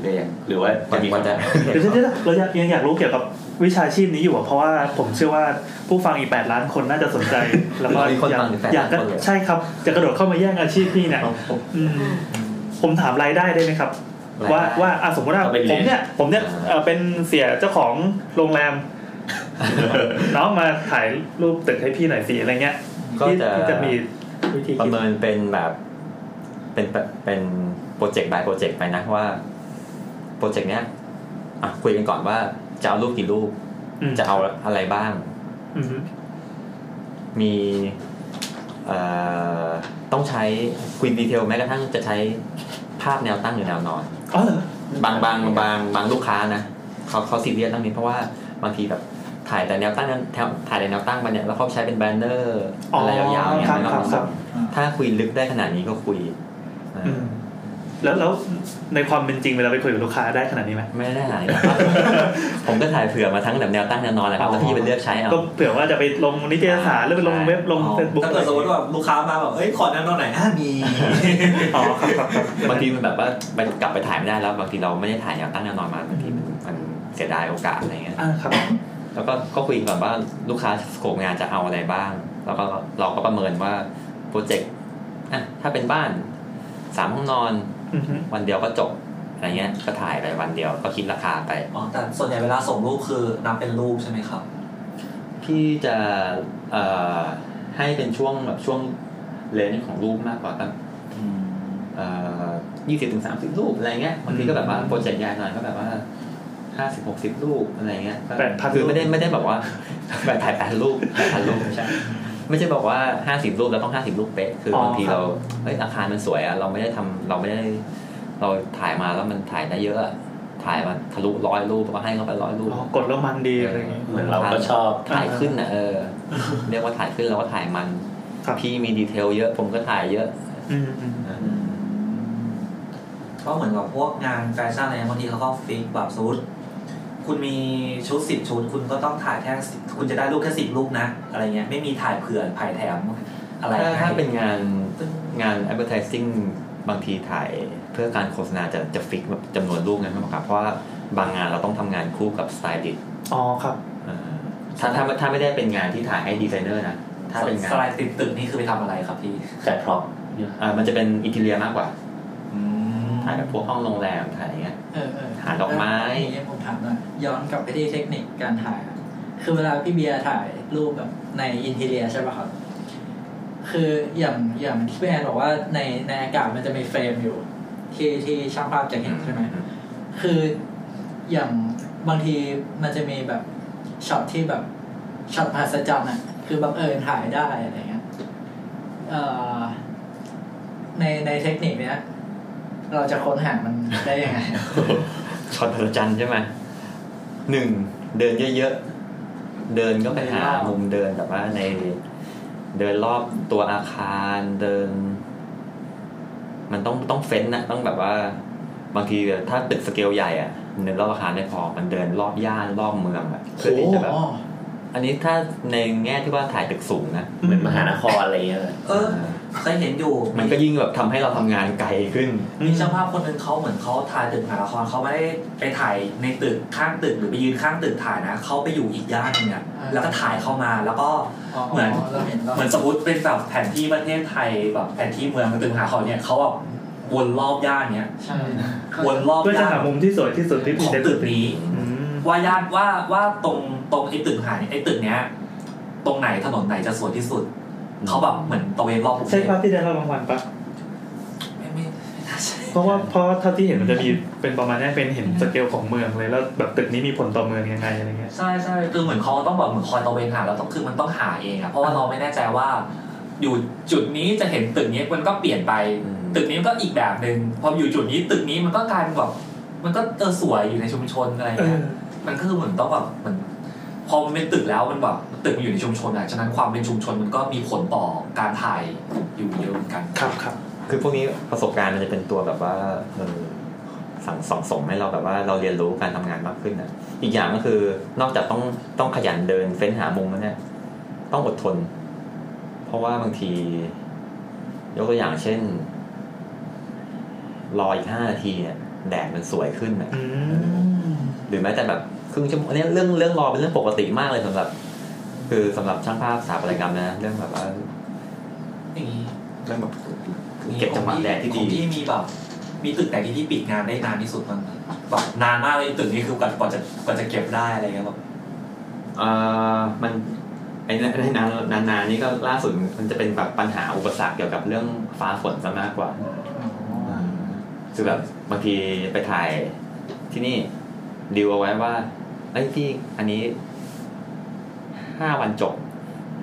C: เรียงหรือว่าจะมี
F: กว่าจะ
D: เดี๋ยวเดี๋ยวเดี๋ยวเราอยากยังอยากรู้เกี่ยวกับวิชาชีพนี้อยู่อะเพราะว่าผมเชื่อว่าผู้ฟังอีก 8 ล้านคนน่าจะสนใจ แล้วก็
F: มีคน
D: อยา
F: ฟั
D: ก
F: งถึง8
D: อยากจะ
F: ล้านคนเลย
D: ใช่ครับ จะกระโดดเข้ามาแย่งอาชีพพี่เนี่ยอืมผมถามรายได้ได้ไหมครับ ว่าว่าอ่ะสมมติว่า
C: เอาไปเรี
D: ผ
C: ยน
D: มเนี่ยผมเนี่ยเอ่อเป็นเสียเจ้าของโรงแร ม น้องมาถ่ายรูปตึกให้พี่หน่อยสิอะไรเงี้ย
F: ก็
D: ที่
F: จะ
D: ที่จะมีวิธี
F: ป
D: คิ
F: ระ
D: ด
F: เมินเป็นแบบเป็นแบบเป็นโปรเจกต์ by โปรเจกต์ไปนะว่าโปรเจกต์เนี้ยอ่ะคุยกันก่อนว่าจะเอารูปกี่รูป
D: อืม
F: จะเอาอะไรบ้าง
D: อืม
F: มีเอ่อต้องใช้คุยดีเทลแม้กระทั่งจะใช้ภาพแนวตั้งหรือแนวนอน
D: อ๋อเหรอบ
F: างบางบางบางลูกค้านะเขาเขาซีเรียสเรื่องนี้เพราะว่าบางทีแบบถ่ายแต่แนวตั้งนั้นแถวถ่ายแต่แนวตั้งมาเนี่ยแล้วเขาใช้เป็นแบนเนอร์
D: อ๋อ
F: อะไรยาวๆเนี่ย
D: ครับ
F: ไม่ต้
D: ค
F: อ
D: รั
F: ง
D: บ
F: มา
D: ครับ
F: ถ้าคุยลึกได้ขนาดนี้ก็คุยอ่า
D: อืมแล้วแล้วในความเป็นจริงเวลาไปคุยกับลูกค้าได้ขนาดนี้ไหม
F: ไม่ได้หาย นะครับ ผมก็ถ่ายเผื่อมาทั้งแบบแนวตั้งแนวนอนแหละครับ
D: อ๋อ
F: แล้วพี่ไปเลือกใช้เอา
D: ก็เผื่อว่าจะไปลงนิตยสารหรือไปลงเว็บลงเฟซบุ๊ก
E: ถ้าเกิดสมมติว่าลูกค้ามาแบบเอ้ยขอแนะนำหน่อยอ่ะมี
D: อ๋อครับครับครับ
F: บางทีมันแบบว่ามันกลับไปถ่ายไม่ได้แล้ว บางทีเราไม่ได้ถ่ายแนวตั้งแนวนอนมาบางทีมันมันเสียดายโอกาสอะไรเงี้ย
D: อ่าครับ
F: แล้วก็ก็คุยก่อนว่าลูกค้าสโคปงานจะเอาอะไรบ้าง แล้วก็เราก็ประเมินว่าโปรเจกต์อ่ะถ้าเป็นบ้านสามห้องนอน
D: อือฮึ
F: วันเดียวก็จบอะไรเงี้ย ก็ถ่ายไปวันเดียวก็คิดราคาไป
E: อ๋อแต่ส่วนใหญ่เวลาส่งรูปคือนับเป็นรูปใช่ไหมครับ
F: พี่จะเอ่อให้เป็นช่วงแบบช่วงเลนส์ของรูปมากกว่าตั้ง ยี่สิบถึงสามสิบรูปอะไรเงี้ยบางทีก็แบบว่าโปรเจกต์ใหญ่หน่อยก็แบบว่าห้าสิบหกสิบรูปอะไรเงี้ยก็
D: 8,000
F: คือไม่ได้
D: รูป
F: ไม่ได้แบบว่า แบบถ่ายแปดรูปแปดพันรูปไม่ใช่ไม่ใช่บอกว่าห้าสิบรูปแล้วต้องห้าสิบรูปเป๊ะคือ
D: อบ
F: อางที
D: ครับ
F: เราเฮ้ยอาคารมันสวยอะเราไม่ได้ทำเราไม่ได้ เราถ่ายมาแล้วมันถ่ายได้เยอะอะถ่ายมาทะลุร้อยรูปก็ให้เข้าไปร้อยรูป
D: อ๋อกดแล้วมันดีอะไรอย่างงี้
C: เหมือนเราก็ชอบ
F: ถ่ายขึ้นอ่ะเออ เรียกว่าถ่ายขึ้นเราก็ถ่ายมัน
D: ครับ
F: พี่มีดีเทลเยอะผมก็ถ่ายเยอะ
D: อืมอืม
E: ก็เหมือนกับพวกงานแฟชั่นอะไรเงี้ยบางทีเขาก็ฟิกแบบสมมติคุณมีชุดสิบชุด คุณก็ต้องถ่ายแค่10คุณจะได้รูปแค่สิบรูปนะ อะไรเงี้ยไม่มีถ่ายเผื่อถ่ายแถมอะไร
F: ถ้า
E: ให้
F: ถ้าเป็นงานงาน advertising บางทีถ่ายเพื่อการโฆษณาจะจะฟิกแบบจำนวนรูปไงครับครับเพราะว่าบางงานเราต้องทำงานคู่กับสไตลิสต์
D: อ๋อครับ
F: อ่าถ้าถ้าถ้าไม่ได้เป็นงานที่ถ่ายให้ดีไซเนอร์นะ ถ้าเป็นงา
E: สไล
F: น
E: ด์ติดตึกนี่คือไปทำอะไรครับพี่
J: แต่พร็อพ
F: อ่ามันจะเป็นอินทีเรียมากกว่า
E: อืม
F: ถ่ายแบบพวกห้องโรงแรมถ่ายอย่างเงี้ย
I: เออเออ
F: หาดอกไม้
I: แล้วผมถามหน่อยย้อนกลับไปที่เทคนิคการถ่ายอะคือเวลาพี่เบียร์ถ่ายรูปแบบในอินเทเรียใช่ป่ะครับ คืออย่างอย่างที่พี่แอนบอกว่าในในอากาศมันจะมีเฟรมอยู่ ที่ที่ช่างภาพจะเห็นใช่ไหม คืออย่างบางทีมันจะมีแบบช็อตที่แบบช็อตมหัศจรรย์อ่ะ คือบังเอิญถ่ายได้อะไรเงี้ยเอ่อในในเทคนิคเนี้ย เราจะค้นหามันได้ยังไง
F: ช็อตประจันใช่ไหมหนึ่งเดินเยอะๆ เดินก็ไปหามุมเดินแบบว่าใน เดินรอบตัวอาคารเดิน มันต้องต้องเฟ้นนะต้องแบบว่า บางทีถ้าตึกสเกลใหญ่อะเดินรอบอาคารไม่พอมันเดินรอบย่านรอบเมืองอะเพื่อที่จะแบบ
I: โอ้
F: อันนี้ถ้าในแง่ที่ว่าถ่ายตึกสูงนะ
J: เหมือนมหานครอะไรเงี้ย
E: เออเคยเห็นอยู่
F: มันก็ยิ่งแบบทำให้เราทำงานไกลขึ้น
E: มีช่างภาพคนหนึ่งเขาเหมือนเขาถ่ายตึกมหานครเขาไม่ได้ไปถ่ายในตึกข้างตึกหรือไปยืนข้างตึกถ่ายนะเขาไปอยู่อีกย่านหนึงอะแล้วก็ถ่ายเข้ามาแล้วก็ เหมือน
I: เราเห็นเรา
E: เหมือนสมมติเป็นแบบแผนที่ประเทศไทยแบบแผนที่เมืองตึกมหานครเนี่ยเขาแบบวนรอบย่านเนี้ย
I: ใช่
E: วนรอบ
D: เพื่อจะ
E: ย่าน
D: หามุมที่สวยที่สุดที่
E: ข
D: มี
E: อง
D: ใน
E: ตึกนี้
D: อืม
E: ว่าย่านว่าว่าตรงตรงไอ้ตึกหายไอ้ตึกเนี้ยตรงไหนถนนไหนจะสวยที่สุดเขาแบบเหมือนตะเวนรอบกรุงเท
D: ใช่
E: พ
D: ภาพที่ได้รับรางวัลปะ
E: ไม่ไม่ไม่น่าใช่
D: เพราะว่าเพราะว่าเท่าที่เห็นมันจะมีเป็นประมาณนี้เป็นเห็นสเกลของเมืองเลยแล้วแบบตึกนี้มีผลต่อเมืองยังไงอะไรเงี้ย
E: ใช่ใช่คือเหมือนเขาต้องแบบเหมือนคอยตะเวนหาแล้วต้องคือมันต้องหาเองอะเพราะว่าเราไม่แน่ใจว่า อยู่จุดนี้จะเห็นตึกนี้มันก็เปลี่ยนไป
F: อืม
E: ตึกนี้มันก็อีกแบบหนึ่งพออยู่จุดนี้ตึกนี้มันก็กลายเป็นแบบมันก็เออสวยอยู่ในชุมชนอะไร
D: เอ
E: เงี้
D: อ
E: ยมันก็คือเหมือนต้องแบบเหมือนพอมันเป็นตึกแล้วมันแบบตึกมันอยู่ในชุมชนอะฉะนั้นความเป็นชุมชนมันก็มีผลต่อการถ่ายอยู่เยอะเหมือนกัน
D: ครับครับ
F: คือพวกนี้ประสบการณ์มันจะเป็นตัวแบบว่าเออสั่งสองสมให้เราแบบว่าเราเรียนรู้การทำงานมากขึ้นนะอีกอย่างก็คือนอกจากต้องต้องขยันเดินเฟ้นหามุมแล้วเนี่ย ต้องอดทน เพราะว่าบางที ยกตัวอย่างเช่น รออีกห้านาทีเนี่ยแดดมันสวยขึ้นนะ
D: อืม
F: หรือแม้แต่แบบครึ่งชั่วโมงอันนี้เรื่องเรื่องรอเป็นเรื่องปกติมากเลยสำหรับ คือสำหรับช่างภาพสถาปัตยกรรมนะเรื่องแบบว่า
E: อย่างนี้
F: เรื่องแบบเก็บจังหวะแดดที่
E: ข
F: ดี
E: องพี่มีแบบมีตึกไหนที่พี่ปิดงานได้นานที่สุดมั้งแบบนานมากเลยตึกนี้คือกว่ากว่าจะกว่าจะเก็บได้อะไรเงี้ยแบบ
F: เอ่อมันไอ้นนนานานานนี่ก็ล่าสุดมันจะเป็นแบบปัญหาอุปสรรคเกี่ยวกับเรื่องฟ้าฝนซะมากกว่าคือแบบบางทีไปถ่ายที่นี่ดีลเอาไว้ว่าเอ้ยพี่อันนี้ห้าวันจบ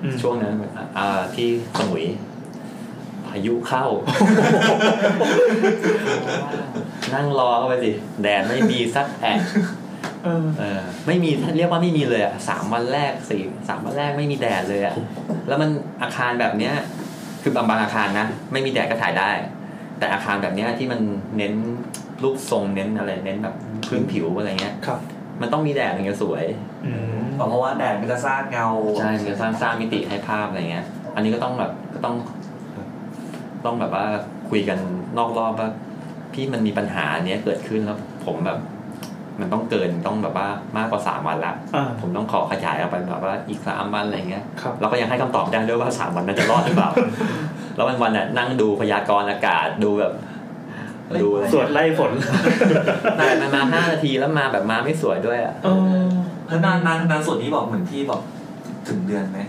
D: อืม
F: ช่วงนั้นเอ่อที่สมุยพายุ เข้า นั่งรอเข้าไปสิ แดดไม่มีสักแอะ
D: เออ
F: เออไม่มีเรียกว่าไม่มีเลยอะสามวันแรกสี่สามวันแรกไม่มีแดดเลยอะแล้วมันอาคารแบบเนี้ย คือบางบางอาคารนะ ไม่มีแดดก็ถ่ายได้ แต่อาคารแบบเนี้ยที่มันเน้นรูปทรงเน้นอะไร เน้นแบบพื้นผิวอะไรเงี้ย
D: ครับ
F: มันต้องมีแดดถึงจะสวย
D: อืม
E: เพราะว่าแดดมันจะสร้างเงา
F: ใช่มันจะสร้างสร้างมิติให้ภาพอะไรเงี้ย อันนี้ก็ต้องแบบก็ต้อง ต้องแบบว่าคุยกันนอกรอบว่าพี่มันมีปัญหาเนี้ยเกิดขึ้นแล้วผมแบบ มันต้องเกินต้องแบบว่ามากกว่าสามวันละ
D: อ่า
F: ผมต้องขอขยายออกไปแบบว่าอีกสามวันอะไรเงี้ย
D: ครับ
F: เราก็ยังให้คำตอบได้ด้วยว่าสามวันนั้นจะรอดหรือเปล่า แล้ววันวันๆน่ะนั่งดูพยากรณ์อากาศดูแบบ ดูอะไร
D: สวดไล่ฝน
F: แต่มันมาห้านาทีแล้วมาแบบมาไม่สวยด้วยอ่ะ
D: เออ
E: แล้วนานนานนานสุดนี้บอกเหมือนพี่บอกถึงเดือนไหม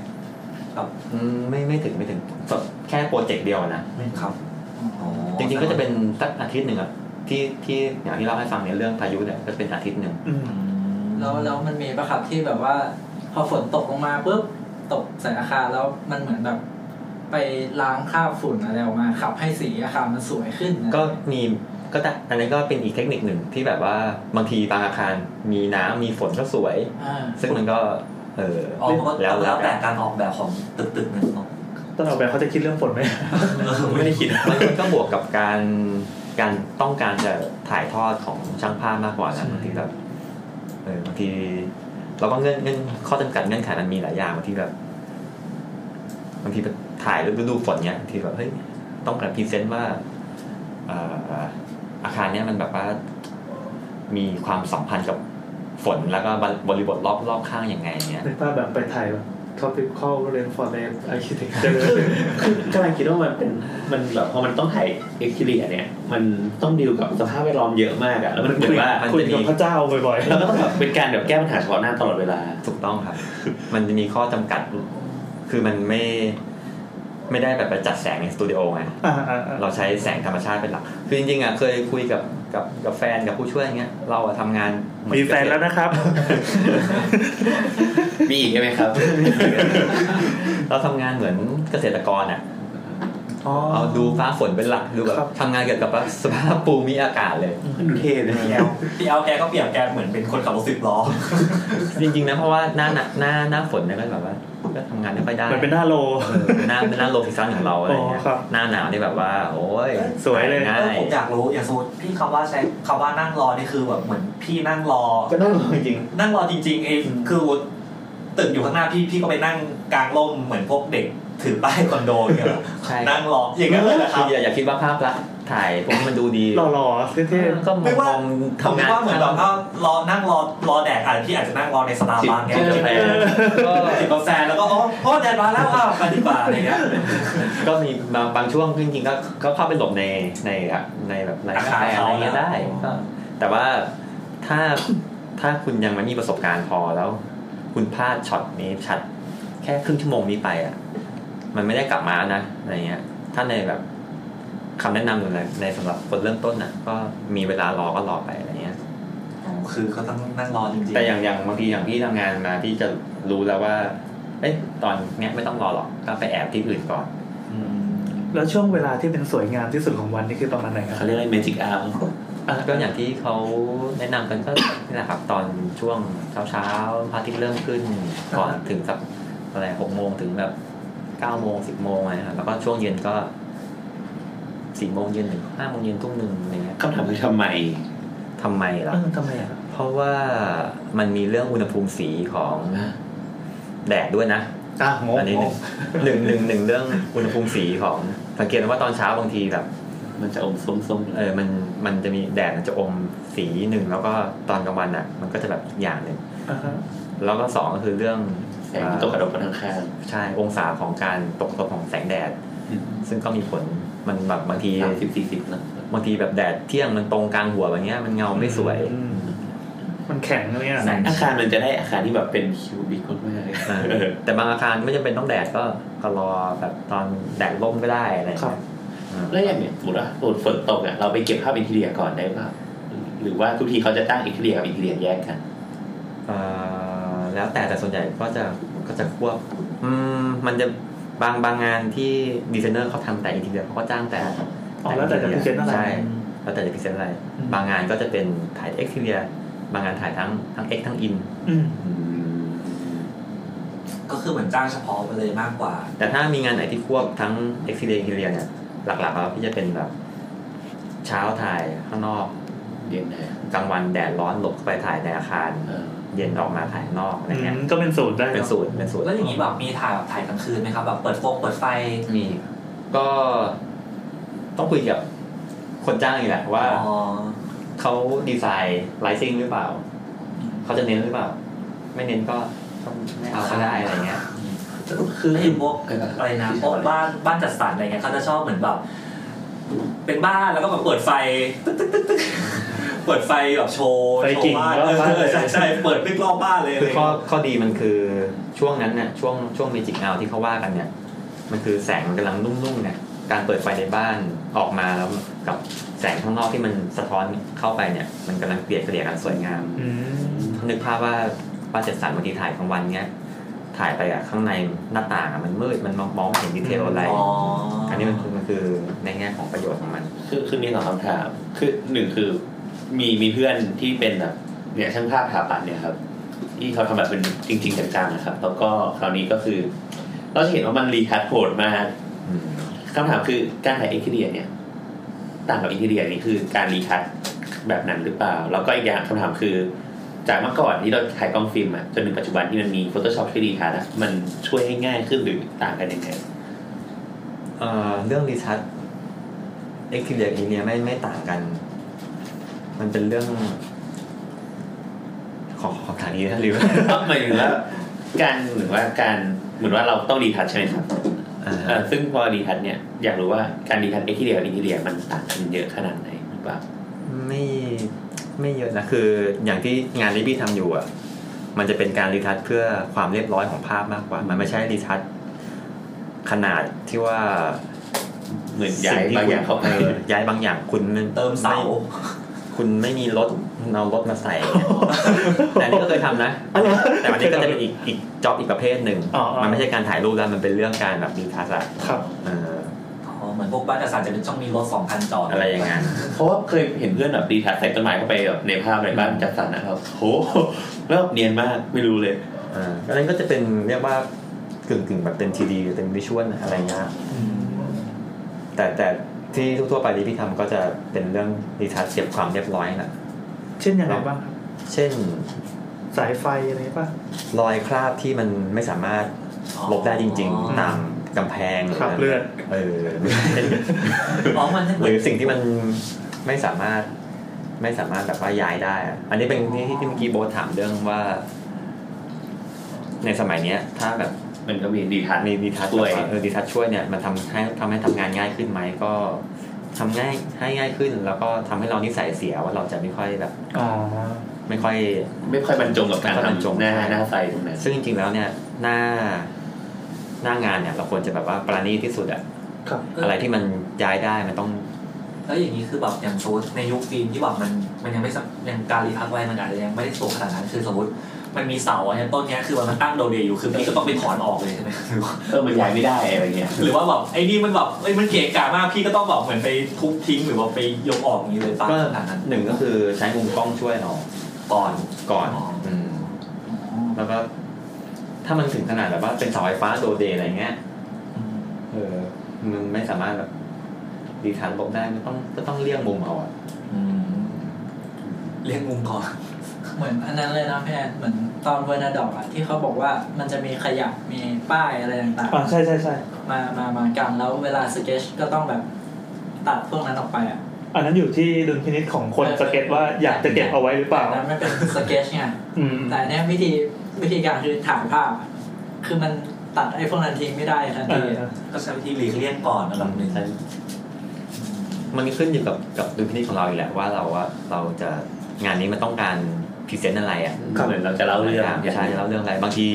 F: อืมไม่ไม่ถึงไม่ถึงแค่โปรเจกต์เดียวอะนะ
E: ครับ
F: จริงๆก็จะเป็นสักอาทิตย์หนึ่งอะที่ที่อย่างที่เล่าให้ฟังเนี่ยเรื่องพายุเนี่ยก็จะเป็นอาทิตย์หนึ่ง
D: อืม
I: แล้วแล้วมันมีประครับที่แบบว่า พอฝนตกลงมาปุ๊บตกใส่อาคารแล้วมันเหมือนแบบ ไปล้างคราบฝุ่นอะไรออกมาขับให้สีอาคารมันสวยขึ้นนะ
F: ก็มีก็แต่อันนี้นก็เป็นอีกเทคนิคหนึ่งที่แบบว่าบางทีบางอาคารมีน้ำมีฝนก็สวย
I: อ่า
F: ซึ่งมันก็เออ
E: อ๋อมันก็
F: แล้ว
E: แล้
F: แล้ว ว
E: แต่
F: แต่
E: การออกแบบของตึกตึกๆหนึ่งเนอะ
D: ต้นออกแบบเขาจะคิดเรื่องฝนไหม
E: ไม่ได้คิด
F: มันมันก็บวกกับการการต้องการจะถ่ายทอดของช่างภาพมากกว่า
D: ใช่
F: นะบางทีแบบเออบางทีเราก็เงื่อนเงื่อนข้อจำกัดเงื่อนไขมันมีหลายอย่างบางทีแบบบางทีไปถ่ายฤดูฝนเนี้ยบางทีแบบเฮ้ย ต้องการพรีเซนต์ว่าเอ่ออาคารเนี้ยมันแบบว่ามีความสัมพันธ์กับฝนแล้วก็บริบทรอบรอบข้างยังไงเนี้ย
D: นึกภาพแบบไปถ่ายแบบ topical rainforest architecture
C: คือกำลังคิดว่ามันเป็นมันแบบพอมันต้องถ่ายเอ็กซ์เทียเนี่ย มันต้องดีลกับสภาพแวดล้อมเยอะมากอะแล้วมันเหมือนว่า
D: คุยกับพระเจ้าบ่อย
C: เราก็ต้องแบบเป็นการแบบแก้ปัญหาเฉพาะหน้าตลอดเวลา
F: ถูกต้องครับ มันจะมีข้อจำกัด คือมันไม่ ไม่ได้แบบไปจัดแสงในสตูดิโอไง
D: ๆอ่าอ่าอ่า
F: เราใช้แสงธรรมชาติเป็นหลัก คือจริงๆอ่ะเคยคุยกับกับกับแฟนกับผู้ช่วยอย่างเงี้ย เราอะทำงานเหอ
D: มี
F: น
D: แฟนแล้วนะครับ
C: มีอีกใช่ไหมครับ
F: เราทำงานเหมือนเกษตรกรอ่ะ
D: อ๋อ
F: เอาดูฟ้าฝนเป็นหลัก ดูแบบ
D: ครับ
F: ทำงานเกี่ยวกับสภาพภูมิอากาศเลย
C: ดูเท่เลย
E: พี่แอลพี่แอลแกก็เปรียบแกเหมือนเป็นคนขับรถสิบล้อ
F: จริงๆนะเพราะว่าหน้าหน้าหน้าหน้าฝนเนี่ยก็แบบว่าก็ทำงานไม่ค่อยได้
D: มันเป็นหน้าโล
F: เออเป็นหน้าเป็นหน้าโลซีซั่นของเราอะไรเงี้ย
D: อ๋อครับ
F: หน้าหนาวนี่แบบว่า โอ้ย
D: สวยเลย
F: ง่า
E: เออย ผมอยากรู้อย่างสมมติพี่คำว่าใช้คำว่านั่งรอนี่คือแบบเหมือนพี่นั่งรอ
F: ก็นั่งจริง
E: นั่งรอจริงๆเองคือตึกอยู่ข้างหน้าพี่พี่ก็ไปนั่งกลางร่มเหมือนพวกเด็กถือป้ายคอนโดเนี่ยเหรอ
F: ใช่
E: นั่งรออย่างนั้นเลยเหรอครับ
F: คืออย่าอย่าคิดว่าภาพลักษณ์ถ่ายผมมันดูดี
D: หล่อๆเท่
F: ก็ม
E: ไม่ว่า
F: อง
E: ผม
F: ทำงาน
E: ว่าเหมือนแบบถ้ารอนั่งรอรอแดดอาจจะพี่อาจจะนั่งรอในสตาร์บัคเนี่ย
C: จิบกาแฟ
F: ก็
E: จิบกาแฟแล้วก็อ๋อพ่อแดดมาแล้วอ้าวไปดีกว่าอะไรเงี้ย
F: ก็มีบางบางช่วงจริงๆก็ก็เข้าไปหลบในในแบบในแบบใน
E: อา
F: คา
E: คาร
F: เฟ่อะไร
E: เขา
F: เงี้ยได้ก็แต่ว่าถ้าถ้าคุณยังไม่มีประสบการณ์พอแล้ว คุณพลาดช็อตนี้ช็อตแค่ครึ่งชั่วโมงนี้ไปอ่ะ มันไม่ได้กลับมานะอะไรเงี้ย ถ้าในแบบคำแนะนำหรืออะไรในสำหรับคนเริ่มต้นน่ะ ก็มีเวลารอก็รอไปอะไรเงี้ย
E: คือเขาต้องนั่งรอจริง
F: แต่อย่างอย่างบางทีอย่างพี่ทำงานมาพี่จะรู้แล้วว่า เอ้ยตอนเนี้ยไม่ต้องรอหรอกก็ไปแอบที่อื่นก่อน
E: ๆอืม
D: ๆ แล้วช่วงเวลาที่เป็นสวยงามที่สุดของวันนี่คือประมาณไหนค
C: เขา
D: รับ
C: เรียกอะไรเมจิกอาร์ม
F: เออก็อย่างที่เขาแนะนำกันก็ นี่แหละครับ ตอนช่วงเช้าเช้าๆพระอาทิตย์เริ่มขึ้นก่อนถึงสักอะไรหกโมงถึงแบบเก้าโมงสิบโมงอะไรครับแล้วก็ช่วงเย็นก็สี่โมงเย็นถึงห้าโมงเย็นทุ่มหนึ่งอะไรเงี้ย
C: คำถามคือทำไม
F: ทำไมล่ะ
D: เออทำไมอ่ะ
F: เพราะว่ามันมีเรื่องอุณหภูมิสีของแดดด้วยนะ
D: อ่ะงง
F: อันนี้
D: งง
F: หนึ่งหนึ่งหนึ่งหนึ่งเรื่องอุณหภูมิสีของสังเกตว่าตอนเช้าบางทีแบบ
C: มันจะอมส้มๆ
F: เออมันมันจะมีแดดมันจะอมสีหนึ่งแล้วก็ตอนกลางวันอ่ะ มันก็จะแบบอีกอย่างหนึ่งแล้วก็สองก็คือเรื่อง
C: แสงที่ตกกระดกกันข้าง
F: ใช่องศาของการตกตัวของแสงแดด ซึ่งก็มีผลมันแบบบางที
C: ๆสามสิบสี่สิบนะ
F: บางทีแบบแดดเที่ยงมันตรงกลางหัวแบบเนี้ยมันเงาไม่สวย
D: อืมมันแข็งอะไรเงี้ย
F: แสง
C: อาคารมันจะได้อาคารที่แบบเป็นคิวบิกมากๆเลย
F: เออแต่บางอาคารไม่จำเป็นต้องแดดก็ก็รอแบบตอนแดดร่มก็ได้อะไรอย่างเงี้ยอืม
C: แล้วอย่างเนี้ยสมมติว่าฝนตกอ่ะเราไปเก็บภาพอินทีเรียก่อนได้ป่ะหรือว่าทุกทีเขาจะตั้งอินทีเรียกับอินทีเรียแยกกัน
F: เอ่อแล้วแต่แต่ส่วนใหญ่ก็จะก็จะควบอืมมันจะบางบางงานที่ดีไซเนอร์เขาทำแต่อินทีเรียเขาก็จ้างแต่
D: อ๋อแล้วแต่จะพิเศษอะไร
F: ใช่แล้วแต่จะพิเศษอะไร
D: อืม
F: บางงานก็จะเป็นถ่ายเอ็กซ์ทีเรียบางงานถ่ายทั้งทั้งเอ็กทั้งอิน
D: อืม
E: ก็คือเหมือนจ้างเฉพาะไปเลยมากกว่า
F: แต่ถ้ามีงานไหนที่ควบทั้งเอ็กซ์ทีเรียอินทีเรียเนี่ยหลักๆแล้วพี่จะเป็นแบบเช้าถ่ายข้างนอก
C: เรียนนะ
F: กลางวันแดดร้อนหลบเข้าไปถ่ายในอาคาร
C: เออ
F: เย็นออกมาถ่ายข้างนอกอะไร
D: อื
F: เงี้ย
D: มก็เป็นสูตรได้อะ
F: เป็นสูตรเป็นสูตร
E: แล้วอย่างนี้แบบมีถ่ายแบบถ่ายกลางคืนไหมครับแบบเปิดโฟงเปิดไฟ
F: มีก็ต้องคุยกับคนจ้างอีกแหละว่า
E: อ๋อ
F: เขาดีไซน์ไลซิ่งหรือเปล่า เขาจะเน้นหรือเปล่า ไม่เน้นก็ก็ไม่เอา ก็ได้อะไรเงี้ย
E: คือเห็นพวกอะไรนะพวกบ้านบ้านจัดสรรอะไรเงี้ยเขาจะชอบเหมือนแบบ เป็นบ้านแล้วก็แบบเปิดไฟ ตึ๊กตึ๊กตึ๊กตึ๊กเปิดไฟแบบโชว์โชว์บ้านเออใช่ใช่เปิดตึกรอบบ้านเลย
F: คือข้อข้อดีมันคือช่วงนั้นเนี่ยช่วงช่วงเมจิกเอาที่เขาว่ากันเนี่ย มันคือแสงมันกำลังนุ่มๆเนี่ยการเปิดไฟในบ้านออกมาแล้วกับแสงข้างนอกที่มันสะท้อนเข้าไปเนี่ย มันกำลังเกลี่ยเกลี่ยกันสวยงาม
D: อืม
F: นึกภาพว่าบ้านจัดสรรบางทีถ่ายกลางวันเนี้ยถ่ายไปอะข้างในหน้าต่างอะมันมืดมันมองมองไม่เห็นดีเทลอะไร
E: อ๋อ
F: อันนี้มันคือมันคือในแง่ของประโยชน์ของมัน
C: คือคือมีสองคำถาม คือหนึ่งคือมีมีเพื่อนที่เป็นแบบเนี่ยช่างภาพสถาปัตย์เนี่ยครับที่เขาทำแบบเป็นจริง ๆจังๆนะครับ แล้วก็คราวนี้ก็คือ เราจะเห็นว่ามันรีทัชโหดมาก คำถามคือการถ่ายอินเทเรียเนี่ย ต่างกับอินเทเรียนี่คือการรีคัดแบบนั้นหรือเปล่า แล้วก็อีกอย่างคำถามคือ จากเมื่อก่อนที่เราถ่ายกล้องฟิล์มอะจนถึงปัจจุบันที่มันมี Photoshop ที่รีคัดอะมันช่วยให้ง่ายขึ้นหรือต่างกันยังไง
F: เอ่อเรื่องรีทัชเอ็กซ์ทีเรียอีเนี่ยไม่ไม่ต่างกัน มัน เป็นเรื่อง ของของทางนี้นะหรือว่า
C: ก็หมายถึงว่า การเหมือนว่าการเหมือนว่าเราต้องดีทัชใช่ไหมครับ
K: อ่า
C: เอ่อซึ่งพอดีทัชเนี่ยอยากรู้ว่าการดีทัชเอ็กซ์เดียกับอินทีเดียมันต่างกันเยอะขนาดไหนหรือเปล่า
K: ไม่
F: ไม่เยอะนะคืออย่างที่งานที่พี่ทำอยู่อ่ะมันจะเป็นการรีทัชเพื่อความเรียบร้อยของภาพมากกว่า มันไม่ใช่รีทัชขนาดที่ว่า
C: เหมือนย้าย
F: สิ่ที่
C: บางอย่างเข้าไป
F: คุณ ออย้ายบางอย่างคุณน
E: เติมเสา
F: ไคุณไม่มีรถเอารถมา ใส่ แต่อันนี่ก็เคยทำนะ แต่อันนี้ก็จะเป็นอีกอีกจ็อบอีกประเภทหนึ่ง
D: อ๋ออ๋อ
F: มันไม่ใช่การถ่ายรูปแล้วมันเป็นเรื่องการแบบรีทัชอะ
D: ครับ
F: เออ
E: อ๋อเหมือนพวกบ้านจัดสรรจะเป็นช่องมีรถสองคันจอด
F: อะไรอย่างนั้น
C: เพราะว่าเคยเห็นเพื่อนแบบดีทัชใส่ต้นไม้เข้าไปแบบในภาพในบ้านจัดสรรนะครับโหแล้วเนียนมากไม่รู้เลย
F: อ่าอันนั้นก็จะเป็นเรียกว่ากึ่งกึ่งๆแบบเป็นทีดีเป็นวิชวลอะไรเงี้ยแต่แต่ที่ทั่วๆไปที่พี่ทำก็จะเป็นเรื่องดีทัชเก็บความเรียบร้อยนะ
D: เช่นอย่างไรบ้างครับ
F: เช่น
D: สายไฟอะไรป่ะ
F: รอยคราบที่มันไม่สามารถลบได้จริง ๆ ตามกำแพง
D: คราบเลือด
F: เอ อ
E: อ๋อมัน
F: หรือสิ่งที่มันไม่สามารถไม่สามารถแบบว่าย้ายได้อะอันนี้เป็นที่ที่เมื่อกี้โบทถามเรื่องว่า ในสมัยเนี้ย ถ้าแบบ
C: มันก็มีดีทัช
F: มีดีทัช
C: ช่วย
F: เออดีทัชช่วยเนี่ยมันทำให้ทำให้ทำงานง่ายขึ้นไหมก็ทำง่ายให้ง่ายขึ้น แล้วก็ทำให้เรานิสัยเสียว่าเราจะไม่ค่อยแบบ
D: อ๋อ
F: ไม่ค่อย
C: ไม่ค่อยบรรจงกับการ
F: ไม่ค่อยบรรจง
C: ทำหน้าหน้าไฟตรงนั้น
F: ซึ่งจริงๆแล้วเนี่ยหน้าหน้างานเนี่ย เราควรจะแบบว่าประณีตที่สุดอะ
D: ครับ
F: อะไรที่มันย้ายได้มันต้อง
E: แล้วอย่างนี้คือแบบอย่างสมมติในยุคฟิล์มที่แบบมันมันยังไม่สยังการรีพักไว้มันอาจจะยังไม่ได้สูงขนาดนั้นคือสมมติมันมีเสาอันเนี้ยต้นเนี้ยคือมันตั้งโดเดย์อยู่คือพี่ก็ต้องไปถอนออกเลยใช่ไหมหรือว่า
C: เออมันย้ายไม่ได้อะไรเงี้ย
E: หรือว่าแบบไอ้นี่มันแบบเอ้ยมันเกะกะมากพี่ก็ต้องแบบเหมือนไปทุบทิ้งหรือว่าไปยกออกอย่างนี้เลยปะ
F: ก็
E: ขนาดนั้น
F: หนึ่งก็คือใช้มุมกล้องช่วยเรา
E: ก่อน
F: ก่อน
E: อ๋ออื
F: มแล้วก็ถ้ามันถึงขนาดแบบว่าเป็นเสาไฟฟ้าโดเดย์อะไรเงี้ย เออ มันไม่สามารถแบบดีทันลบได้มันต้องก็ต้องเลี่ยงมุมเอาอะ
E: อืมเรียกมุมก่อน
I: เหมือนอันนั้นเลยนะพี่แอนเหมือนตอนเวอร์นาดอกอะที่เขาบอกว่ามันจะมีขยะมีป้ายอะไรต่าง
D: อ่าใช่ใช่ใช่
I: ๆ มามามากันแล้วเวลาสเก็ตชก็ต้องแบบตัดพวกนั้นออกไปอะ
D: อันนั้นอยู่ที่ดุลพินิจของคนสเก็ตว่าอยากจะเก็บเอาไว้หรือเปล่า
I: แต่นั้นไม่เป็นสเก็ตชไง
D: อืม
I: แต่เนี่ยวิธีวิธีการคือถ่ายภาพอะคือมันตัดไอ้พวกนั้นทิ้งไม่ได้ทัน
D: เอ
I: ที
D: อ
E: ก็ใช้วิธีหลีกเลี่ยงก่อนระดับหนึ่ง
F: ใช่มันขึ้นอยู่กับกับดุลพินิจของเราอีกแหละว่าเราว่าเราจะงานนี้มันต้องการพรีเซนต์อะไรอ่ะ
C: เหมือนเราจะเล่าเรื่อง
F: ใช่เล่าเรื่องอะไรบางที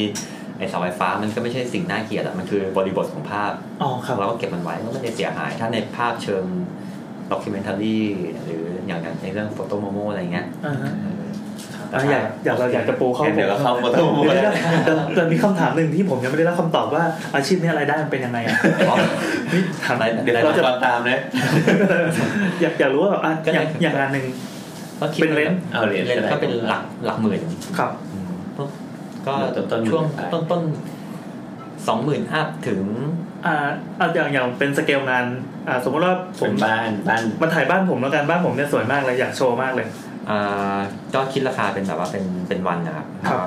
F: ไอเสาไฟฟ้ามันก็ไม่ใช่สิ่งน่าเกลียดอะมันคือบริบทของภาพ
D: อ๋อครับ
F: เราก็เก็บมันไว้ก็ไม่ได้เสียหาย ถ้าในภาพเชิงด็อกิเมนทารีหรืออย่างในเรื่องโฟโตโมโมอะไรเงี้ย
D: อ่าฮะ
F: แต่
D: อ่ะ
F: ถ้าย
D: อากอยากเราอยากจะปูเข้า
C: เดี๋ยวเราเข้าโมโต้โม
D: เดี๋ยว
C: แล้
D: เดี๋ยว
C: ว
D: เดี๋ยวแต่มีคำถามหนึ่งที่ผมยังไม่ได้รับคำตอบว่าอาชีพนี้อะไรายได้มันเป็นยังไงอะนี่ถาม
F: อะไร
C: เดี๋ยว
F: เรา
C: เรา
F: จะ
C: จะตามนะ
D: อยากอยากรู้ว่าแบบอ่ะอย่างอย่างงานหนึ่ง
F: ก็คิด
D: เป็นเรน
C: เอาเหรียญ
F: เรนก็เป็นหลักหลักหมื่น
D: ครับ
F: ก็
C: ต้นๆ
F: ช่วง
C: ไป
F: ต้นต้นสองหมื่นอัพถึง
D: อ่าเอาอย่างอย่างเป็นสเกลงานอ่าสมมติว่าผ
C: เป็
D: ม
C: นบ้านบ้าน
D: มาถ่ายบ้านผมแล้วกันบ้านผมเนี่ยสวยมากเลยอยากโชว์มากเลย
F: อ่าก็คิดราคาเป็นแบบว่าเป็นเป็นวันนะครับ
D: ครับ
F: ก็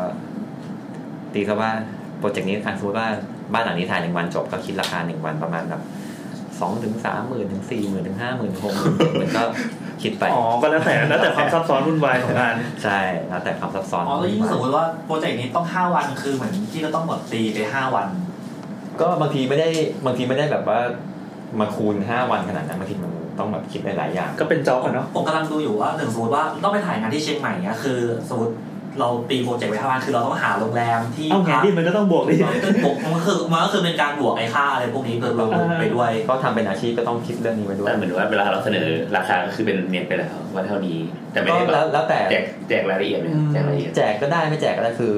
F: ตีซะว่าโปรเจกต์นี้ทางสมมติว่าบ้านหลังนี้ถ่ายหนึ่งวันจบก็คิดราคาหนึ่งวันประมาณแบบสองถึงสามหมื่นถึงสี่หมื่นถึงห้าหมื่นหกหมื่นมันก็คิดไป
D: อ๋อก็แล้วแต่แล้วแต่ความซับซ้อนวุ่นวายของงาน
F: ใช่แล้วแต่ความซับซ้อน
E: อ๋อแล้วยิ่งสมมติว่าโปรเจกต์นี้ต้อง 5 วันคือเหมือนที่เราต้องหมดตีไป 5 วัน
F: ก็บางทีไม่ได้บางทีไม่ได้แบบว่ามาคูณห้าวันขนาดนั้นบางทีมันต้องแบบคิดหลายๆอย่าง
D: ก็เป็นจ็อบอะเนาะ
E: ผมกำลังดูอยู่ว่าหนึ่งสมมติว่าต้องไปถ่ายงานที่เชียงใหม่เนี้ยคือสมมติเราตีโปรเจกต์ไปห้าวันคือเราต้องหาโรงแรมที่
D: เอ้างาน
E: พัก
D: ที่มันก็ต้องบวกดิ
E: มันก็บวก มันก็คือมันก็คือเป็นการบวกไอ้ค่าอะไรพวกนี้เพิ่มลงไปด้วย
F: ก็ทำเป็นอาชีพก็ต้องคิดเรื่องนี้ไปด้วย
C: แต่เหมือนว่าเวลาเราเสนอราคาก็คือเป็นเนียนไปแล้วว่าเท่านี้ แต่ไม่
F: ก็
C: ได้แบ
F: แล้ว
C: บ
F: แล้วแต่
C: แจกแจกรายละเอียดไหมแจกรายละเอียด
F: แจกก็ได้ไม่แจกก็ได้คือ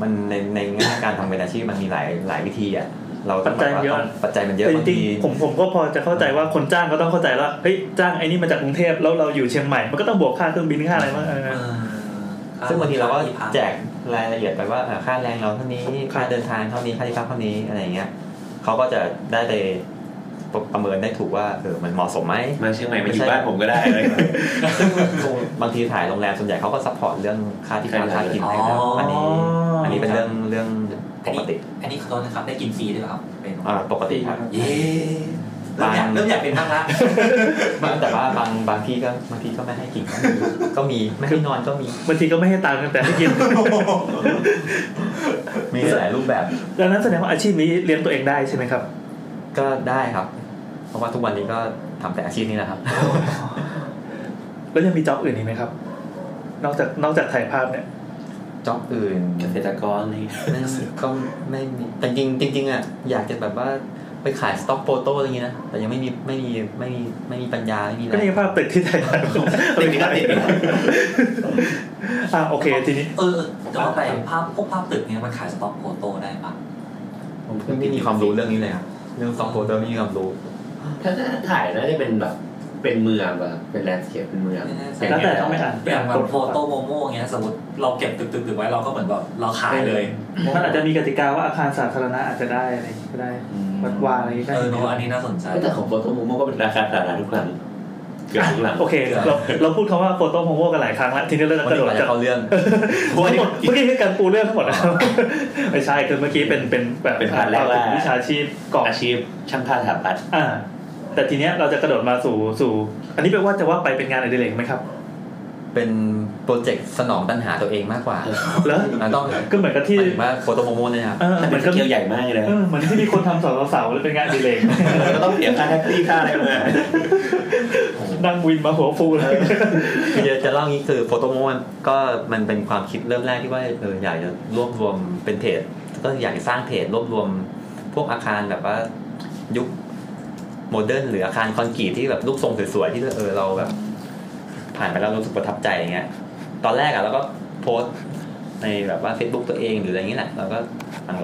F: มันในในแง่การทำเป็นอาชีพมันมีหลายหลายวิธีอ่ะเราต้องแบบว่า
D: ปัจจัยเยอะ
F: ต้องปัจจัยมันเยอะ
D: แต่จ
F: บาง
D: ริง
F: ที
D: ๆผมผมก็พอจะเข้าใจว่าคนจ้างก็ต้องเข้าใจว่าเฮ้ยจ้างไอ้นี่มาจากกรุงเทพแล้วเราอยู่เชียงใหม่มันก็ต้องบวกค่าเครื่องบินค่าอะไรมางเออ
F: ซึ่งบางทีเราก็แจ
E: ค่
F: กรายละเอียดไปว่าอ่าค่าแรงเราเท่านี้
D: ครับ
F: ค่าเดินทางเท่านี้ค่าที่พักเท่านี้อะไรอย่างเงี้ยเขาก็จะได้ไปประเมินได้ถูกว่าเออมันเหมาะส มไหม
C: มาเชียงใหม่
F: ไม่
C: มาอ
F: ใช่
C: ยู่บ้านผมก็ได้อะไร อย่างเงี้ย
F: บางทีถ่ายโรงแรมส่วนใหญ่เขาก็ซัพพอร์ตเรื่องค่าที่พัก
C: ใช่
F: ค่ากินให้แล้วอันนี้ อันนี้เป็นเรื่องเรื่องปกติ
E: าอันนี้ขอโทษนะครับได้กินฟรีด้วยเหรอครับเป็น
F: อ่าปกติครับ
E: เย้เริ่มอยากเริ่มอยากเป็นบ้างละ
F: บางแต่ว่าบาง บางที่ก็บางที่ก็ไม่ให้กินก็มีก็มีไม่ให้นอนก็มี
D: บางทีก็ไม่ให้ตังค์แต่ ให้กิน
L: มีหลายรูปแบบ
D: ดังนั้นแสดงว่าอาชีพนี้เลี้ยงตัวเองได้ใช่ไหมครับ
F: ก็ได้ครับ เพราะว่าทุกวันนี้ก็ทำแต่อาชีพนี้แหละครับ
D: แล้วยังมีจ็อบอื่นอีกไหมครับ นอกจากนอกจากถ่ายภาพเนี่ย
F: จ็อบอื่น
J: เกษตรกรนี่
F: นั่นก็ไม่มีแต่จริงจริงๆอ่ะอยากจะแบบว่าไปขายสต็อกโฟโต้อะไรอย่างงี้นะแต่ยังไม่มีไม่มีไม่มีไม่มีปัญญาไม่มีแร
D: ก็
F: ง
D: นี่ภาพตึกที่ถ่ายภาพ ตึกนี้ก็ติดอ่ะโอเคทีนี้
M: เออแต่ว่าไปภาพพวกภาพตึกเนี่ยมันขายสต็อกโฟโต้ได้ปะ
F: ผมไม่มีความรู้เรื่องนี้เลยครับเรื่องสต็อกโฟโต้ไม่มีความรู้
C: ถ้าถ้าถ่ายน่าจะเป็นแบบ เป็นเมืองแบบเป็นแลนด์สเคปเป็นเมือง
M: ไม่แน่ใจ
C: เป็น
D: แล้วแต่ต้องไปอ่าน
M: แบบ
D: ก
M: แบ
D: ฎ
M: บโฟโต้โมโม่เงี้ยสมมติเราเก็บตึกตึกตึกไว้เราก็เหมือนแบบเราขายเลย
D: มันอาจจะมีกติกาว่าอาคารสาธารณะอาจจะได้อะไรก็ได้วัดวาอะไรก็ได้
M: เออโนอันนี้น่าสนใจ
C: แต่ของโฟโต้มูมก็เป็นราคาสาธารณะทุกครั้งเกือบทุกหลัง
D: โอเค เราเราพูดคำว่าโฟโต้โมโมกันหลายครั้งแล้วทีนี้เราจะกระโดดจาก
F: เขาเรื่อง
D: ทั้งหมดเมื่อกี้คือการปูเรื่องทั้งหมดนะครับ ไม่ใช่คือเมื่อกี้เป็นเป็นแบบ
J: เป็นพาร์ทแรกว่า
D: วิชาชีพก่อน
J: อาชีพช่างภาพสถาปัตย์
D: อ่า แต่ทีเนี้ยเราจะกระโดดมาสู่สู่ อันนี้แปลว่าจะว่าไปเป็นงานอดิเรกไหมครับ
F: เป็นโปรเจกต์สนองตัณหาตัวเองมากกว่า
D: แล้ว
F: อ่ะต้องหมาย
D: ก็เหมือนกับที่
F: ถึงว่าโฟโตโมโมเนี่ยนะครับ
D: เออ
J: แต่
D: เห
J: เป็
D: มื
J: น
D: อน
J: ส
D: กั
J: เก
D: บ
J: ลใหญ่มากเลย
D: เออเหมือนที่มีคนทำสาวสาวๆแล้วเป็นงานอดิเรก
J: ก็ต้องเสียค่าแท็กซี่ค่าอะไรมา
D: นั่งวินมาหัวฟู เลย
F: คือจะจะเล่างี้คือโฟโตโมโมมันก็มันเป็นความคิดเริ่มแรกที่ว่าเอออยากจะรวบรวมเป็นเพจก็อยากจะสร้างเพจรวบรวมพวกอาคารแบบว่ายุคโมเดิร์นหรืออาคารคอนกรีตที่แบบรูปทรงสวยๆที่เออเราแบบ ผ่านไปแล้วรู้สึกประทับใจอย่างเงี้ย ตอนแรกอะเราก็โพสต์ในแบบว่า Facebook ตัวเองหรืออะไรอย่างเงี้ยแหละเราก็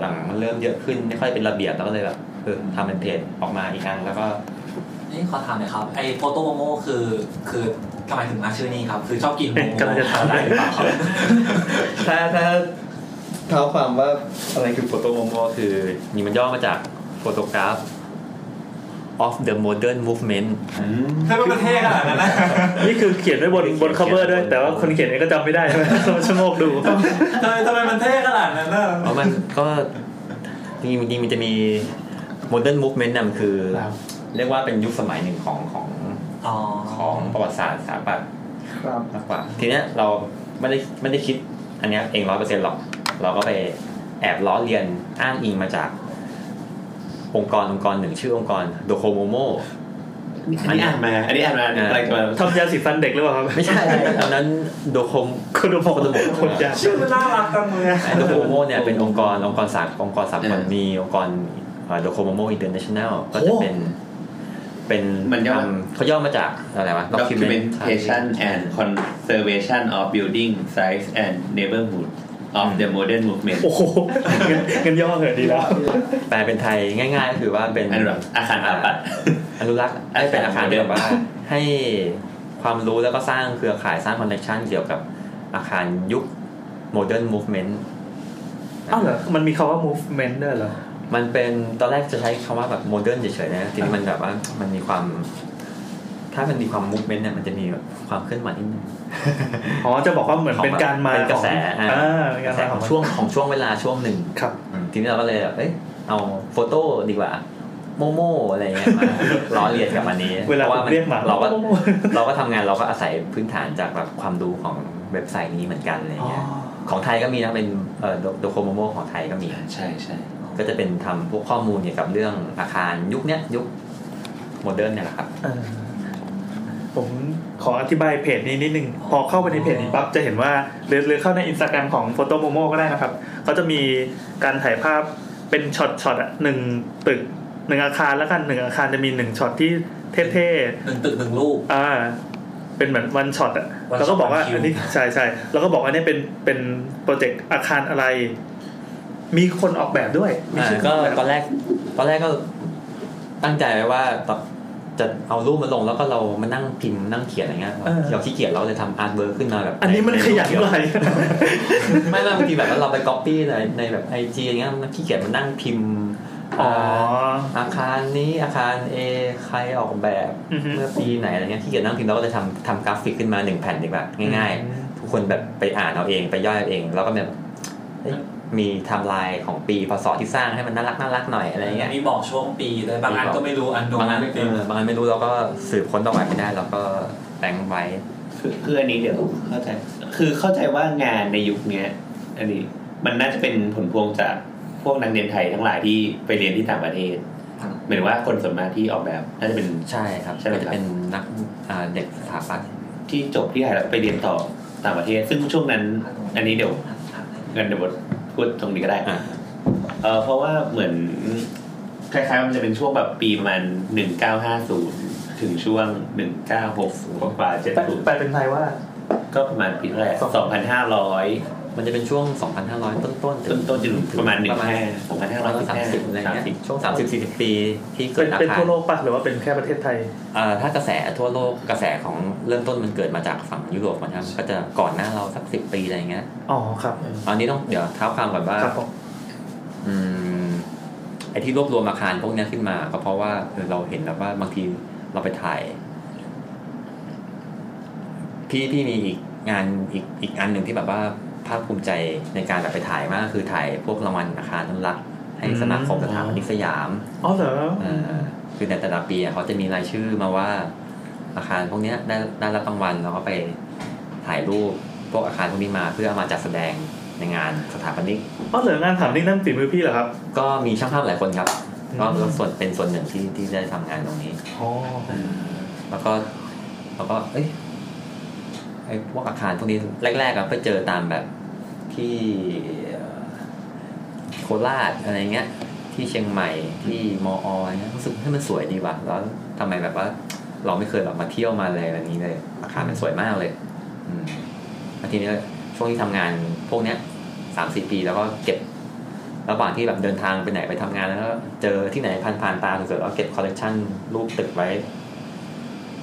F: หลังๆมันเริ่มเยอะขึ้นไม่ค่อยเป็นระเบียบเราก็เลยแบบเออทำเป็นเพจออกมาอีกอันแล้วก็
M: นี่ขอถามหน่อยครับ ไอ้โฟโต้โมโมคือคือทำไมถึงมาชื่อนี้ครับ คือชอบกินโมโม
D: กำลังจะถาม
M: อะไรหรือเปล่าครับ
F: ถ้าถ้าเท้าความว่าอะไรคือโฟโตโมโมคือนี่มันย่อมาจากโฟโตกราฟ of the modern movement
M: ถ้าเป็นประเทศขนาดนั้นนะ
D: นี่คือเขียนไว้บนบน cover ด้วย แต่ว่าคนเขียนเองก็จำไม่ได้ใช่ไหม ต้องชะโงกดู
M: ทำไมทำไมมันเท่ขนาดนั้นนะ
F: เพราะมันก็จริงจริงๆมันจะมี modern movement นั่นคือ เรียกว่าเป็นยุคสมัยหนึ่งของของ
M: อ๋อ
F: ของประวัติศาสตร์สถาปัตย์
D: ครับ
F: มากกว่าทีเนี้ยเราไม่ได้ไม่ได้คิดอันเนี้ยเองร้อยเปอร์เซ็นต์หรอก เราก็ไปแอบล้อเลียนอ้างอิงมาจาก องค์กรองค์กรหนึ่งชื่อองค์กรโดโคโมโม
J: อันนี้อ่านมา อันนี้อ่านมา
F: อ่า
J: อะไรกันมา
D: ทำยาสีฟันเด็กหรือเปล่าครับ
F: ไม่ใช่ตอนนั้นโดโคม
D: คนดูพอคนดู คนยา
M: ชื่อมันน่ารักจังเลยอะ
F: โดโคโมโมเนี่ยเป็นองค์กรองค์กรสากลองค์กรสากลมีองค์กรโดโคโมโมอินเตอร์เนชั่นแนลก็จะเป็น เป็น
C: มันย่อ
F: ทำเขาย่อมาจากอะไรวะ
J: น and conservation of building sites and neighborhood of the modern movement
D: โอ้โห เงินเงินย่อเหอะดีแล้ว
F: แปลเป็นไทยง่ายๆก็คือว่าเป็น
J: อนุรักษ์อาคารอาปัตย์
F: อนุรักษ์ให้เป็นอาคาร
J: อาคารเดิ
F: เดิ
J: ม
F: มว่า ให้ความรู้แล้วก็สร้างเครือข่ายสร้างคอนเนคชันเกี่ยวกับอาคารยุคโมเดิร์นมูฟเมนต์
D: อ้าวเหรอ มันมีคำว่า movement ด้วยเหรอ
F: มันเป็นตอนแรกจะใช้คำว่าแบบโมเดิร์นเฉยๆนะทีนี้มันแบบว่ามันมีความ ถ้ามันมีความมูฟเมนต์เนี่ยมันจะมีแบบความเคลื่อนไหวนิดนึง
D: อ๋อ จะบอกว่าเหมือน
F: ของ
D: เป็นการมา
F: เป็นกระ
D: ของ
F: แสอ่า
D: อ่าเป็นการมา
F: ข
D: ข
F: อ
D: อง ง
F: ช่วงของช่วงเวลาช่วงหนึ่ง
D: ครับ
F: อืมทีนี้เราก็เลยแบบเอ้ยเอาโฟโต้ดีกว่า โมโม่อะไร เงี้ยมา ล้อเลียนกับอันนี้
D: เวลาผ
F: พะ
D: มเรียกหมา
F: เราก็
D: โมโม่
F: เราก็ทำงานเราก็อาศัยพื้นฐานจากแบบความรู้ของเว็บไซต์นี้เหมือนกันอะไร
D: อ๋อ
F: เงี้ยของไทยก็มีนะเป็นเอ่อโดโคโมโมของไทยก็มี
C: ใช่ใช่
F: ก็จะเป็นทำพวกข้อมูลเกี่ยวกับเรื่องอาคารยุคเนี้ยยุคโมเดิร์นเนี่ยแหละครับ
D: เออผมขออธิบายเพจนี้นิดนึง พอเข้าไปในเพจนี้ปั๊บจะเห็นว่าหรือหรือเข้าในอินสตาแกรมของ Photo Momo ก็ได้นะครับ เขาจะมีการถ่ายภาพเป็นช็อตช็อตๆอะหนึ่งตึกหนึ่งอาคารแล้วกันหนึ่งอาคารจะมีหนึ่งช็อตที่เท่ๆ
M: หนึ่งตึกหนึ่งรูป
D: อ่า เป็นเหมือนวันช็อตอ่ะ
M: one
D: แล้วก็บอกว่า
M: shot one
D: อันนี้ใช่ใช่แล้วก็บอกว่าเนี่ยเป็นเป็นโปรเจกต์อาคารอะไร มีคนออกแบบด้วยมี
F: อ่า
D: ชื่อ
F: ก็
D: คนออแบบ
F: ตอนแรกตอนแรกก็ตั้งใจไว้ว่าตอนจะเอารูปมาลงแล้วก็เรามานั่งพิมพ์นั่งเขียนอะไรเงี้ยเราขี้เกียจเราเลยทำอาร์ตเวิร์ขึ้นมาแบบ
D: อันนี้มันขยัน
F: ใรูป
D: เล
F: เดีวย ไม่ไม่บางทีแบบว่าเราไปก๊อปปี้ในในแบบไอจีอย่างเงี้ยมันขี้เกียจมานั่งพิมพ์
D: อ๋อ
F: อาคารนี้อาคารเอใครออกแบบ
D: อือฮึ
F: เมื่อปีไหนอะไรเงี้ยขี้เกียจนั่งพิมพ์เราก็เลยทำทำกราฟิกขึ้นมาหนึ่งแผ่นดีกว่าง่าย ๆ ทุกคนแบบไปอ่านเอาเองไปย่อยเอาเอง แล้วก็แบบเอ้ย มีไทม์ไลน์ของปีพศที่สร้างให้มันน่ารักน่ารักหน่อยอะไรเงี้ย
M: มีบอกช่วงปีด้วยบางอันก็ไม่รู้อันโน้น
F: บางอันไม่เออบางอันไม่รู้เราก็สืบค้นต่อไปไม่ได้เราก็แบ่งไว้
C: คือคืออันนี้เดี๋ยวเข้าใจ คือเข้าใจว่างานในยุคเนี้ย อันนี้มันน่าจะเป็นผลพวงจากพวกนักเรียนไทยทั้งหลายที่ไปเรียนที่ต่างประเทศหมายถึงว่าคนส่วนมากที่ออกแบบน่าจะเป็น
F: ใช่ครับ
C: ใช่ไหมค
F: ก็
C: รับ
F: จะเป็นนักอ่าเด็กสถาปัตย์
C: ที่จบที่ไทยแล้วไปเรียนต่อต่างประเทศ ซึ่งช่วงนั้น อันนี้เดี๋ยวเงินเดี๋ยวพูดตรงนี้ก็ได้เออเพราะว่าเหมือนคล้ายๆมันจะเป็นช่วงแบบปีประมาณหนึ่งเก้าห้าศูนย์ถึงช่วงหนึ่งเก้าหกศูนย์กว่าเจ็ดศูนย์
F: แปลเป็นไทยว่า
C: ก็ประมาณปีเท่าไหร่สองพันห้าร้อย
F: มันจะเป็นช่วง 2,500 ต้นต้น
C: ต้นต้นๆจะอยู่ประมาณหนึ่งห้าสองพันห้าร้อย
F: สามสิบอะไร
C: สาม
F: เงี้ย
C: สิบ
F: ช่วง 30 40 ปีที่เกิ
D: เป็
F: ด
D: น
F: อา
D: เป็น
F: คาร
D: ทั่วโลกปะหรือว่าเป็นแค่ประเทศไทย
F: อ่าถ้ากระแสทั่วโลกกระแสของเริ่มต้นมันเกิดมาจากฝั่งยุโรปนะครับก็จะก่อนหน้าเราสัก 10 ปีอะไรเงี้ย
D: อ๋อครับ
F: ตอนนี้ต้องเดี๋ยวเท้าความก่อนว่า
D: ครับผม
F: อืมไอ้ที่รวบรวมอาคารพวกเนี้ยขึ้นมา ก็เพราะว่าเออเราเห็นแบบว่าบางทีเราไปถ่าย พี่พี่มีอีกงานอีกอีกอันหนึ่งที่แบบว่าภาคภูมิใจในการแบบไปถ่ายมากคือถ่ายพวกรางวัลอาคารอนุรักษ์ให้สมาคมสถาปนิกสยาม
D: อ๋อเหรอ
F: เอ่อคือในแต่ละปีอะเขาจะมีรายชื่อมาว่า อาคารพวกเนี้ยได้ได้รับรางวัลแล้วก็ไปถ่ายรูปพวกอาคารพวกนี้มาเพื่อเอามาจัดแสดงในงานสถาปนิก
D: อ๋อเหรองานถามนี่นั่นฝีมือพี่เหรอครับ
F: ก็มีช่างภาพหลายคนครับ
D: อืม
F: ก็ส่วนเป็นส่วนหนึ่งที่ที่ได้ทำงานตรงนี้
D: อ๋อ
F: แล้วก็แล้วก็ เอ้ยไอพวกอาคารพวกนี้แรกๆอะไปเจอตามแบบที่เอ่อโคราชอะไรเงี้ย ที่เชียงใหม่ที่มออะไรเงี้ยรู้สึกให้ยมันสวยดีว่ะแล้วทำไมแบบว่า เราไม่เคยแบบมาเที่ยวมาเลยแบบนี้เลย อาคารมันสวยมากเลย อืมแล้วทีนี้ช่วงที่ทำงานพวกเนี้ยสามสี่ปีแล้วก็เก็บ ระหว่างที่แบบเดินทางไปไหนไปทำงานแล้วก็เจอที่ไหนผ่านๆตาเสร็จแล้วเก็บคอลเลกชันรูปตึกไว้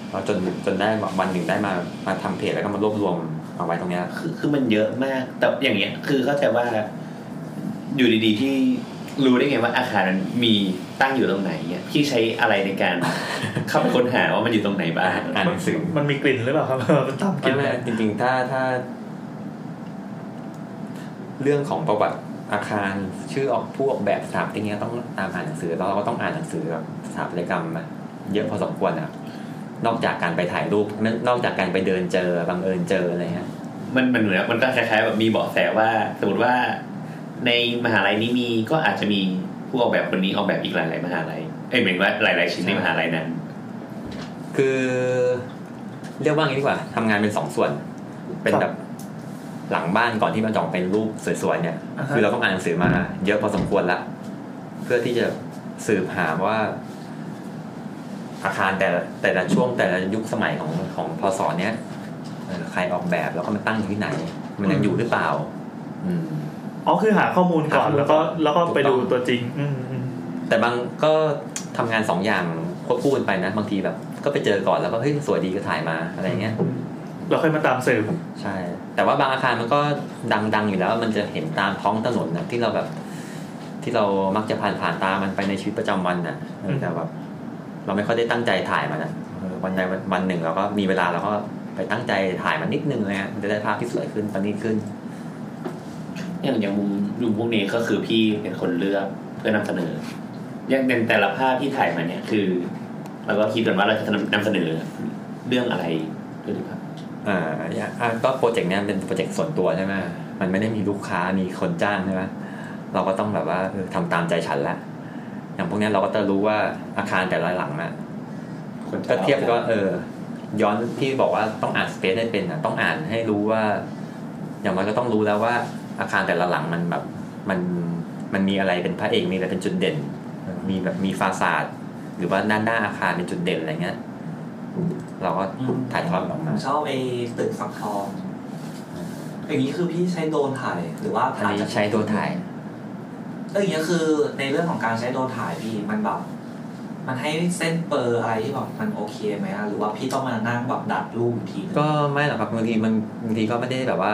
F: แล้วจนจนได้วันหนึ่งได้มามาทำเพจแล้วก็มารวบรวมเอาไว้ตรงเนี้ย
C: คือคือมันเยอะมาก แต่อย่างเงี้ย คือเข้าใจว่า อยู่ดีๆ ที่รู้ได้ไงว่าอาคารมันมีตั้งอยู่ตรงไหนเนี่ยพี่ใช้อะไรในการ เข้าไปค้นหาว่ามันอยู่ตรงไหนบ้าง
F: อ่านหนังสือ
D: มันมีกลิ่นหรือเปล่าครับ มันตามก
F: ไม่
D: ลิ่น
F: ไม่จริงๆ ถ้าถ้า เรื่องของประวัติอาคารชื่อออกพวกแบบสถาปนิกเนี้ยต้องตามอ่านหนังสือแล้วเราก็ต้องอ่านหนังสือแบบสถาปัตยกรรมอะเยอะพอสมควรอะนอกจากการไปถ่ายรูปนอกจากการไปเดินเจอบังเอิญเจออะไรเงี้ย
C: มันมันเหมือนมันก็คล้ายๆแบบมีเบาะแสว่า สมมติว่า ในมหาลัยนี้มีก็อาจจะมีผู้ออกแบบคนนี้ออกแบบอีกหลายๆมหาลัยเอ้ยเหมือนว่าหลายๆชิ้นในมหาลัยนั้น
F: คือเรียกว่างี้ดีกว่าทำงานเป็นสองส่วน เป็นแบบหลังบ้านก่อนที่มันจะออกเป็นรูปสวยๆเนี่ย คือเราต้องอ่านหนังสือมาเยอะพอสมควรละเพื่อที่จะสืบหาว่า อาคารแต่ละแต่ละช่วงแต่ละยุคสมัยของของพศเนี้ยเอ่อใครออกแบบแล้วก็มันตั้งอยู่ที่ไหน มันยังอยู่หรือเปล่า อืม
D: อ๋อคือหาข้อมูลก่อน
F: หาข้อมูล
D: แล้วก็
F: ก่อน
D: แล้วก็ไปดู
F: ถูกต้อง
D: ตัวจริง อืมอืม
F: แต่บางก็ทำงานสองอย่างควบคู่กันไปนะบางทีแบบ ก็ไปเจอก่อนแล้วก็เฮ้ยสวยดีก็ถ่ายมาอะไรเงี้ย
D: เราค่อยมาตามสืบ
F: ใช่ แต่ว่าบางอาคารมันก็ดังๆอยู่แล้ว มันจะเห็นตามท้องถนนนะที่เราแบบ ที่เรามักจะผ่านผ่านๆตามันไปในชีวิตประจำวันนะเออแต่แบบเราไม่ค่อยได้ตั้งใจถ่ายมันนะเออวันใดวันวันหนึ่งเราก็มีเวลาเราก็ไปตั้งใจถ่ายมันนิดนึงเลยฮะมันจะได้ภาพที่สวยขึ้นประณีตขึ้น
C: อย่างอย่างมุมมุมพวกนี้ก็คือพี่เป็นคนเลือกเพื่อนำเสนอ อย่างในแต่ละภาพที่ถ่ายมาเนี่ยคือเราก็คิดกันว่าเราจะนำเสนอเรื่องอะไรด้วยหรือเปล่า
F: อ่าอย่างอ่ะก็โปรเจกต์เนี้ยเป็นโปรเจกต์ส่วนตัวใช่ไหมมันไม่ได้มีลูกค้ามีคนจ้างใช่ไหมเราก็ต้องแบบว่าเออทำตามใจฉันละ อย่างพวกเนี้ยเราก็จะรู้ว่าอาคารแต่ละหลังน่ะ
C: คนจะ
F: ก็เทียบก็เออ ย้อนที่บอกว่าต้องอ่านสเปซได้เป็นอ่ะต้องอ่านให้รู้ว่า อย่างน้อยก็ต้องรู้แล้วว่า อาคารแต่ละหลังมันแบบ มันมันมีอะไรเป็นพระเอกมีอะไรเป็นจุดเด่น มีแบบมีฟาซาดหรือว่าด้านหน้าอาคารเป็นจุดเด่นอะไรเงี้ยเราก็ถ่ายทอดออ
M: ผม
F: กาม
M: ชอบไอ้ตึกสักทองอย่างนี้คือพี่ใช้โดรนถ่ายหรือว่า
F: อัน
M: ถ่าย
F: นี้
M: จาก
F: ใช้ตัวถ่าย
M: เอออย่างนี้ยคือในเรื่องของการใช้โดรนถ่ายพี่มันแบบมันให้เส้นเปอร์อะไรที่แบบมันโอเคไหมอะหรือว่าพี่ต้องมานั่งแบบดัดรูปอีกทีนึง
F: ก็ไม่หรอกครับบางทีมันบางทีก็ไม่ได้แบบว่า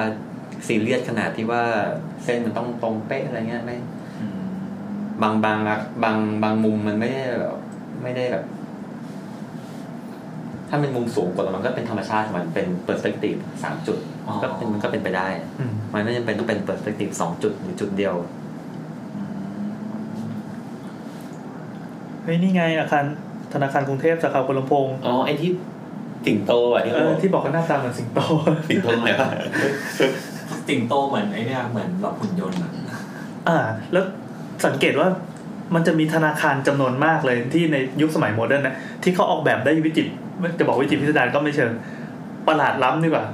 F: ซีเรียสขนาดที่ว่าเส้นมันต้องตรงเป๊ะอะไรเงี้ยไม่
M: อืม
F: บางบางบางบางมุมมันไม่ได้แบบไม่ได้แบบ ถ้าเป็นมุมสูงกว่ามันก็เป็นธรรมชาติของมันเป็นเปอร์สเปกทีฟสามจุดก็เป็นมันก็เป็นไปได้ มันไม่จำเป็นต้องเป็นเปอร์สเปกทีฟสองจุดหรือจุดเดียว
D: เฮ้ยนี่ไงอาคารธนาคารกรุงเทพสาขาพหลโพง
C: อ๋อไอที่สิงโตอ่ะที่
D: เอ
C: เขา
D: อ
C: บอก
D: ที่บอกว่าหน้าตาเหมือนสิงโต
C: สิงโตอะไรวะ
M: สิงโตเหมือนไอ้เนี่ยเหมือนแบบหุ่นยนต์อะ
D: อ่า แล้วสังเกตว่ามันจะมีธนาคารจำนวนมากเลยที่ในยุคสมัยโมเดิร์นนะที่เขาออกแบบได้วิจิตรจะบอกวิจิตรพิสดารก็ไม่เชิงประหลาดล้ำดีกว่า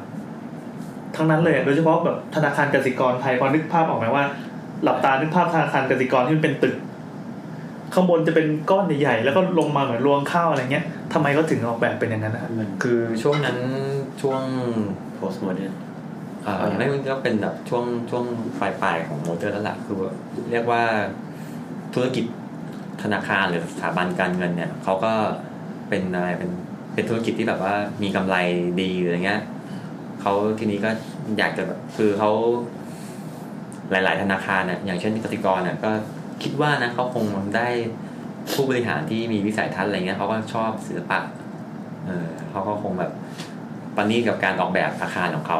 D: ทั้งนั้นเลยโดยเฉพาะแบบธนาคารกสิกรไทยพอนึกภาพออกไหมว่า หลับตานึกภาพธนาคารกสิกรที่มันเป็นตึก ข้างบนจะเป็นก้อนใหญ่ๆแล้วก็ลงมาเหมือนรวงข้าวอะไรเงี้ยทำไมก็ถึงออกแบบเป็นอย่างนั้นนะครับ
F: คือช่วงนั้นช่วง
C: โพสต์โมเดิร์น
F: เอ่ออย่างแรกมันก็เป็นแบบช่วงช่วงปลายปลายๆของโมเดลแล้วล่ะคือเรียกว่าธุรกิจธนาคารหรือสถาบันการเงินเนี่ยเขาก็เป็นอะไรเป็นเป็นธุรกิจที่แบบว่ามีกำไรดีหรืออะไรเงี้ยเขาทีนี้ก็อยากจะแบบคือเขาหลาย ๆ ธนาคารเนี่ยอย่างเช่นกสิกรเนี่ยก็คิดว่านะเขาคงได้ผู้บริหารที่มีวิสัยทัศน์อะไรเงี้ยเขาก็ชอบศิลปะ เออเขาก็คงแบบปนนี่กับการออกแบบอาคารของเขา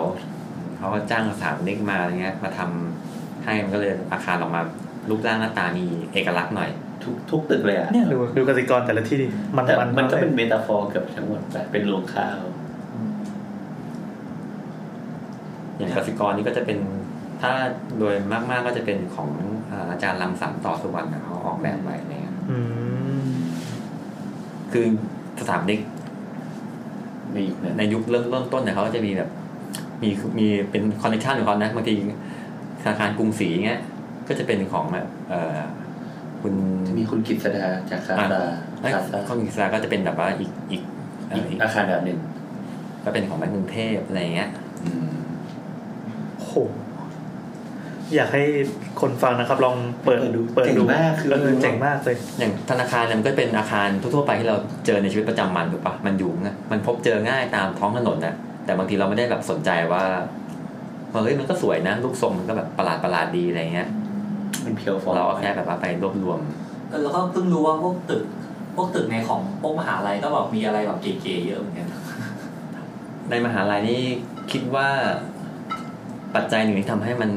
F: เขาก็จ้างสถาปนิกมาอะไรเงี้ย มาทำให้มันก็เลยอาคารออกมารูปร่างหน้าตามีเอกลักษณ์หน่อย
C: ทุกทุกตึกเลยอ่ะ
D: เนี่ยดูดูกสิกรแต่ละที่ดิมัน
C: แต่
D: มัน
C: มันก็เป็นเมตาฟอร์เกือบทั้งหมดแหละเป็นโรงข้าว
F: อย่างกสิกรนี่ก็จะเป็น ถ้าโดยมากๆก็จะเป็นของอ่าอาจารย์ลำสามต่อสุวรรณนะเขาออกแบบไว้อะไรเงี้ย
D: อืม
F: คือสถาปนิก
C: ในยุคนั้น
F: ในยุคเริ่มเริ่มต้นเนี่ยเขาก็จะมีแบบ มีมีเป็นคอนเนคชันของเขานะบางทีธนาคารกรุงศรีเงี้ย ก็จะเป็นของแบบเอ่อคุณ
C: จะมีคุณกิตสดาจากคาซา
F: ไอ้
C: คาซา
F: ข้อมีกิจสาก็จะเป็นแบบว่าอีกอีกเอ่
C: อี
F: ออี
C: ก
F: ก
C: อาคารแบบหนึ่ง
F: ก็เป็นของแบงก์กรุงเทพอะไรอย่างเงี้ย
D: โหอยากให้คนฟังนะครับ ลองเปิดเปิด
C: เจ๋ง
D: ดู
C: มากคือ
D: เออเจ๋งมากเลย
F: อย่างธนาคารเนี่ยมันก็เป็นอาคารทั่วๆไปที่เราเจอในชีวิตประจำวันถูกปะมันอยู่ไงมันพบเจอง่ายตามท้องถนนนะแต่บางทีเราไม่ได้แบบสนใจว่าว่าเฮ้ยมันก็สวยนะรูปทรงมันก็แบบประหลาดประหลาดๆดีอะไรเงี้ย
C: มันเพียวฟอร์
F: เราก็แค่แบบว่าไปรวบรวม
M: เออแล้วก็เพิ่งรู้ว่าพวกตึก พวกตึกในของพวกมหาลัยก็แบบมีอะไรแบบเก๋ๆเยอะเหมือนกัน
F: ในมหาลัยนี่คิดว่าปัจจัยหนึ่งที่ทำให้มัน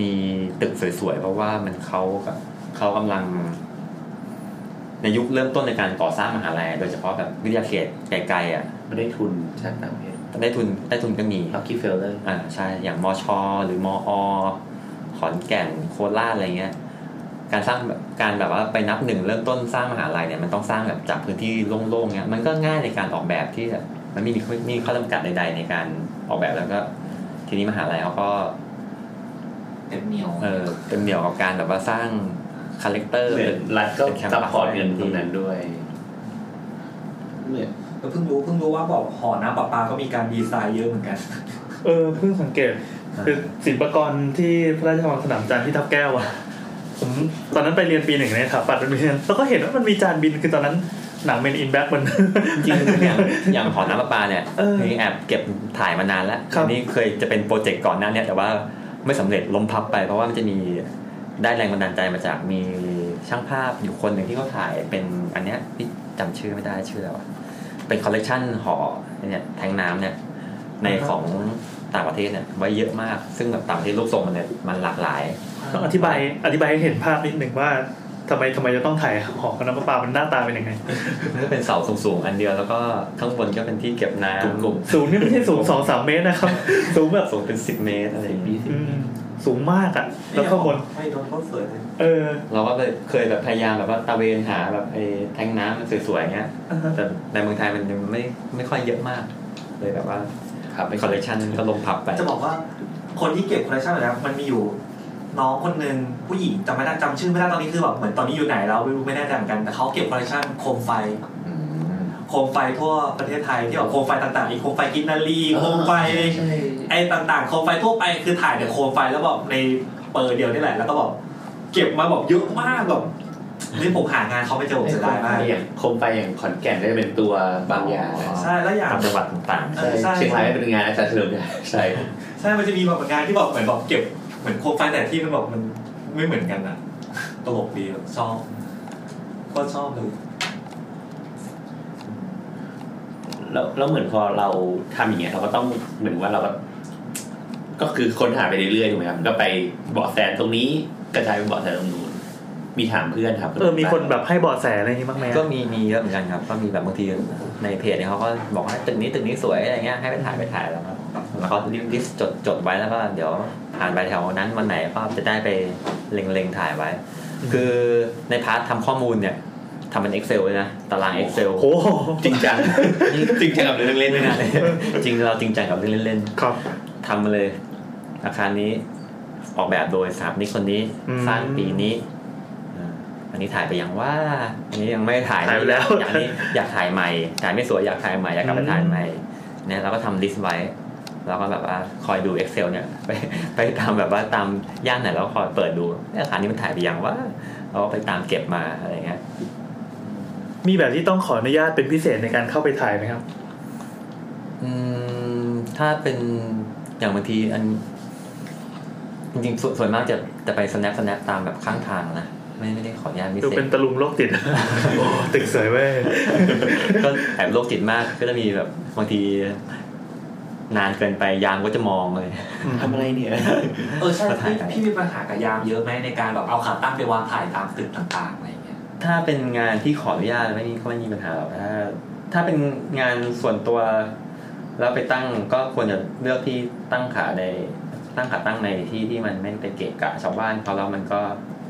F: มีตึกสวยๆ เพราะว่ามันเขากับเขากำลัง ในยุคเริ่มต้นในการก่อสร้างมหาลัยโดยเฉพาะแบบวิทยาเขตไกลๆอ่ะ
C: ไม่ได้ทุนจากต่างประเทศ
F: ได้ทุนได้ทุนก็มี
C: ล็อกกี้เฟลเลอร์
F: อ่าใช่อย่างมอชอหรือมออขอนแก่นโคราชอะไรเงี้ย การสร้างแบบการแบบว่าไปนับหนึ่งเริ่มต้นสร้างมหาลัยเนี่ยมันต้องสร้างแบบจากพื้นที่โล่งๆเงี้ยมันก็ง่ายในการออกแบบที่แบบมันไม่มีข้อไม่มีข้อจำกัดใด ๆ ในการออกแบบแล้วก็ ทีนี้มหาลัยเขาก็
M: เต็มเหนียว
F: เออเต็มเหนี่ยวกับการแบบว่าสร้างคาแรคเตอร์
C: เหมือนรัฐก็ซัพพอร์ตเงินตรงนั้นด้วยเหมือน
M: ก็เพิ่งรู้เพิ่งรู้ว่าแบบหอน้ำประปาก็มีการดีไซน์เยอะเหมือนกัน
D: เออเพิ่งสังเกต คือศิลปากรที่พระราชวังสนามจันทร์ที่ทับแก้วอะผมตอนนั้นไปเรียนปีหนึ่งในสถาปัตย์มันมีแล้วก็เห็นว่ามันมีจานบินคือตอนนั้นหนังเมนอินแบ็กมัน
F: จริงๆอย่างอย่างหอน้ำประปาเนี่ย
D: เออ
F: มีแอบเก็บถ่ายมานานแล้ว
D: ครับ
F: อันนี่เคยจะเป็นโปรเจกต์ก่อนหน้าเนี่ยแต่ว่าไม่สำเร็จล้มพับไปเพราะว่ามันจะมีได้แรงบันดาลใจมาจากมีช่างภาพอยู่คนหนึ่งที่เขาถ่ายเป็นอันเนี้ยพี่จำชื่อไม่ได้ชื่ออะไรวะเป็นคอลเลกชันหอเนี่ยแทงน้ำเนี่ยในของต่างประเทศเนี่ยไว้เยอะมาก ซึ่งแบบต่างประเทศรูปทรงมันเนี่ยมันหลากหลาย
D: ต้องอธิบายอธิบายให้เห็นภาพนิดหนึ่งว่าทำไมทำไมจะต้องถ่ายหอคณะประปามันหน้าตาเป็นยังไง
F: มันก็เป็นเสาสูงๆอันเดียวแล้วก็ข้างบนก็เป็นที่เก็บน้ำกลุ่ม
D: สูงนี่ไม่ใช่สูงสองสามเมตรนะครับ สูงแบบ
F: สูงเป็นสิบเมตรอะไรอย่างนี้
D: อืมสูงมากอะแล้วข้างบน
M: ไม่โดนเขาสวยเลย
D: เออ
F: เราก็เลยเคยแบบพยายามแบบว่าตะเวนหาแบบไอ้แทงน้ำมันสวยๆเงี้ย
D: อ่าฮะ
F: แต่ในเมืองไทยมันยังไม่ไม่ค่อยเยอะมาก เลยแบบว่า
C: ครับ
F: เป็นคอลเลคชันก็ลงพับไป
M: จะบอกว่าคนที่เก็บคอลเลคชันแบบนี้มันมีอยู่น้องคนหนึ่งผู้หญิงจำไม่ได้จำชื่อไม่ได้ตอนนี้คือแบบเหมือนตอนนี้อยู่ไหนแล้วไม่รู้ไม่แน่ใจเหมือนกันแต่เขาเก็บคอลเลคชันโคมไฟ
F: อืม
M: โคมไฟทั่วประเทศไทยที่แบบโคมไฟต่างๆอีกโคมไฟกินนารีโคมไฟไอ้ต่างๆโคมไฟทั่วไปคือถ่ายแต่โคมไฟแล้วแบบในเปิดเดียวนี่แหละแล้วก็แบบเก็บมาแบบเยอะมากแบบนี่ผมหางานเขาไม่เจอผมเสียดายมาก
C: อย่างโคมไฟอย่างขอนแก่นได้เป็นตัวบางอย่าง
M: ใช่แล้วอย่าง
F: ตามจังหวัดต่าง
M: เออใช่
C: เชียงรายได้เป็นงานอาจารย์เฉลิมใช่
M: ใช่มันจะมีแบบงานที่แบบเหมือนแบบเก็บเหมือนโคมไฟแต่ที่มันแบบมันไม่เหมือนกันอะตลกดีแบบชอบก็ชอบเลย
C: แล้วแล้วเหมือนพอเราทำอย่างเงี้ยเราก็ต้องเหมือนว่าเราก็ ก็คือค้นหาไปเรื่อยๆถูกไหมครับก็ไปเบาะแสตรงนี้กระจายไปเบาะแสตรงนู้นมีถามเพื่อนถามพื่
D: เออมีคนแบบให้เบอดแสอะไรอย่างงี้บ้างไหม
F: ก็มีมีเยอะเหมือนกันครับ ก็มีแบบบางทีในเพจเนี่ยเขาก็บอกว่าตึกนี้ตึกนี้สวยอะไรเงี้ยให้ไปถ่ายไปถ่ายแล้วก็แล้วก็รีบลิสต์จดจดไว้แล้วก็เดี๋ยวผ่านไปแถวนั้นวันไหนก็จะได้ไปเล็งเล็งถ่ายไว้ คือในพาร์ททำข้อมูลเนี่ยทำเป็น Excel เลยนะตาราง Excel
D: โอ้โห
C: จริงจัง จริงจังกับเรื่องเล่น
F: ไม่
C: ด้วย
F: นา
C: นะ
F: นเลยจริงเราจริงจังกับเรื่องเล่น
D: ครับ
F: ๆทำมาเลย อาคารนี้ออกแบบโดยสถาปนิกคนนี้
D: อืม
F: สร้างปีนี้อ่าอันนี้ถ่ายไปยังว่า อันนี้ยังไม่ถ่าย
D: ถ่ายไปแล้ว
F: อยากนี้อยากถ่ายใหม่ถ่ายไม่สวยอยากถ่ายใหม่อยากกลับไปถ่ายใหม่เนี่ยเราก็ทำลิสต์ไว้เราก็แบบว่าคอยดู Excel เนี่ย ไปไปตามแบบว่าตามย่านไหนเราก็คอยเปิดดูเอ๊ะอาคารนี้มันถ่ายไปยังว่าเราก็ไปตามเก็บมาอะไรเงี้ย
D: มีแบบที่ต้องขออนุญาตเป็นพิเศษในการเข้าไปถ่ายไหมครับ
F: อืมถ้าเป็นอย่างบางทีอัน จริงๆสส่วนมากจะจะไป snap snap ตามแบบข้างทางนะไม่ไม่ได้ขออนุญาตพิ
D: ดู
F: เศ
D: เป็น
F: ษ
D: ตะลุงโรคติด โอ้ตึกสวยเว้ย
F: ก็แอบโรคจิตมากก็จะมีแบบบางที นานเกินไปยามก็จะมองเลย
C: ทำอะไรเนี่ย
E: เออใช่
F: มาถ่าย
E: พี่
F: กัน
E: พี่มีปัญหากับยามเยอะไหมในการแบบเอาขาตั้งไปวางถ่ายตามตึกต่างๆอะไรอย่างเงี้ย
F: ถ้าเป็นงานที่ขออนุญาตไม่มีก็ไม่มีปัญหาหรอกถ้าถ้าเป็นงานส่วนตัวแล้วไปตั้งก็ควรจะเลือกที่ตั้งขาในตั้งขาตั้งในที่ที่มันไม่ไปเกะกะชาวบ้านเขาแล้วมันก็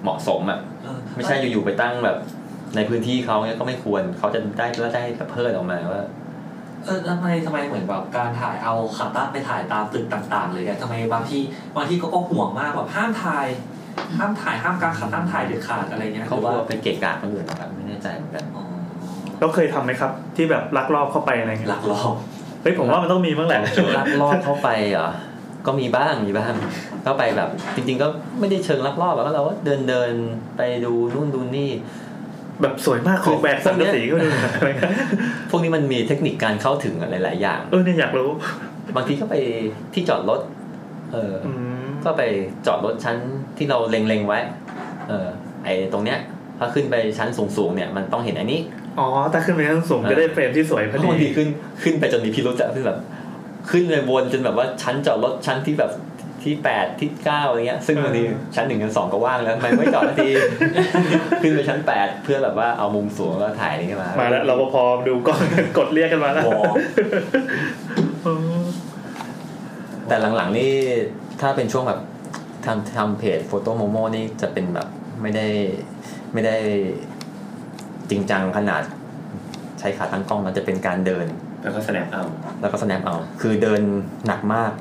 F: เหมาะสมอ่ะ
E: เออ
F: ไม่ใช่อยู่ๆไปตั้งแบบ ในพื้นที่เขาเนี่ยก็ไม่ควรเขาจะได้แล้วได้แบบเพิดออกมาว่า
E: เออทำไมทำไมเหมือนแบบการถ่ายเอาขาตั้งไปถ่ายตามตึกต่างๆเลยอะทำไมบางที่บางที่เขาก็ห่วงมากแบบห้ามถ่ายห้ามถ่ายห้ามการขาตั้งถ่ายเด็ดขาดอะไรเงี้ย
F: เขา
E: หรือ
F: ว่า
E: ว่า
F: เป็นเกะกะคนอื่นนะครับไม่แน่ใจเหมือนกัน
E: อ๋อ
D: แล้วเคยทำไหมครับ ที่แบบลักลอบเข้าไปอะไรเงี้ย
E: หลักลอบ
D: เฮ้ยผมว่ามันต้องมีบ้างแหละ
F: ลักลอบเข้าไปเหรอก็มีบ้างมีบ้างเข้าไปแบบ จริง ๆ ก็ไม่ได้เชิงลักลอบแล้วเราก็เดินเดินๆไปดูนู่นดูนี่
D: แบบสวยมากของแบกสังกะสีก็ดูอะไรเงี้ย
F: พวกนี้มันมีเทคนิคการเข้าถึงหลายๆอย่าง
D: เออเนี่ยอยากรู้
F: บางทีก็ไปที่จอดรถ เอออ
D: อืม
F: ก็ไปจอดรถชั้นที่เราเล็งๆไว้ เออ ไอตรงเนี้ยถ้าขึ้นไปชั้นสูงๆเนี่ยมันต้องเห็นอันนี้
D: อ๋อถ้าขึ้นไปข้างสูงจะได้เฟรมที่สวยพ
F: แล้
D: อ
F: ว
D: ดี
F: บางทีขึ้นขึ้นไปจนมีพิรุธอะคือแบบ ขึ้นไปวนจนแบบว่าชั้นจอดรถชั้นที่แบบที่แปดที่เก้าอะไรเงี้ย ซึ่งบางทีชั้นหนึ่งกับสองก็ว่างแล้วทำไมไม่จอดสักที ขึ้นไปชั้นแปดเพื่อแบบว่าเอามุมสูงแล้วถ่ายนี่ขึ้นมา
D: มา
F: มา
D: แล้วเราพอดูกล้อง กดเรียกกันมาแล้ว
E: วอ
D: เออ
F: แต่หลังๆนี่ถ้าเป็นช่วงแบบทำทำเพจโฟโต้โมโมนี่จะเป็นแบบไม่ได้ไม่ได้จริงจังขนาดใช้ขาตั้งกล้องมันจะเป็นการเดิน
C: แล้วก็แสดงเอา
F: แล้วก็ snap เอา คือเดินหนักมาก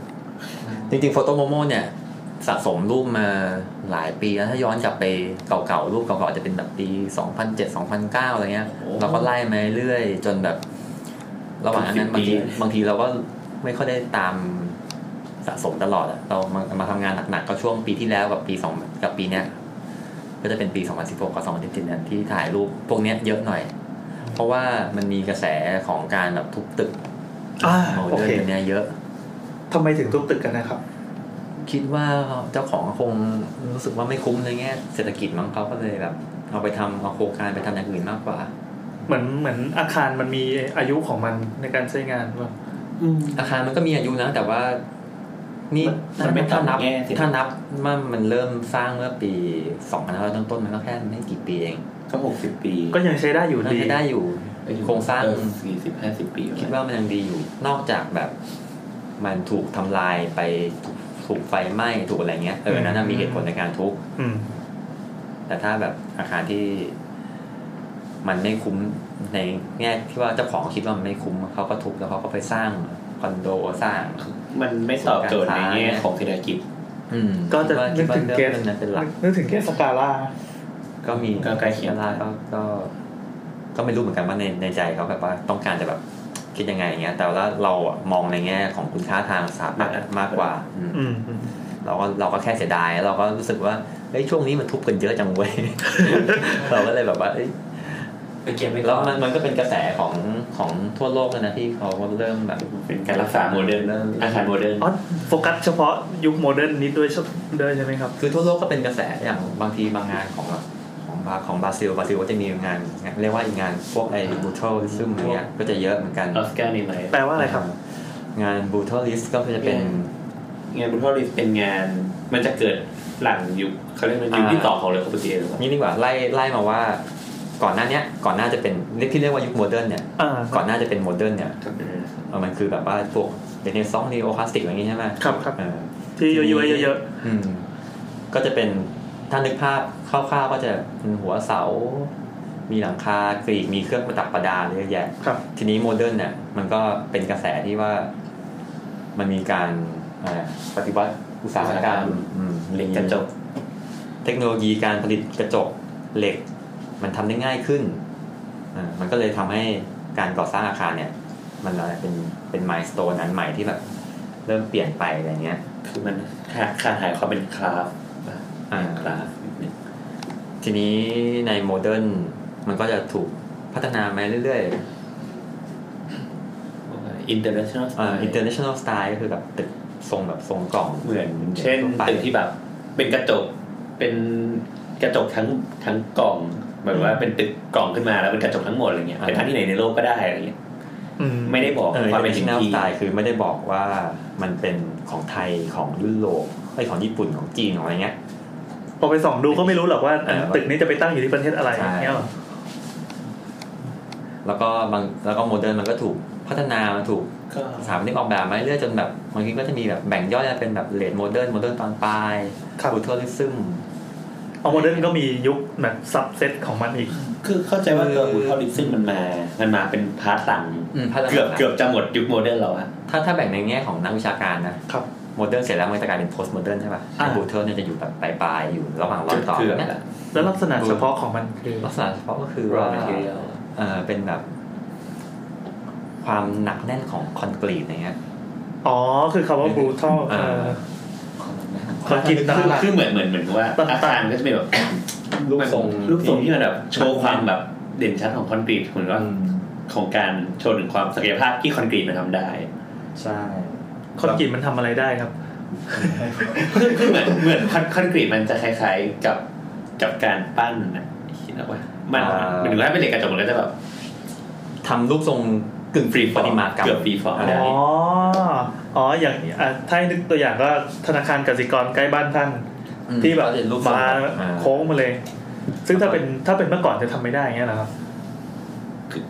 F: จริงๆ โฟโต m โมโมเนี่ย สะสมรูปมาหลายปีแล้วถ้าย้อนกลับไปเก่าๆ รูปเก่าๆ จะเป็นแบบปี 2007 2009 อะไรเงี้ย
C: โอ้
F: เราก็ไล่มาเรื่อยๆ จนแบบ ระหว่างนั้น
C: สิ
F: บาง
C: บปี
F: ทีบางทีเราก็ไม่ค่อยได้ตามสะสมตลอดอะเรามามาทำงานหนักๆ ก็ช่วงปีที่แล้วกับปีสองกับปีเนี้ย ก็จะเป็นปี 2016 กับ 2017เนี่ยที่ถ่ายรูปพวกเนี้ยเยอะหน่อย เพราะว่ามันมีกระแสของการแบบทุบตึก
D: อ่า
F: โม
D: โอ
F: เดิ
D: เค
F: ร์นเนี่ยเยอะ
D: ทำไมถึงทุบตึกกันนะครับ
F: คิดว่าเจ้าของคงรู้สึกว่าไม่คุ้มในแง่เศรษฐกิจมั้งเขาก็เลยแบบเอาไปทำเอาโครงการไปทำอย่างอื่นมากกว่า
D: เหมือนเหมือนอาคารมันมีอายุของมันในการใช้งานว่า
F: อาคารมันก็มีอายุนะแต่ว่า นี่
C: มันไม่
F: ถ้านับ
C: ต่ำแง่สิ
F: ถ้านับว่ามันเริ่มสร้างเมื่อปี2 5 0 0ต้นๆมันก็แค่ไม่กี่ปีเอง
C: ก็หกสิบปี
D: ก็ยังใช้ได้อยู่
F: น่า
D: ดี
F: จะได้อยู่โครงสร้าง
C: สี่สิบห้าสิบปี
F: คิดว่ามันยังดีอยู่ นอกจากแบบ มันถูกทำลายไปถูกถูกไฟไหม้ถูกอะไรเงี้ยเออนั่นนะมีเหตุผลในการทุบ
D: อืม
F: แต่ถ้าแบบอาคารที่มันไม่คุ้มในแง่ที่ว่าเจ้าของคิดว่ามันไม่คุ้มเขาก็ทุบแล้วเขาก็ไปสร้างคอนโดสร้าง
C: มันไม่ตอบโจทย์ในแง่ของเศรษฐกิจ
F: อืม
D: ก็จะ
F: คิ
D: นึ
F: ด
D: ก
F: ว่า
D: ถึงเก
F: คิดว่าเรื่อ
D: ส
F: งนั้นเป็นหลัก
D: นึกถึงเกสสกาล่า
F: ก็มี
C: ก็ใกล้เคียง
F: วลาก็ก็ ก็ไม่รู้เหมือนกันว่าในในใจเขาแบบว่าต้องการจะแบบคิดยังไงอย่างเงี้ย แต่ว่าเราอะมองในแง่ของคุณค่าทางสถาปัตย์มากกว่าอืม
D: อืม
F: เราก็เราก็แค่เสียดายเราก็รู้สึกว่าเฮ้ยช่วงนี้มันทุบกันเยอะจังเว้ย เราก็เลยแบบว่าเอ้ย
E: ไปเก็บไว้ก่
F: แล้
E: อ
F: วน มันมันก็เป็นกระแสของของทั่วโลกแล้วนะที่เขาก็เริ่มแบบ
C: เป็นการรักษาโมเดิร์น
F: เริ่ม
C: อาคารโมเดิร์น
D: อ๋อโฟกัสเฉพาะยุคโมเดิร์นนิดด้วยใช่ด้วยใช่ไหมครับ
F: คือทั่วโลกก็เป็นกระแสอย่างบางทีบางงานของของ บาของบราซิลบราซิลก็จะมีงานงานเรียกว่าอีกงานพวกไอ้บูทเทิลซึมเนี้ยก็จะเยอะเหมือนกัน
C: ออสการ์นี่ไหม
D: แปลว่าอะไรครับ
F: งานบูทเทิลลิสก็จะเป็น
C: งานบุทอลิสเป็นงาน มันจะเกิดหลังยุคเขาเรียกว่ายุค
F: อ่า
C: ที่ต่อของเลโคปเตียหรือเปล่า
F: นี่ดีกว่าไล่ไล่มาว่าก่อนหน้าเนี้ยก่อนหน้าจะเป็นเรียกที่เรียกว่ายุคโมเดิร์นเนี่ย
D: อ่า
F: ก่อนหน้าจะเป็นโมเดิร์นเนี่ยเออมันคือแบบว่าพวกเรเนซองส์นีโอคลาสติกอะไรอย่างงี้ใช่ไหม
D: ครับครับ
F: เออ
D: ที่เยอะๆเยอะ
F: อืมก็จะเป็นถ้านึกภาพคร่าวๆก็จะเป็นหัวเสา มีหลังคากรีกมีเครื่องประดับประดาเยอะแยะ
D: ๆครับ
F: ทีนี้โมเดิร์นเนี่ยมันก็เป็นกระแสที่ว่ามันมีการอะไรปฏิวัติอุตสาหกรรมอืม
C: เล็
F: มี
C: กกระจก
F: เทคโนโลยีการผลิตกระจกเหล็ก มันทำได้ง่ายขึ้นอ่ามันก็เลยทำให้การก่อสร้างอาคารเนี่ย มันอะไรเป็นเป็นมายสเตนอันใหม่ที่แบบเริ่มเปลี่ยนไปอะไรเงี้ย
C: คือมันขาดขาดหายความเป็นคราฟต์
F: อ่า
C: คราฟต์
F: ทีนี้ในโมเดิร์นมันก็จะถูกพัฒนามาเรื่อย
C: อินเตอร์เนชั่นแนล
F: ๆอ่า international style ก็คือแบบตึกทรงแบบทรงกล่อง
C: เหมือน เช่น
F: ทั่วไป
C: ตึกที่แบบ เป็นกระจกเป็นกระจกทั้งทั้งกล่องเหมือนว่าเป็นตึกกล่องขึ้นมาแล้วเป็นกระจกทั้งหมดอะไรเงี้ยเป็นทั้งที่ไหนในโลกก็ได้อะไรเงี้ย
D: อืม
C: ไม่ได้บอก
F: เออ
C: ความเป็นจริง
F: international
C: ที่
F: style คือไม่ได้บอกว่ามันเป็นของไทยของยุโรปไอยของญี่ปุ่นของจีนของอะไรเงี้ย
D: พอไปส่องดูก็ไม่รู้หรอกว่า
F: เออ
D: ตึกนี้จะไปตั้งอยู่ที่ประเทศอะไร
F: ใช่
D: อย่างเงี้ยหรอ
F: แล้วก็บางแล้วก็โมเดิร์นมันก็ถูกพัฒนามันถูก
I: ก็
F: สถาปนิกออกแบบมาเรื่อยๆจนแบบบางทีก็จะมีแบบแบ่งย่อยเป็นแบบเลดโมเดิร์นโมเดิร์นตอนปลาย
D: ครับ
F: บูทเทอร์ลิซึม
D: เอาโมเดิร์นก็มียุคแบบซับเซตของมันอีก
C: คือเข้าใจว่า
F: คือ
C: เกิร์ลบูเทลดิซึมมันมา มันมาเป็นพาร์ทหลังเกือบเกือบจะหมดยุคโมเดิร์นแล้วอะ
F: ถ้าถ้าแบ่งในแง่ของนักวิชาการนะครับ โมเดิร์นเสร็จแล้วมันจะกลายเป็นโพสต์โมเดิร์นใช่ป่ะ
D: อ่า
F: บูเทอร์เนี่ยจะอยู่แบบปลายๆอยู่ระหว่างรอยต่อ
C: เกือบ
F: เนี่ย
C: ละ
D: แล้วลักษณะเฉพาะของมันคือ
F: ลักษณะเฉพาะก็คือ
C: รอ
F: ว่า
C: มาเทียล
F: เออเป็นแบบ ความหนักแน่นของคอนกรีตอะไรเงี้ย
D: อ๋อคือคำว่าบรูทัล
F: เออ
D: คอนกรีต
C: คือ
D: ต่าง
C: คือเหมือนเหมือนเหมือนว่า
D: ต่า
C: อา
D: งๆ
C: คารมันก็จะเป็นแบบ รูปทรงรูปทรงที่มันแบบโชว์ความแบบเด่นชัดของคอนกรีตเหมือนว่าของการโชว์ถึงความศักยภาพที่คอนกรีตมันทำได้
F: ใช่
D: คอนกรีตมันทำอะไรได้ครับ
C: คือคือเหมือนเหมือนคอนคอนกรีตมันจะคล้ายๆกับกับการปั้นนะคิดนะว่ามันเหมือนว่าเป็นเหล็กกระจกมันก็จะแบบ
F: ทำรูปทรงกึ่งฟรีปฏิมากรรม
C: เกือบฟรีฟอร์มได้
D: อ๋อ อ๋อ อย่างอ่ะถ้าให้นึกตัวอย่างก็ธนาคารกสิกรใกล้บ้านท่าน
F: อืม
D: ที่แบบ
F: เขาจะรูปทรง
D: มา
F: อ่า
D: โค้งมาเลย ซึ่งถ้าเป็นถ้าเป็นเมื่อก่อนจะทำไม่ได้อย่างเงี้ยเหรอครับ
C: คือ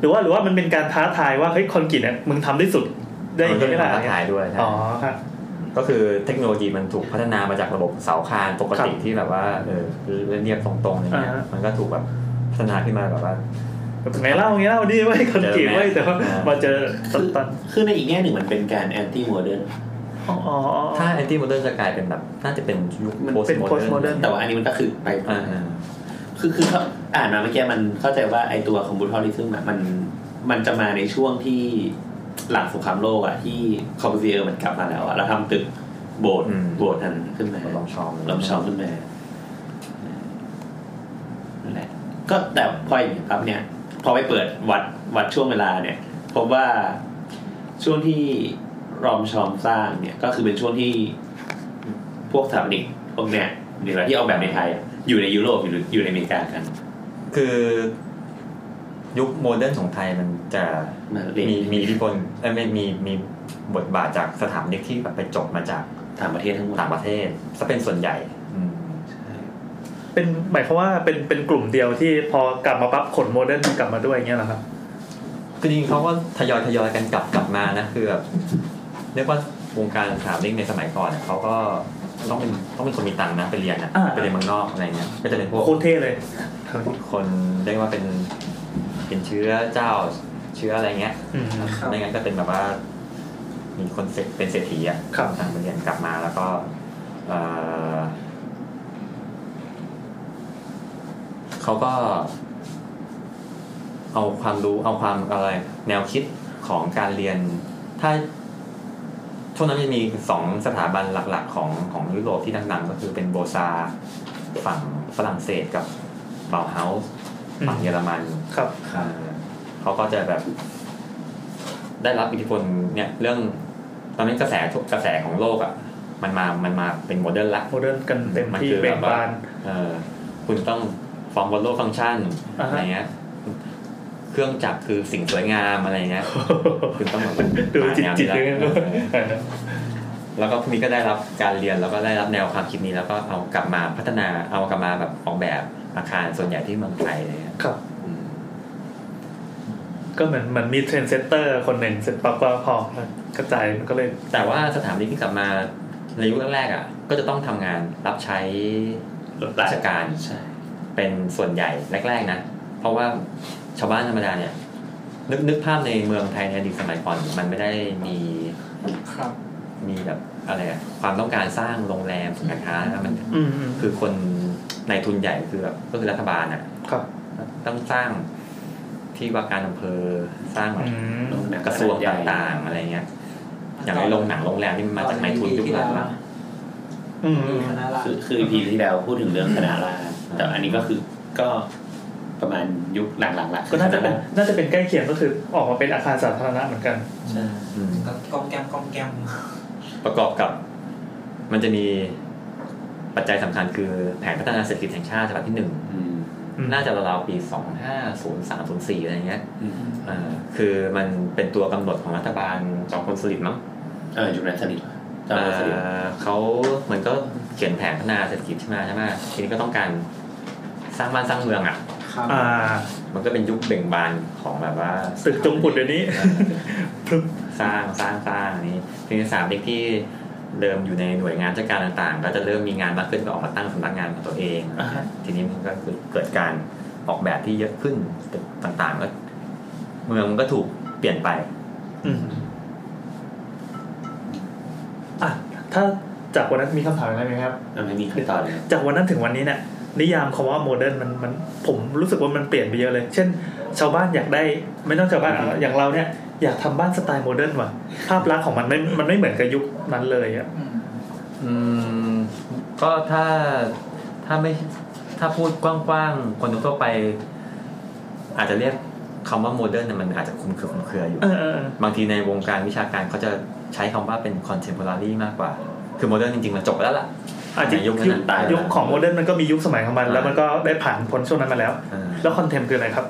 D: หรือว่าหรือว่ามันเป็นการท้าทายว่าเฮ้ยคอนกรีตเนี่ยมึงทำได้สุดได้อย่าง
F: ก็
D: นี้
F: เป็
D: ก็
F: น
D: ได้
F: การถ่ายด้วยใช่
D: อ๋อครับ
F: ก็คือเทคโนโลยีมันถูกพัฒนามาจากระบบเสาคานปกติ
D: ครับ
F: ที่แบบว่าเออเรียบๆตรงๆอะไรเงี้ย
D: อ่าฮะ
F: มันก็ถูกแบบพัฒนาขึ้นมาแบบว่า
D: แบบไงเล่าไงเล่าดีไว้ยคอนกรีตไว้ยแต่ว่า
F: อ่าม
D: มาเจอตั
C: คื
D: น
C: อ
D: ตัน
C: คือในอีกแง่หนึ่งมันเป็นการแอนตี้โมเดิร์น
D: ๆอ๋ออ๋ออ๋อ
F: ถ้าแอนตี้โมเดิร์นจะกลายเป็นแบบ น่าจะเป็นยุค
C: มัน
F: โพส
D: เป็น
F: ต์โมเดิร์
D: postmodern
F: น
C: แต่ว่าอันนี้มันก็คือไป
F: อ่า
C: คือคือเขาอ่านมาเมื่อกี้มันเข้าใจว่าไอตัวของบูทอลิซึมอะมันมันจะมาในช่วงที่หลังสงครามโลกอะที่คอมพิวเตอร์มันกลับมาแล้วอะแล้วทำตึกโบสถ์
F: อืม
C: โบสถ์นั้นขึ้นมา
F: ลองชอม
C: ลำชองขึ้นมานั่นแหละก็แต่พออย่างนี้ครับเนี่ย พอไปเปิดวัดวัดช่วงเวลาเนี่ยพบว่าช่วงที่รอมชอมสร้างเนี่ย ก็คือเป็นช่วงที่พวกสถาปนิกพวกเนี่ยหรือว่าที่ออกแบบในไทยอะอยู่ในยุโรปอยู่อยู่ในอเมริกากัน
F: คือยุคโมเดิร์นของไทยมันจะ
C: มาเรียน
F: มีมีอิทธิพลเอ้ยไม่มีมีบทบาทจากสถาปนิกที่แบบไปจบมาจาก
C: ต่างประเทศทั้งหมด
F: ต่างประเทศซะเป็นส่วนใหญ่อืม
D: เป็นหมายความว่าเป็นเป็นกลุ่มเดียวที่พอกลับมาปั๊บขนโมเดิร์นกลับมาด้วยอย่างเงี้ยเหรอครับ
F: คือจริงๆเขาก็ทยอยทยอยกันกลับกลับมานะคือแบบเรียกว่าวงการสถาปนิกในสมัยก่อนเนี่ยเขาก็ต้องเป็นต้องเป็นคนมีตังค์นะไปเรียนนะ
D: อ่า
F: ไปเรียนเมืองนอกอะไรเงี้ยก็จะเป็นพวก
D: โคตรเท่เลย
F: คนเรียกว่าเป็นเป็นเชื้อเจ้าเชื้ออะไรเงี้ย
D: อืม
F: ไม่งั้นก็เป็นแบบว่า มีคนเศรษเป็นเศรษฐีอะ
D: ครับ
F: ต่างประเทศกลับมาแล้วก็เอ่อเขาก็ เอาความรู้เอาความอะไรแนวคิดของการเรียน ถ้าช่วงนั้นจะมีสองสถาบันหลัก ๆ ของของยุโรปที่ดังๆ ก็คือเป็นโบซาฝั่งฝรั่งเศสกับเบาเฮาส์ฝั่งเยอรมัน
D: ครับ
F: เขาก็จะแบบได้รับอิทธิพลเนี่ยเรื่องตอนนี้กระแสทุกกระแสของโลกอ่ะ มันมามันมาเป็นโมเดิร์นละ
D: โมเดิร์นกันเต็ม
F: มัน
D: ที่
F: คือ
D: เบ่
F: แบ
D: ง
F: บว่า
D: บาน
F: เออคุณต้อง ฟอร์มวอลโลฟังก์ชัน
D: อ่า
F: อะ
D: ฮะ
F: ไรเงี้ยเครื่องจักรคือสิ่งสวยงามอะไรเงี้ยคือต้องแบบ
D: ดูจิตจิต
F: แน
D: เลยว
F: นี้แล้ว
D: เออ
F: แล้วก็พวกนี้ก็ได้รับการเรียนแล้วก็ได้รับแนวความคิดนี้แล้วก็เอากลับมาพัฒนาเอากลับมาแบบออกแบบอาคารส่วนใหญ่ที่เมืองไทยอะไรเลย
D: ครับ
F: อืม
D: ก็เหมือนเหมือนมีเทรนเซตเตอร์คนหนึ่งเสร็จปั๊บก็พอกระจายมันก็เลย
F: แต่ว่าสถาปนิกที่กลับมาในยุคแรกๆอ่ะ ก็จะต้องทำงานรับใช้ราชการเป็นส่วนใหญ่แรก ๆ นะ เพราะว่าชาวบ้านธรรมดาเนี่ย นึกนึกภาพในเมืองไทยในอดีตสมัยก่อนมันไม่ได้มี
I: ครับ
F: มีแบบอะไรอะความต้องการสร้างโรงแรมสินค้านะมัน
D: อืมอืม
F: คือคนในทุนใหญ่คือแบบก็คือรัฐบาลอ่ะ
D: ครับ
F: ต้องสร้างที่ว่าการอำเภอสร้างแบบ
D: อืม
F: กระทรวงต่างๆอะไรเงี้ย อย่างในโรงหนังโรงแรมนี่มันมาจากในทุนยุคหลังๆ
D: อืม
I: มีคณะละ
C: คือคือ EP ที่แล้วพูดถึงเรื่องคณะราษฎรแต่อันนี้ก็คือก็ประมาณยุคหลังๆละ
D: ก็น่าจะเป็นน่าจะเป็นใกล้เคียงก็คือออกมาเป็นอาคารสาธารณะเหมือนกัน
F: อืม
E: ก็ก้อมแก้มก้อมแก้ม
F: ประกอบกับ มันจะมีปัจจัยสำคัญคือแผนพัฒนาเศรษฐกิจแห่งชาติฉบับที่หนึ่ง
C: อืม
D: อืม
F: น่าจะราวๆปี 2503-04 อะไรเงี้ย
C: อืม
F: อ่าคือมันเป็นตัวกำหนดของรัฐบาลจอมพลสฤษดิ์มั้ง
C: เออยุคนั้นสนิทจำได้สนิท
F: อ่าเขาเหมือนก็เขียนแผนพัฒนาเศรษฐกิจใช่ไหมใช่ไหมทีนี้ก็ต้องการสร้างบ้านสร้างเมืองอ่ะ
I: ครับ
D: อ่า
F: มันก็เป็นยุคเบ่งบานของแบบว่า
D: ตึกจงกุดเดี๋ยวนี้
F: สร้างสร้างสร้างอันนี้ทีนี้สามเด็กที่เดิมอยู่ในหน่วยงานราชการต่างๆ ก็จะเริ่มมีงานมากขึ้นก็ออกมาตั้งสำนักงานของตัวเอง
D: อ่าฮะ
F: ทีนี้มันก็คือเกิดการออกแบบที่เยอะขึ้นตึกต่างๆก็เมืองมันก็ถูกเปลี่ยนไป
D: อืมอ่ะถ้าจากวันนั้นมีคำถามอะไรไหมครับ
C: มันไม่มีขั้นตอนเลย
D: จากวันนั้นถึงวันนี้เนี่ยนิยามคำว่าโมเดิร์นมันมันผมรู้สึกว่ามันเปลี่ยนไปเยอะเลย เช่น ชาวบ้านอยากได้ ไม่ต้องชาวบ้านอ่ะอย่างเราเนี่ยอยากทำบ้านสไตล์โมเดิร์นว่ะภาพลักษณ์ของมันไม่มันไม่เหมือนกับยุคนั้นเลยอ่ะ
I: อืม
F: อืมก็ถ้าถ้าไม่ถ้าพูดกว้างๆ คนทั่วๆไป อาจจะเรียกคำว่าโมเดิร์นมันอาจจะคลุมเครือคลุมเครืออยู่
D: เออเออเออบ
F: างทีในวงการวิชาการเขาจะใช้คำว่าเป็นคอนเทม p o ร a รีมากกว่า คือโมเดิร์นจริงๆ มันจบไปแล้วล่ะ
D: อาจจะ
F: ยุ
D: ยุ
F: ค
D: ค
F: นั้นตาย
D: ยุคของโมเดิร์นมันก็มียุคสมัยของมัน แล้วมันก็ได้ผ่านพ้นช่วงนั้นมาแล้ว
F: อ่า
D: แล้วคอนเทมคืออะไรครับ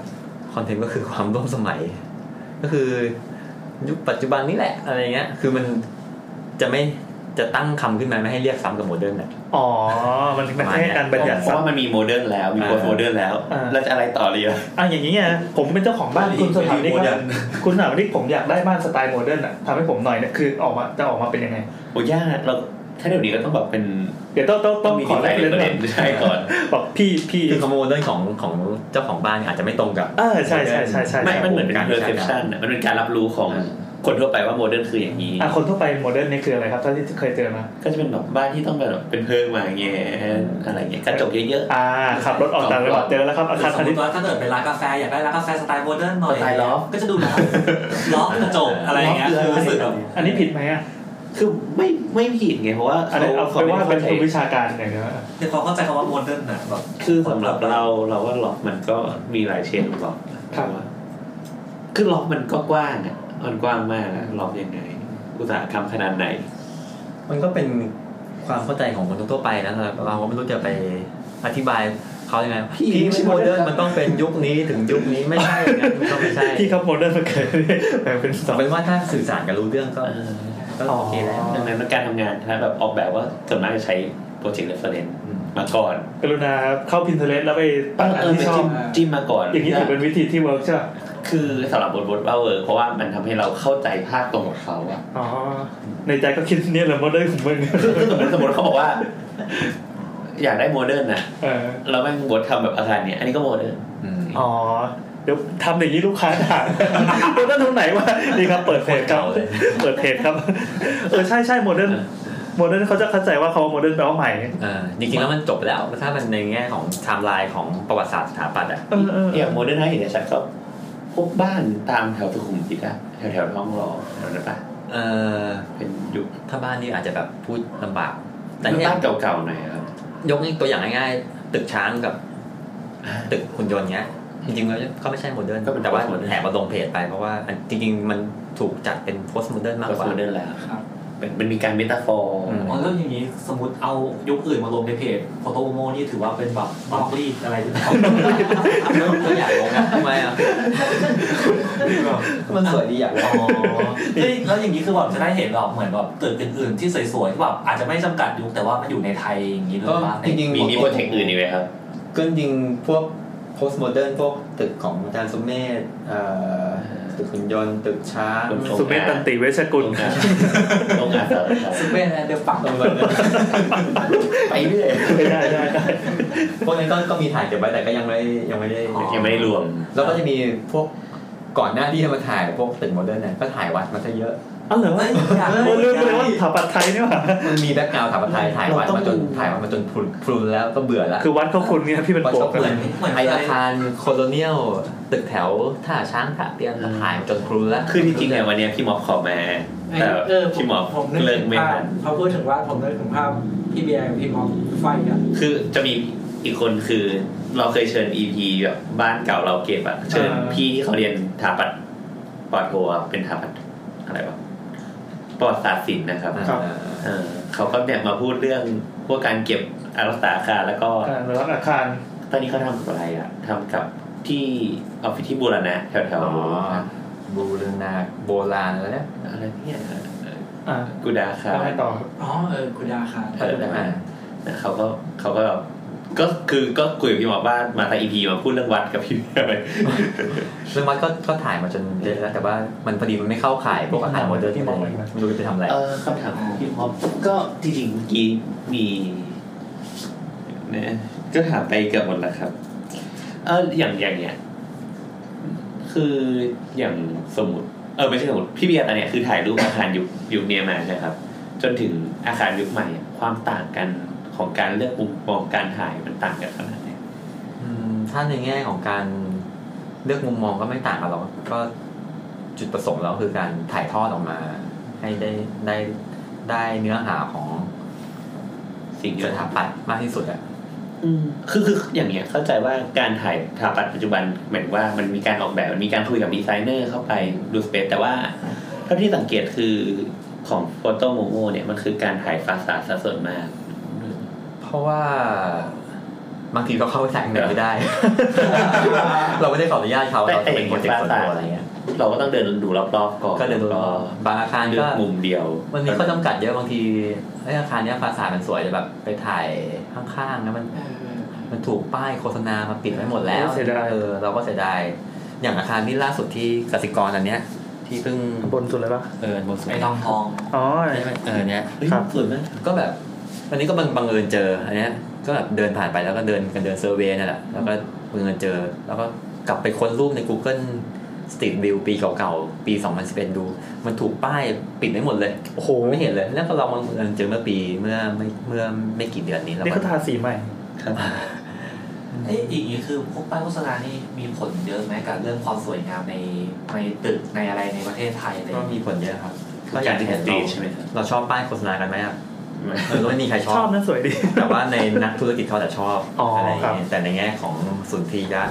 F: คอนเทนต์ก็คือความร่วมสมัย ก็คือยุคปัจจุบันนี่แหละ อะไรเงี้ย คือมันจะไม่จะตั้งคำขึ้นมาไม่ให้เรียกซ้ำกับโมเดิร์นอ่ะ
D: อ๋อ มันมันให้การบัญญัติ
C: เพ
D: ซับ
C: ราะว่ามันมีโมเดิร์นแล้วมีโพสต์โมเดิร์นแล้ว
D: อ่า
C: แล้วจะอะไรต่อเลยอะ
D: อ่ะอย่างนี้ไงผมเป็นเจ้าของบ้าน
M: ไม่ดี
D: คุณสถาปนิก
M: ไม่ดีโมเดิ
D: ว่า
M: ร์น
D: คุณสถาปนิกผมอยากได้บ้านสไตล์โมเดิร์นอ่ะทำให้ผมหน่อยเนี่ยคือออกมาจะออกมาเป็นยังไง
C: โอ้ยากเราถ้าเดี๋ยวนี้ก็ต้องแบบเป็น
D: เดี๋ยวต้องต้องต้องขอแลก
C: ดี
D: เล่น
C: ไซ
D: ห
C: ในประ
D: น่อย
C: ด็นใช่ก่อน
D: บอกพี่พี่
F: คือคำว่าโมเดิร์นของของเจ้าของบ้านอาจจะไม่ตรงกับ
D: เออใช่ใช่ใช่ใช่
C: ไม่
D: ใช่
C: มันเหมือนเป็น
F: การ
C: perception อะมันเป็นการรับรู้ของคนทั่วไปว่าโมเดิร์นคืออย่างนี้
D: อ่ะคนทั่วไปโมเดิร์นนี่คืออะไรครับเท่าที่เคยเจอมา
C: ก็จะเป็นแบบบ้านที่ต้องแบบเป็นเพิงมาอย่างเงี้ยอะไรเงี้ยกระจกเยอะ
D: อ่าขับรถออกจากจังหวัดเจอแล้วครับอาคาร
E: ส
D: พาม
E: ม
D: ณิช
E: ติ
D: ย์
E: ว่าถ้าเกิดไปร้านกาแฟอยากได้ร้านกาแฟสไตล์โมเดิร์นหน่อย
C: สไตล์ล้อ
E: ก็จะดู ล็อกล็อกกระจกอะไรอย่างเงี้ยคือรู้สึกแบบ
D: อันนี้ผิดไหมอ่ะ
C: ๆ คือไม่ไม่ผิดไงเพราะว่า
D: อันนี้เอาไปว่า
C: ม่
D: เป็น
C: ข้ใจ
D: ทางวิชาการอย่างเงี้ย
E: เดี๋ยวเขาเข้าใจคำว่าโมเดิร์นน่ะแบบ
C: คือสำหรับเราเราว่าล็อกมันก็มีหลายเชนของล็อก
D: ครับ
C: คือล็อกมันก็กว้างอ่ะมันกว้างมากอะล็อกยังไง อุตสาหกรรมขนาดไหน
F: มันก็เป็นความเข้าใจของคนทั่วๆไปนะเราเราก็ไม่รู้จะไปอธิบายเขายังไงพี่ไม่ใช่โมเดิร์นมันต้องเป็นยุคนี้ถึงยุคนี้ไม่ใช่อย่างนั้นมันก็ไม่ใช่
D: ที่ครับโมเดิร์นมัน เกิดแบ่งเป็นส
F: แต่
D: อง
F: เป็นว่าถ้าสื่อสารกันรู้เรื่องก็
C: เออ
F: ก็โอเคแล้ว
C: ดังนั้นการทำงานนะแบบออกแบบว่าส่วนมากจะใช้โปรเจกต์เรฟเฟรนซ์
F: อืม
C: มาก่อน
D: กรุณาเข้าพินเทเลสแล้วไปตั้งอันที่ชอบ
C: เไปจิ้มจิ้มมาก่อน
D: อย่างนี้ถือเป็นวิธีที่เวิร์กใช่ป่ะ
C: คือสำหรับบทบทว่าเวอร์เพราะว่ามันทำให้เราเข้าใจภาพตรงกับเขา อะ
D: อ๋อ ในใจก็คิดเนี่ยแหละโมเดิร์นของมึง
C: คือสมมติสมมติเขาบอกว่า อยากได้โมเดิร์นอะ
D: เออ
C: เราแม่งบททำแบบอาคารเนี้ยอันนี้ก็โมเดิร์น
F: อืม
D: อ๋อ เดี๋ยวทำอย่างนี้ลูกค้าด่า โมเดิร์นตรงไหนวะนี่ครับ เปิดเพจครับเปิดเพจครับ เออ ใช่ใช่โมเดิร์นโมเดิร์นเขาจะเข้าใจว่าเขาโมเดิร์นแปลว่าใหม่
F: เออจริงๆแล้วมันจบแล้วถ้ามันในแง่ของไทม์ไลน์ของประวัติศาสตร์สถาปัตย์อ่ะ
D: เออเออ
C: อย่างโมเดิร์นให้เห็นได้ชัดก็พวกบ้านตามแถวสุขุมวิทอะแถวแถวท้องรอแถวนั้นปะ
F: เออ
C: เป็นยุค
F: ถ้าบ้านนี่อาจจะแบบพูดลำบาก แต่
C: แต่
F: เนี่ย
C: บ้านเก่าๆหน่อยครับ
F: ยกตัวอย่างง่ายๆ ตึกช้างกับ ตึกหุ่นยนต์เงี้ย จริงๆแล้วก็ไม่ใช่โมเดิร์นแต่ว่าแอบมาลงเพจไปเพราะว่าอันจริงๆ มันถูกจัดเป็นโพสต์โมเดิร์นมาก
C: ก็
F: กว่า
C: โมเดิร์นแล้ว
I: ครับ
C: มันมันมีการเมตาฟอร์
F: อืม
E: อ๋อแล้วอย่างนี้สมมติเอายุคอื่นมาลงในเพจโฟโตโมนี่ถือว่าเป็นแบบบล็อกลีดอะไรหรือเปล่า
F: ก็อยากลงนะทำไมอ่ะ มันสวยดีอยากลง
E: อ๋อเฮ้ยแล้วอย่างนี้คือแบบจะได้เห็นแบบเหมือนแบบตึกอื่นๆที่สวยๆที่แบบอาจจะไม่จำกัดยุคแต่ว่ามันอยู่ในไทยอย่างนี้หรือ
F: ก็
E: เปล่า
F: จริงๆ
C: มีมีโปรเทคอื่นอีกไหมครับ
F: ก็จริงๆพวก post modern พวกตึกของอาจารย์สุมเมธเอ่อตึกหุ่นยนต์ตึกช้าง
C: ตึก
D: สุเมธตันติเวชกุล
C: โรงงานโรงงานสารพัด
I: ซึ่งเป็นอะไรเดือปัก
F: ตึกแบบนั้นไปเรื่อย
D: ไม่ได้ได้ได้
F: พวกนั้นก็ก็มีถ่ายเก็บไว้แต่ก็ยังไม่ยังไม่ได้
C: ยังไม่ได้รวม
F: แล้วก็จะมีพวกก่อนหน้าที่จะมาถ่ายพวกตึกโมเดิร์นเนี่ยก็ถ่ายวัดมาซะเยอะ
D: อ๋อเหรอวะ
E: อยาก
D: เออลืมไปเลยว่าสถาปัตย์ไทยนี่หว่า
F: มันมีแบ็กกราวด์ถ่ายวัดถ่ายวัดมาจนถ่ายวัดมาจนพรุนพรุนแล้วก็เบื่อแล้ว
D: คือวัดเขาคุณเนี่ยพี่เป็น
F: มัน
D: โป
F: ก็
D: ก
F: เหมือนไออาคารโคโลเนียลตึกแถวท่าช้างท่าเตียน
C: อืม
F: ถ่ายจนครูแล้ว
C: คือที่จริงเนี่ยวันเนี้ยพี่หมอขอมาแต่
I: เออผม
C: พี่หมอ
I: ผมนึก
C: เลิก
I: ถึง
C: ไม่
I: ภา
C: ทั
I: พ
C: น
I: พอพูดถึงว่าผมนึกถึงภาพพี่เบียร์กับพี่ม็อกไฟกัน
C: คือจะมีอีกคนคือเราเคยเชิญ EP แบบบ้านเก่าเราเก็บอะเชิญพี่ที่เขาเรียนสถาปัตย์ปอโทอะเป็นสถาปัตย์อะไรวะประวัติศาสตร์ศิลป์นะครับ
F: อ่า
C: เออเขาก็เนี่ยมาพูดเรื่องพวกการเก็บอารักษาอาคารแล้วก็
D: การรักอาคาร
C: ตอนนี้เขาทำกับอะไรอะทำกับที่ออฟฟิศที่บูรณะแถวแถว
F: อ๋อ
C: ๆ
F: บูรณาโบราณแล้วเนี่ย
C: อะไรเนี่ยเอ่อ
D: อ่า
C: กูดาคา
D: ทำให้ต่อ
I: อ๋อเออคุณดาค่ะ
C: เออได้ไหมเขาก็เขาก็แบบก็คือก็คุยกับพี่หมอบ้านมาทางอีพีมาพูดเรื่องวัดกับพี่ ไป
F: เรื่องวัดก็ก็ถ่ายมาจนเละแล้วแต่ว่ามันพอดีมันไม่เข้าข่ายพวกอาคารโมเดิร์นที่มองไม่รู้จะไปทำอะไร
C: เออคำถามของพี่ม็อบก็จริงๆเมื่อกี้มีนะก็ถามไปเกือบหมดแล้วครับ เอออย่างอย่างเนี้ยคืออย่างสมมติเออไม่ใช่สมมติพี่เบียร์ตอนเนี้ยคือถ่ายรูปอาคารยุคยุคเนี้ยมาใช่ครับ จนถึงอาคารยุคใหม่อะความต่างกันของการเลือกมุมมองการถ่ายมันต่างกันขนาดไหน
F: อืมถ้าในแง่ของการเลือกมุมมองก็ไม่ต่างกันหรอกก็จุดประสงค์เราคือการถ่ายทอดออกมา ให้ได้ได้ได้เนื้อหาของ
C: สิ่งที่
F: ส
C: เราท
F: ถาปัตย์มากที่สุดอะ
C: ำอืมคือคืออย่างเงี้ยเข้าใจว่าการถ่ายสถาปัตย์ปัจจุบันเหมือนว่ามันมีการออกแบบมันมีการคุยกับดีไซเนอร์เข้าไปดูสเปซแต่ว่า เท่าที่สังเกตคือของโฟโตโมโมเนี่ยมันคือการถ่ายฟาสาดซะส่วนมาก
F: เพราะว่าบางทีเราเข้าไปถ่ายไหนไม่ได้ เราไม่ได้ขออนุญาตเขา
C: แต่
F: เรา
C: แต่
F: เป็นโปรเจกต์ส่วนตัวอะไรเงี้ย
C: เราก็ต้องเดินดูรอบๆก่อน
F: ก็เดินดู
C: แล้ว
F: บางอาคาร
C: เลื
F: ก็
C: อกมุมเดียว
F: มันมีข้อจำกัดเยอะบางทีไอ้อาคารเนี้ยภาษามันสวยแต่แบบ ไปถ่ายข้างๆแล้วมัน
I: เออ
F: มันถูกป้ายโฆษณามาปิดไว้หมดแล้ว
D: เสียดาย
F: ออเราก็เสียดายอย่างอาคารที่ล่าสุดที่กสิกรอันเนี้ย ที่เพิ่ง
D: บนสุดเลยปะ
F: เออบนสุด
E: ไอ้ทองทอง
D: อ๋อ
F: เออเนี้ย
C: เฮ้ย
D: ครับ
C: สวยมาก
F: ก็แบบวันนี้ก็บังบังเอิญเจออันเนี้ยก็แบบเดินผ่านไปแล้วก็เดินกันเดินเซอร์เวย์นั่นแหละแล้วก็บังเอิญเจอ แล้วก็กลับไปค้นรูปใน Google Street View ปีเก่าๆ ปี 2011 ดู มันถูกป้ายปิดไว้หมดเลย
D: โอ้โห
F: ไม่เห็นเลย แล้วก็เราบังเอิญเจอเมื่อปีเมื่อไม่เมื่อไม่กี่เดือนนี้แล้ว
D: นี่
F: ก็
D: ก็ทาสีใหม่
F: ครับ
E: เอ้ยอีกอย่างนี้คือพวกป้ายโฆษณานี่มีผลเยอะไหมกับเรื่องความสวยงามในในตึกในอะไรในประเทศไทยอะไรอย่าง
F: ก็
E: เงี้ย
F: มีผลเยอะครับ
C: ก็
F: ก็อ
C: อย่า
F: ย่าง ง
C: ที่
F: ที่
C: เห็
F: เห็
C: น
F: น
C: ดี
F: เรา
C: ใช่ไหมครับ
F: เราชอบป้ายโฆษณากันไหมอะเออไม่มีใครชอ
D: ชอบบ นะสวยดี
F: แต่ว่าในนักธุรกิจเขาจะชอบ
D: อ๋ออ
F: อะไรอย่าง
D: ครับ
F: เงี้ยแต่ในแง่ของสุนทรียะ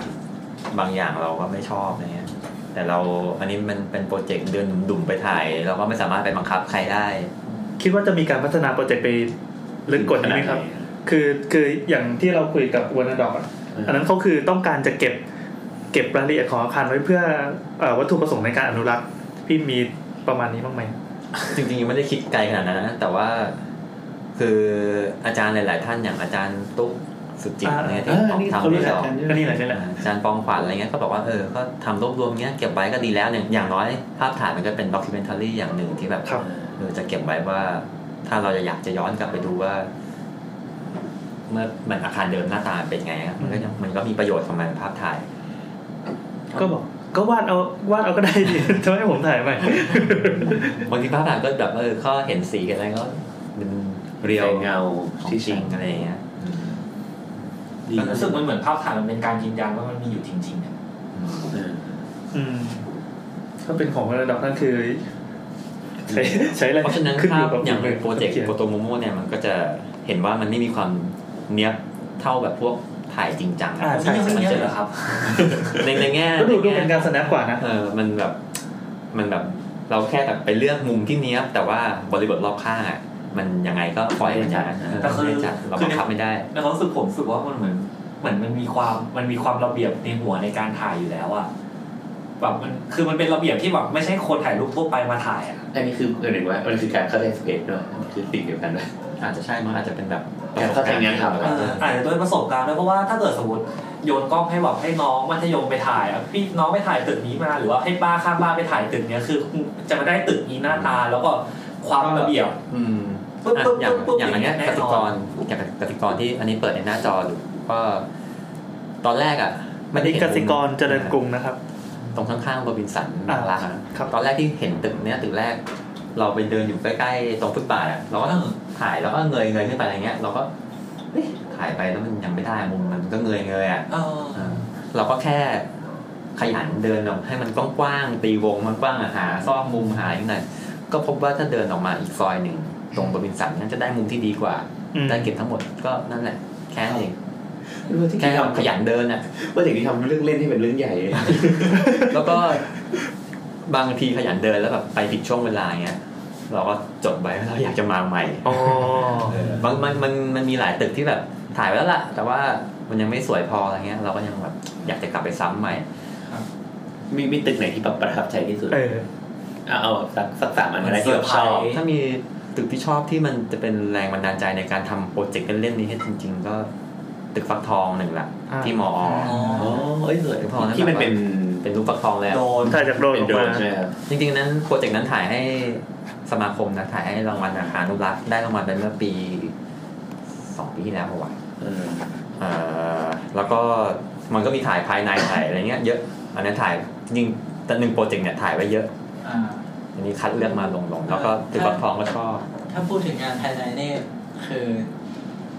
F: บางอย่างเราก็ไม่ชอบอะไรเงี้ยแต่เราอันนี้มันเป็นโปรเจกต์เดือนดุ่มๆไปถ่าย เราก็ไม่สามารถไปบังคับใครได้
D: คิดว่าจะมีการพัฒนาโปรเจกต์ไปลึกกว่านี้ไหมครับ คือคืออย่างที่เราคุยกับวันดอกอะอันนั้นเขาคือต้องการจะเก็บ เก็บรายละเอียดของอาคารไว้เพื่อเอ่อวัตถุประสงค์ในการอนุรักษ์พี่มีประมาณนี้บ้างไหม
F: จริงๆไม่ได้คิดไกลขนาดนั้นนะแต่ว่าคืออาจารย์หลาย ๆ ท่านอย่างอาจารย์ตุ๊กสุจิต
D: อ่า
F: อะไรเงี้ย
C: เออ
F: ที่ออก
C: นี่
F: ทำ
C: เขารู้
F: ให้
C: จัก
F: เรา
C: กัน
D: ก็นี่แหละนี่แหละ
F: อาจารย์ปองขวัญอะไรเงี้ยก็บอกว่าเออก็ทำรวบรวมเงี้ยเก็บไว้ก็ดีแล้วเนี่ยอย่างน้อยภาพถ่ายมันก็เป็นด็อกิเมนทารีอย่างหนึ่งที่แบบ
D: ครับ
F: เออจะเก็บไว้ว่า ถ้าเราจะอยากจะย้อนกลับไปดูว่า เมื่อมันอาคารเดิมหน้าตาเป็นไงอะมันก็ยังมันก็มีประโยชน์ของมันภาพถ่าย
D: ก็บอกก็วาดเอาวาดเอาก็ได้ดิ ทำให้ผมถ่ายใหม่
F: บางทีภาพถ่ายก็แบบเออข้อเห็นสีกันอะไรก็มัน
C: เรี
F: เรี
C: ย
F: ยว ว
C: เงา
F: ของ
C: ที่จ
F: จ
C: ริ
F: ริ
C: ง
F: งอะไรอย่างเงี้ย
C: ดี
E: มันรู้สึกมันเหมือนภาพถ่ายมันเป็นการยืนยันว่ามันมีอยู่จริงๆเนี่ย
C: เออ
D: อืมถ้าเป็นของระดับนั้นคือ ใช้ใช้อะไร
F: เพราะฉะนั้น
D: ขึ้นอ
F: ภาพ
D: ยู่กับ
F: อย่างโปรเจกต์
D: ขียน
F: โปรโตโมโมเนี่ยมันก็จะเห็นว่ามันไม่มีความเนี้ยบเท่าแบบพวกถ่ายจริงจังอะ
D: อ่าใช่
E: ยัง
D: ใช่
E: ไม่เยอะเหรอครับ
F: ในในแง่
D: ก็ดู
F: ใน
D: ดู
F: แง่
D: เป็นการสแนปกว่านะ
F: เออมันแบบมันแบบ เราแค่แบบไปเลือกมุมที่เนี้ยบแต่ว่าบริบทรอบข้างอะมันยังไงก็ปล่อยมันจัด
M: แต่คือ
F: ไม่ได้จัดเราบังคับไม่ได้
M: ในความรู้สึกผมรู้สึกว่ามันเหมือนเหมือนมันมีความมันมีความระเบียบในหัวในการถ่ายอยู่แล้วอะแบบมันคือมันเป็นระเบียบที่แบบไม่ใช่คนถ่ายรูปทั่วไปมาถ่ายอะ
C: อันนี้คือเออหนึ่งว่ามันคือการเข้าใจสเปซด้วยคือสิ่งเดียวกันด้วย
F: อาจจะใช่มั้งอาจจะเป็นแบบ
C: การเข้าใจงานทำ
M: เอออาจจะด้วยประสบการณ์ด้วยเพราะว่าถ้าเกิดสมมติโยนกล้องให้แบบให้น้องมัธยมไปถ่ายอะพี่น้องไปถ่ายตึกนี้มาหรือว่าให้ป้าข้างบ้านไปถ่ายตึกเนี้ยคือจะมาได้ตึกนี้หน้าตา แล้วก็ความระเบียบ
F: อืม
M: ปึ๊บ
F: อ่ะ
M: ปึ๊บ
F: อย่าง
M: ปึ๊บ
F: อย่างอันเนี้ย
M: แน่
F: ก
M: นอน
F: ติกรอย่างกติกรที่อันนี้เปิดในหน้าจอดูก็ตอนแรกอ่ะ
D: อันนี้
F: เห็
D: กสิกรเจริญกรุงนะครับ
F: ตรงข้างๆโรบินสัน
D: อ่า
F: ร้าน
D: ครับ
F: ตอนแรกที่เห็นตึกเนี้ยตึกแรก เราไปเดินอยู่ใกล้ๆตรงฟุตบาทอ่ะเราก็ต้องถ่ายแล้วก็เงยเงยขึ้นไปอะไรเงี้ย เราก็เอ๊ะถ่ายไปแล้วมันยังไม่ได้มุมมันก็เงยเงยอ่ะ
M: เออ
F: อ่าเราก็แค่ขยันเดินออกให้มันกว้างๆตีวงมันกว้างๆหาซอกมุมหาอย่างไรก็พบว่าถ้าเดินออกมาอีกซอยหนึ่งตรงบรินสันนั้นจะได้มุมที่ดีกว่า
D: อืม
F: ได้เก็บทั้งหมดก็นั่นแหละแค่นั้นเอง
C: ว่าที่
F: แค่
C: ทำ
F: ขยันเดินอ่ะ
C: ว่าสิ่งที่ทำเรื่องเล่นให้เป็นเรื่องใหญ่เลย
F: แล้วก็บางทีขยันเดินแล้วแบบไปผิดช่วงเวลาเงี้ยเราก็จดไว้ว่าเราอยากจะมาใหม่
D: อ๋อ
F: บางมันมันมันมีหลายตึกที่แบบถ่ายไว้แล้วล่ะ แต่ว่ามันยังไม่สวยพออะไรเงี้ย เราก็ยังแบบอยากจะกลับไปซ้ำใหม่
C: มีมีตึกไหนที่แบบประทับใจที่สุด
D: เออ
C: เอาเอาสักสักสามอันอะไรที่แบบชอบ
F: ถ้ามีตึกที่ชอบที่มันจะเป็นแรงบันดาลใจในการทำโปรเจกต์เล่นๆนี้ให้จริง ๆ ก็ตึกฟักทองหนึ่งละ
D: อ่า
F: ที่มอ
I: อ๋อ
C: อ๋อเอ้ยสวย
F: พอแล้ว
C: ที่มันเป็น
F: เป็นรูปฟักทองแล้ว
C: โดน
D: ถ่ายจากโดรน
C: เป็น
D: ออก
C: โดรน
D: มา
C: ใช่ไหมครับ
F: จริงๆนั้นโปรเจกต์นั้นถ่ายให้สมาคมนะถ่ายให้รางวัลอาคารอนุรักษ์ได้รางวัลไปเมื่อปีสองปีที่แล้วเมื่อวาน
C: เออ
F: เอ่อแล้วก็มันก็มีถ่ายภายในถ่ายอะไรเงี้ยเยอะอันนั้นถ่ายจริงๆแต่หนึ่งโปรเจกต์เนี่ยถ่ายไว้เยอะ
I: อ่า
F: อันนี้คัดเลือกมาลงๆแล้วก็ตึกฟักทองก็ชอบ
I: ถ้าพูดถึงงานภายในเนี่ยคือ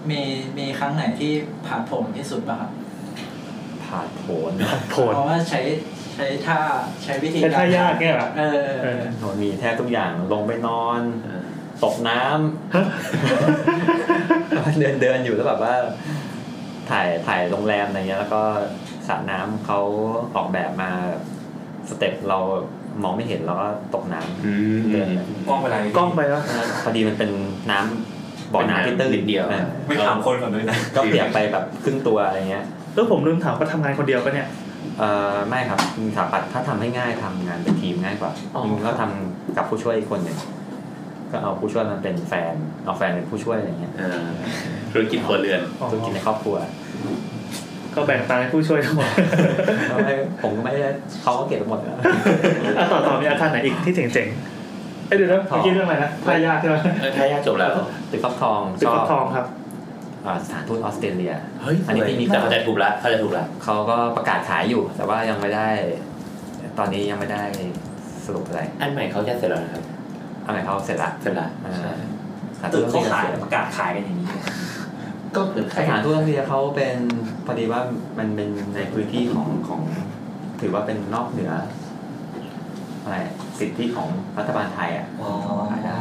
I: มีมีครั้งไหนที่ผ่าดโผนที่สุดป่ะครับ
F: ผ่านโผน
D: โผล
I: เพราะว่าใช้ใช้ท่าใช้วิธี
D: เป็น
I: การ
D: ท่ายากเนี่ยเหรอ
I: เออเออ
F: โหมีแทบทุกอย่างลงไปนอน ตกน้ำ เดิ นเดินอยู่แล้วแบบว่า ถ่ายถ่ายโรงแรมอะไรเงี้ย แล้วก็สระน้ำเขาออกแบบมาสเต็ปเรามองไม่เห็นแล้วก็ตกน้
C: อืม
F: ำเดิน
M: กล้องไปไร
D: กล้องไปวะ
F: พอดีมันเป็นน้ำบ่อน้ำที่ตื้น
C: นิดเดียว
F: ออ
M: ไม่ถามคนก่อนด้วยนะ
F: ก็เปียกไปแบบครึ่งตัวอะไรเงี้ย
D: เออผมลืมถามว่าทำงานคนเดียวปะเนี่ย
F: เออไม่ครับสถาปัตย์ถ้าทำให้ง่ายทำงานเป็นทีมง่ายกว่า
D: อ๋อ
F: จริงๆก็ทำกับผู้ช่วยอีกคนหนึ่งก็เอาผู้ช่วยมาเป็นแฟนเอาแฟนเป็นผู้ช่วยอะไรเงี้ย
C: เออธุรกิจครัวเรือน
D: อ๋อ
F: ธุรกิจในครอบครัว
D: ก็แบ่งตาให้ผู้ช่วยทั้งหมด
F: ผมก็ไม่ได้เขาก็เก็บไปหมดแล้ว
D: อ่ะต่อต่อมีอาคารไหนอีกที่เจ๋งๆเอ้ยเดี๋ยวนะ
F: ต่อ
D: เมื่อกี้เรื่องอะไรนะท่ายากใช่ไหม
C: เออถ้ายากจบแล้ว
F: ตึกฟักทอง
D: ตึก
F: ชอ
D: ฟั
F: บ
D: กทองครับ
F: อ่าสถานทูตออสเตรเลีย
C: เฮ้ย
F: อันนี้พี่มี
C: แต่เข้าใจถูกละเข้าใจถูกละ
F: เขาก็ประกาศขายอยู่ แต่ว่ายังไม่ได้ ตอนนี้ยังไม่ได้สรุปอะไร
C: อันใหม่เขาจะเสร็จแล้วนะครับ
F: เอาไหนเขาเสร็จละ
C: เสร็จละ
F: อ่า
C: ใช่
F: สถาน
M: ตึ
F: ทู
M: ก
F: ตออสเต
M: เขา
F: ร
M: ขาย
F: เลีย
M: ประกาศขายกันอย่างนี้
C: ก็เหมือนใคร
F: สถานทูตออสเตรเลียเขาเป็นพอดีว่ามันเป็นในพื้นที่ของของ ถือว่าเป็นนอกเหนืออะไรสิทธิของรัฐบาลไทยอ่ะ
M: อ๋อ
F: เขาก็ขายได้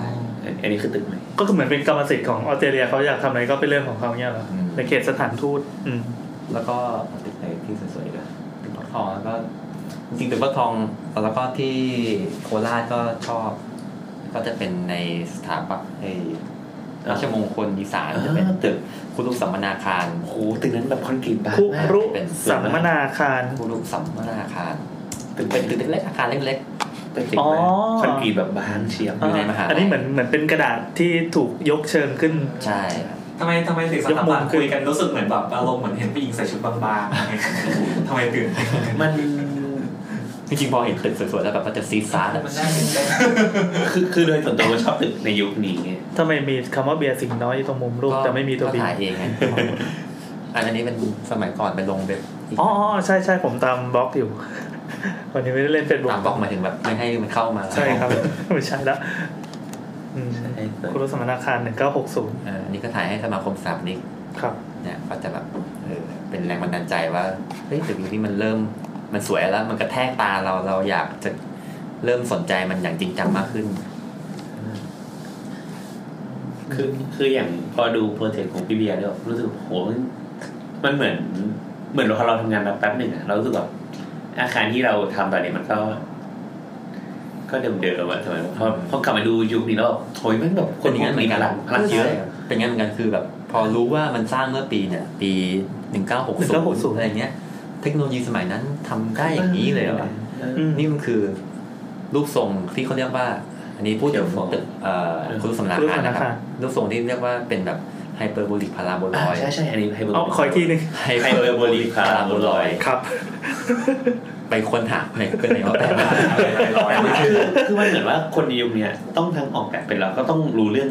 C: อันนี้คือตึกใหม่
D: ก็คือเหมือนเป็นกรรมสิทธิ์ของออสเตรเลียเขาอยากทำอะไรก็เป็นเรื่องของเขาเนี่ยเหรอ
F: อืม
D: ในเขตสถานทูตอืม
F: แล้วก็ตึกไหนที่สวยๆก็ตึกฟักทองแล้วก็จริงๆตึกฟักทองแล้วก็ที่โคราชก็ชอบ ก็จะเป็นในสถาปัตย์ไอ้ราชมงคลอีสานจะเป็นตึกคุรุสัมมนาคาร
C: โอ้โหตึกนั้นแบบคอนกรีตบาง
D: คุ
C: มาก
D: รุสัมมนาคาร
F: คุรุสัมมนาคารตึกเป็นตึกเล็กๆอาคารเล็ก
C: เป็นตึก
D: อ๋อ
C: แบบคอนกรีตแบบบางเชียบ
F: อยู่ในมหาลัย
D: อันนี้เหมือนเหมือนเป็นกระดาษที่ถูกยกเชิญขึ้น
F: ๆ ใช่
M: ทำไมทำไมถึงสถาบันคุยกันรู้สึกเหมือนแบบอารมณ์เหมือนเห็นผู้หญิงใส่ชุดบางๆ ทำไมตื่น
C: มัน
F: จริงๆพอเห็นตึกสวยๆแล้วแบบก็จะซีดซาร์
I: มันน่าตื่นเต้น
C: คือคือโดยส่วนตัวชอบตึกในยุคนี้
D: ทำไมมีคำว่าเบียร์สิงห์น้อยอยู่ตรงมุมรูปแต่ไม่มีตัว
F: ก็
D: บี
F: ถ่ายเอง ไงอันนี้เป็นสมัยก่อนไปลงเว็บอีก
D: อ๋ออ๋อใช่ใช่ผมตามบล็อกอยู่ วันนี้ไม่ได้เล่นเฟซบุ๊ก
F: ตามบล็อกหมายถึงแบบไม่ให้มันเข้ามา
D: ใช่ครับ ไม่ใช่ละอืม
F: ใช่
D: คุรุสัมมนาคารหนึ่งเก้าหกศูนย์
F: เอออันนี้ก็ถ่ายให้สมาคมสถาปนิก
D: ครับ
F: เนี่ยก็จะแบบเออเป็นแรงบันดาลใจว่าเฮ้ยตึกนี้มันเริ่มมันสวยแล้ว มันกระแทกตาเราเราอยากจะเริ่มสนใจมันอย่างจริงจังมากขึ้น
C: คือคืออย่างพอดูโปรเจกต์ของพี่เบียร์เนี่ยรู้สึกโหมันมันเหมือน เหมือนเราพอเราทำงานมาแป๊บหนึ่งอะเรารู้สึกแบบอาคารที่เราทำตอนนี้มันก็ ก็เดิมๆอะสมัยพอพอกลับมาดูยุคนี้แล้วแบบโหยมันแบบคนพวกนี้พลังพลังเยอะ
F: เป็นงั้นเหมือนกันคือแบบ พอรู้ว่ามันสร้างเมื่อปีเนี่ย ปี 1960
C: 1960
F: อะไรเงี้ย เทคโนโลยีสมัยนั้นทำได้อย่างนี้เลยเหรอ
C: เออ
D: อืม
F: นี่มันคือรูปทรงที่เขาเรียกว่า อันนี้พูดถึงตึกเอ่อคุณสมนาคารนะครับ รูปทรงที่เรียกว่าเป็นแบบไฮเปอร์โบลิกพาราโบล
C: อ่า
F: อย
C: ใช่ใช่อันนี้ไฮเปอร์
D: เอา
C: โบลิก
D: ขออีกทีหนึ่ง
F: ไฮ
C: ไฮเปอร์โบลิกพาราโบลอยด์
D: ครับ
F: ไป ค้นหาไปก็เลยว่าแปลว่า
C: แต่มันคือคือมันเหมือนว่าคนในยุคเนี้ยต้องทั้งออกแบบเป็นแล้วก็ต้องรู้เรื่อง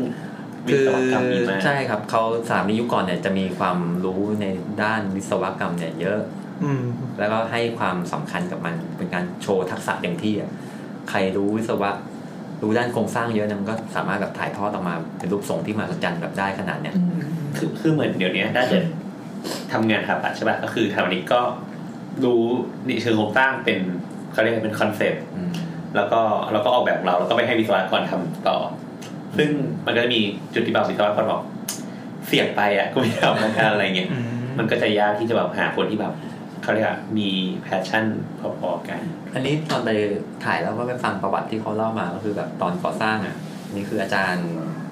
C: วิ
F: คือ
C: ศวกรรมนี้มาก
F: ใช่ครับเขาสามในยุคก่อนเนี่ยจะมีความรู้ในด้านวิศวกรรมเนี่ยเยอะ
D: อืม
F: แล้วก็ให้ความสำคัญกับมันเป็นการโชว์ทักษะเต็มที่อะใครรู้วิศวะ รู้ด้านโครงสร้างเยอะเนยมันก็สามารถแบบถ่ายทอดออกมาเป็นรูปทรงที่มหัศจรรย์แบบได้ขนาดเนี้ย
C: คือคือเหมือนเดี๋ยวนี้ถ้าเกิดทำงานสถาปัตย์ใช่ป่ะก็คือทำอันนี้ก็รู้ในเชิงโครงสร้างเป็นเขาเรียกว่าเป็นคอนเซ็ปต์
F: อืม
C: แล้วก็เราก็ออกแบบของเราแล้วก็ไปให้วิศวกรทำต่อ ซึ่งมันก็จะมีจุดที่แบบวิศวกรบอกเสี่ยงไปอ่ะก็ไม่ทำงานอะไรเงี้ย มันก็จะยากที่จะแบบหาคนที่แบบเขาเรียกว่ามีแพชชั่นพอๆกัน
F: อันนี้ตอนไปถ่ายแล้วก็ไปฟังประวัติที่เขาเล่ามาก็คือแบบตอนก่อสร้างอ่ะนี่คืออาจารย์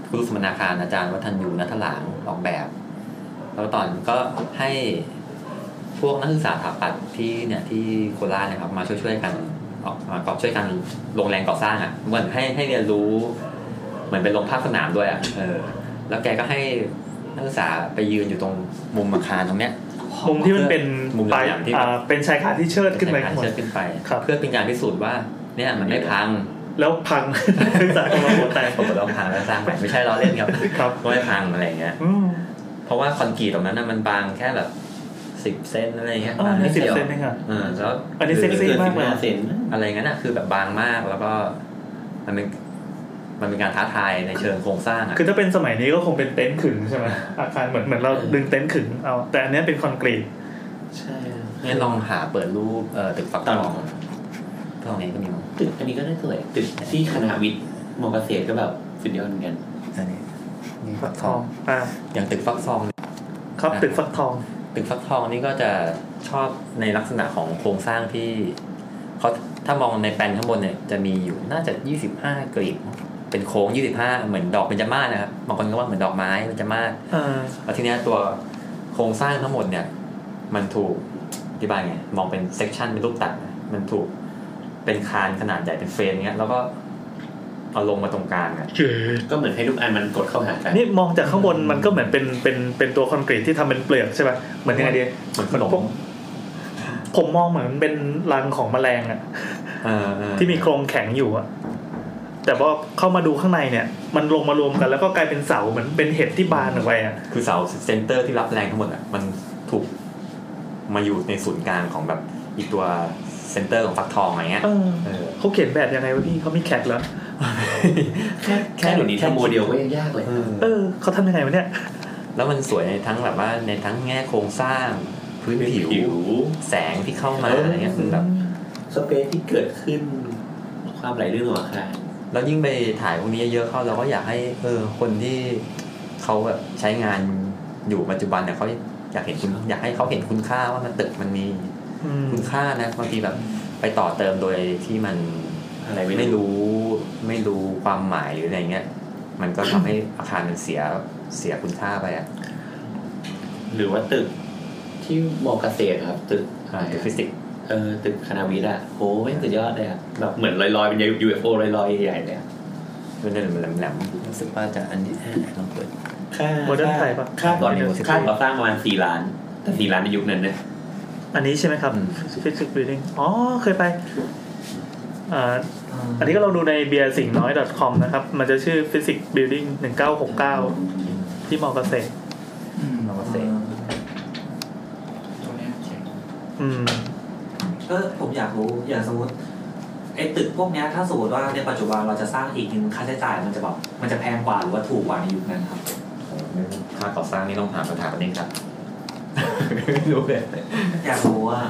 F: ผู้สมนาคารอาจารย์วัฒนยูนัทหลางออกแบบ แล้วตอนก็ให้พวกนักศึกษาสถาปัตย์ที่เนี่ยที่โคราชนะครับมาช่วยๆกันออกมาก็ช่วยกันลงแรงก่อสร้างอ่ะเหมือนให้ให้เรียนรู้ เหมือนเป็นลงภาคสนามด้วยอ่ะเออ แล้วแกก็ให้นักศึกษาไปยืนอยู่ตรงมุมอาคารตรงเนี้ย
D: มุมที่มันเป็น
F: มุม
D: ปลาย
F: อย่างที่
D: อ่าเป็นชายคาที่เชิดขึ้นไป
F: เป็
D: ข้าน งบ
F: กาน รเชิดขึ้นไป
D: ครับ
F: เพื่อเป็นการพิสูจน์ว่าเนี่ยมันไม่พัง
D: แล้วพัง จากตรงระบบแตก
F: ผม ก็ต้องพังแล้วสร้างใหม่ไม่ใช่ล้อเล่นครับ
D: ครับ
F: ไม่พังอะไรอย่างเงี้ย
D: อืม
F: เพราะว่าคอนกรีตตรงนั้นน่ะมันบางแค่แบบสิบเซนอะไรอย่างเงี้
D: อ๋อบ
F: ยาง
D: ใน
F: นิด
D: สิบ
F: เดียว
D: เซนเองอ่ะ
F: เออแล้ว
D: อันนี้เซ็กซี่
F: คือ
C: เกินสิบ
D: มากเลย
C: ห้าเซน
F: อะไรเงี้ยน่ะคือแบบบางมากแล้วก็มันเป็นมันเป็นการท้าทายในเชิงโครงสร้างอ่ะ
D: คือถ้าเป็นสมัยนี้ก็คงเป็นเต็นท์ขึงใช่ไหมอาคารเหมือนเหมือนเราดึงเต็นท์ขึงเอา แต่อันเนี้ยเป็นคอนกรีต
C: ใช่
F: งั้นลองหาเปิดรูปเอ่อตึกฝักทองตรงนี้ก็มีมั้ง
C: ตึกอันนี้ก็ได้สวยตึกที่คณะวิทย์มอเกษตรก็แบบสุดยอดเหมือนกัน
F: อันนี้นี่ฝัก
D: ท
F: ทอ
D: อง งอ่า
F: อย่างตึกฝักทองเนี่ย
D: ครับตึกฟักทอง
F: ตึกฝักทองนี่ก็จะชอบในลักษณะของโครงสร้างที่เขาถ้ามองในแปลนข้างบนเนี่ยจะมีอยู่น่าจะยี่สิบห้ากลีบเป็นโค้งยี่สิบห้าเหมือนดอกเบญจมาศนะครับบางคนก็ว่าเหมือนดอกไม้เบญจมาศ
D: อ่า
F: แล้วทีเนี้ยตัวโครงสร้างทั้งหมดเนี่ย มันถูกอธิบายไงมองเป็นเซกชันเป็นรูปตัดนะมันถูกเป็นคานขนาดใหญ่เป็นเฟรมเงี้ย แล้วก็เอาลงมาตรงกลางอะ
C: ก็เหมือนให้ทุกอันมันกดเข้าหากัน
D: นี่มองจากข้างบนมันก็เหมือนเป็นเป็นเป็นตัวคอนกรีตที่ทำเป็นเปลือกใช่ป่ะเหมือนยังไงดี
F: เหมือนขนม
D: พวกผมมองเหมือนเป็นรังของแมลงอ่ะ
F: เออเออ
D: ที่มีโครงแข็งอยู่อะแต่พอเข้ามาดูข้างในเนี่ย มันลงมารวมกันแล้วก็กลายเป็นเสาเหมือนเป็นเห็ดที่บานออกไปอะ
F: คือเสาเซนเตอร์ที่รับแรงทั้งหมดอ่ะมันถูกมาอยู่ในศูนย์กลางของแบบอีกตัวเซนเตอร์ของฟักทองอะไรเงี้ย
D: เออ
F: เออ
D: เขาเขียนแบบยังไงวะพี่เขามีแขกแล้ว
C: แค่แค่เดี๋ยวนี้ทำโมเดลก็ยังยากเลย
D: เออเขาทำยังไงวะเนี่ย
F: แล้วมันสวยในทั้งแบบว่าในทั้งแง่โครงสร้างพื้นผิว
C: ผิว
F: แสงที่เข้ามาอะไรเงี้ยคือแบบ
C: สเปซที่เกิดขึ้น ความไหลลื่นของอาคาร
F: แล้วยิ่งไปถ่ายพวกนี้เยอะเข้าเราก็อยากให้เออคนที่เขาแบบใช้งานอยู่ปัจจุบันเนี่ยเขาอยากเห็นคุณอยากให้เขาเห็นคุณค่าว่ามันตึกมันมี
D: อืม
F: คุณค่านะบางทีแบบไปต่อเติมโดยที่มัน
C: อะไรไม่
F: ไม่
C: รู้
F: รู้ไม่รู้ความหมายหรืออะไรเงี้ยมันก็ทำให้อาคารมันเสียเสียคุณค่าไปอ่ะ
C: หรือว่าตึกที่มอเกษตรครับ ตึกอะไร
F: คือ
C: อะ
F: ฟิสิกส์
C: เออตึกคณะวิทย์อะโหไม่งสุดยอดเลยอะแบบเหมือนลอยๆ เป็นยูเอฟโอลอยๆ ใหญ่ๆเลยอะ
F: มันจะแหลมแหลมๆรู้สึกว่าจะอันนี้ลองเปิด
C: ค่า
D: โมเดิร์นไทยปะ
C: ค่าก่อน
F: ไม่รู้
C: ค่าก่อสร้างประมาณสี่ล้าน แต่สี่ล้านในยุคนั้นนะ
D: อันนี้ใช่ไหมครับ
F: อืม
D: Physics Building อ๋อเคยไปอ่าอันนี้ก็เราดูใน b e e r s i n g n o i com นะครับ มันจะชื่อ Physics Building 1969 ที่มอเกษตร
I: อืม
F: เราก็เสก
I: ตรงเนี้ยเจ๋ง
D: อืม
E: เออผมอยากรู้อย่างสมมติไอ้ตึกพวกเนี้ยถ้าสมมติว่าในปัจจุบันเราจะสร้างอีกหนึ่งค่าใช้จ่ายมันจะแบบมันจะแพงกว่าหรือว่าถูกกว่าในยุคนั้นครับ
F: ค่าก่อสร้างนี่ต้องถามสถาปนิกครับ ไม่รู้เลย
E: อยากรู้ว่า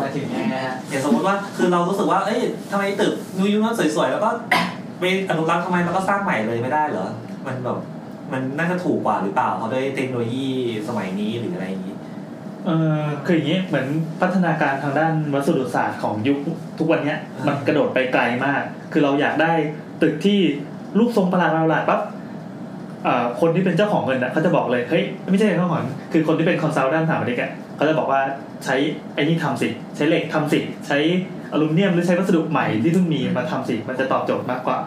I: มาถึงยังไงฮะ
E: อย่างสมมติว่าคือเรารู้สึกว่าเอ้ยทำไมตึกนูยุคนั้นสวยๆแล้วก็ ไปอนุรักษ์ทำไมแล้วก็สร้างใหม่เลยไม่ได้เหรอมันแบบมันน่าจะถูกกว่าหรือเปล่าเพราะด้วยเทคโนโลยีสมัยนี้หรืออะไรอย่างนี้
D: เออคืออย่างนี้เหมือนพัฒนาการทางด้านวัสดุศาสตร์ของยุคทุกวันเนี้ยมันกระโดดไปไกลมาก คือเราอยากได้ตึกที่รูปทรงประหลาดประหลาดปั๊บเอ่อคนที่เป็นเจ้าของเงินอ่ะเขาจะบอกเลยเฮ้ยไม่ใช่เจ้าของเงินคือคนที่เป็นคอนซัลท์ด้านสถาปนิกอ่ะเขาจะบอกว่าใช้ไอ้นี่ทำสิ ใช้เหล็กทำสิ ใช้อลูมิเนียมหรือใช้วัสดุใหม่ที่เพิ่งมีมาทำสิมันจะตอบโจทย์มากกว่า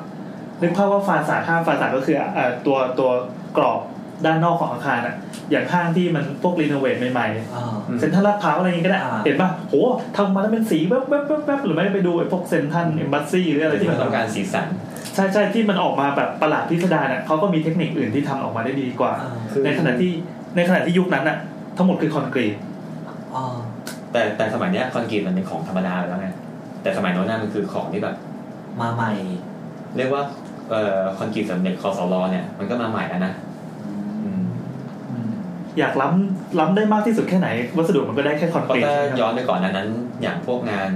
D: นึกภาพว่าฟาสาดข้ามฟาสาดก็คือเอ่อตัวตัวกรอบด้านนอกของอาคารอ่ะอย่างห้างที่มันพวกรีโนเวทใหม่ๆ
E: อ่า
D: เซ็นทรัลลาดพร้าวอะไรอย่างงี้ก็ได้
E: อ่า
D: เห็นป่ะ โหทำมาแล้วเป็นสีแวบแวบแวบแวบหรือไม่ไปดูไอ้พวกเซ็นทรัลเอมบัสซี่หรืออะไรที่
F: ที่มั
D: มัน น
F: ต้องการสีสัน
D: ใช่ใช่ที่มันออกมาแบบประหลาดพิสดารน่ะเขาก็มีเทคนิคอื่นที่ทำออกมาได้ดีกว่า
E: อ่า
F: คือ
D: ในขณะที่ในขณะที่ยุคนั้นน่ะ ทั้งหมดคือคอนกรีต
E: อ่า
F: แต่แต่สมัยเนี้ยคอนกรีตมันเป็นของธรรมดาไปแล้วไงแต่สมัยโน้นน่ะมันคือของที่แบบ
E: มาใหม่
F: เรียกว่าเอ่อคอนกรีตสำเร็จคอสลอเนี่ยมันก็มาใหม่แล้วนะอืม
D: อยากล้ำล้ำได้มากที่สุดแค่ไหน วัสดุมันก็ได้แค่คอน
F: เพ
D: กรีต
F: ราะถ้า
D: ใช่ไหมค
F: ย้อ
D: รับ
F: นไปก่อนอันนั้น อย่างพวกงาน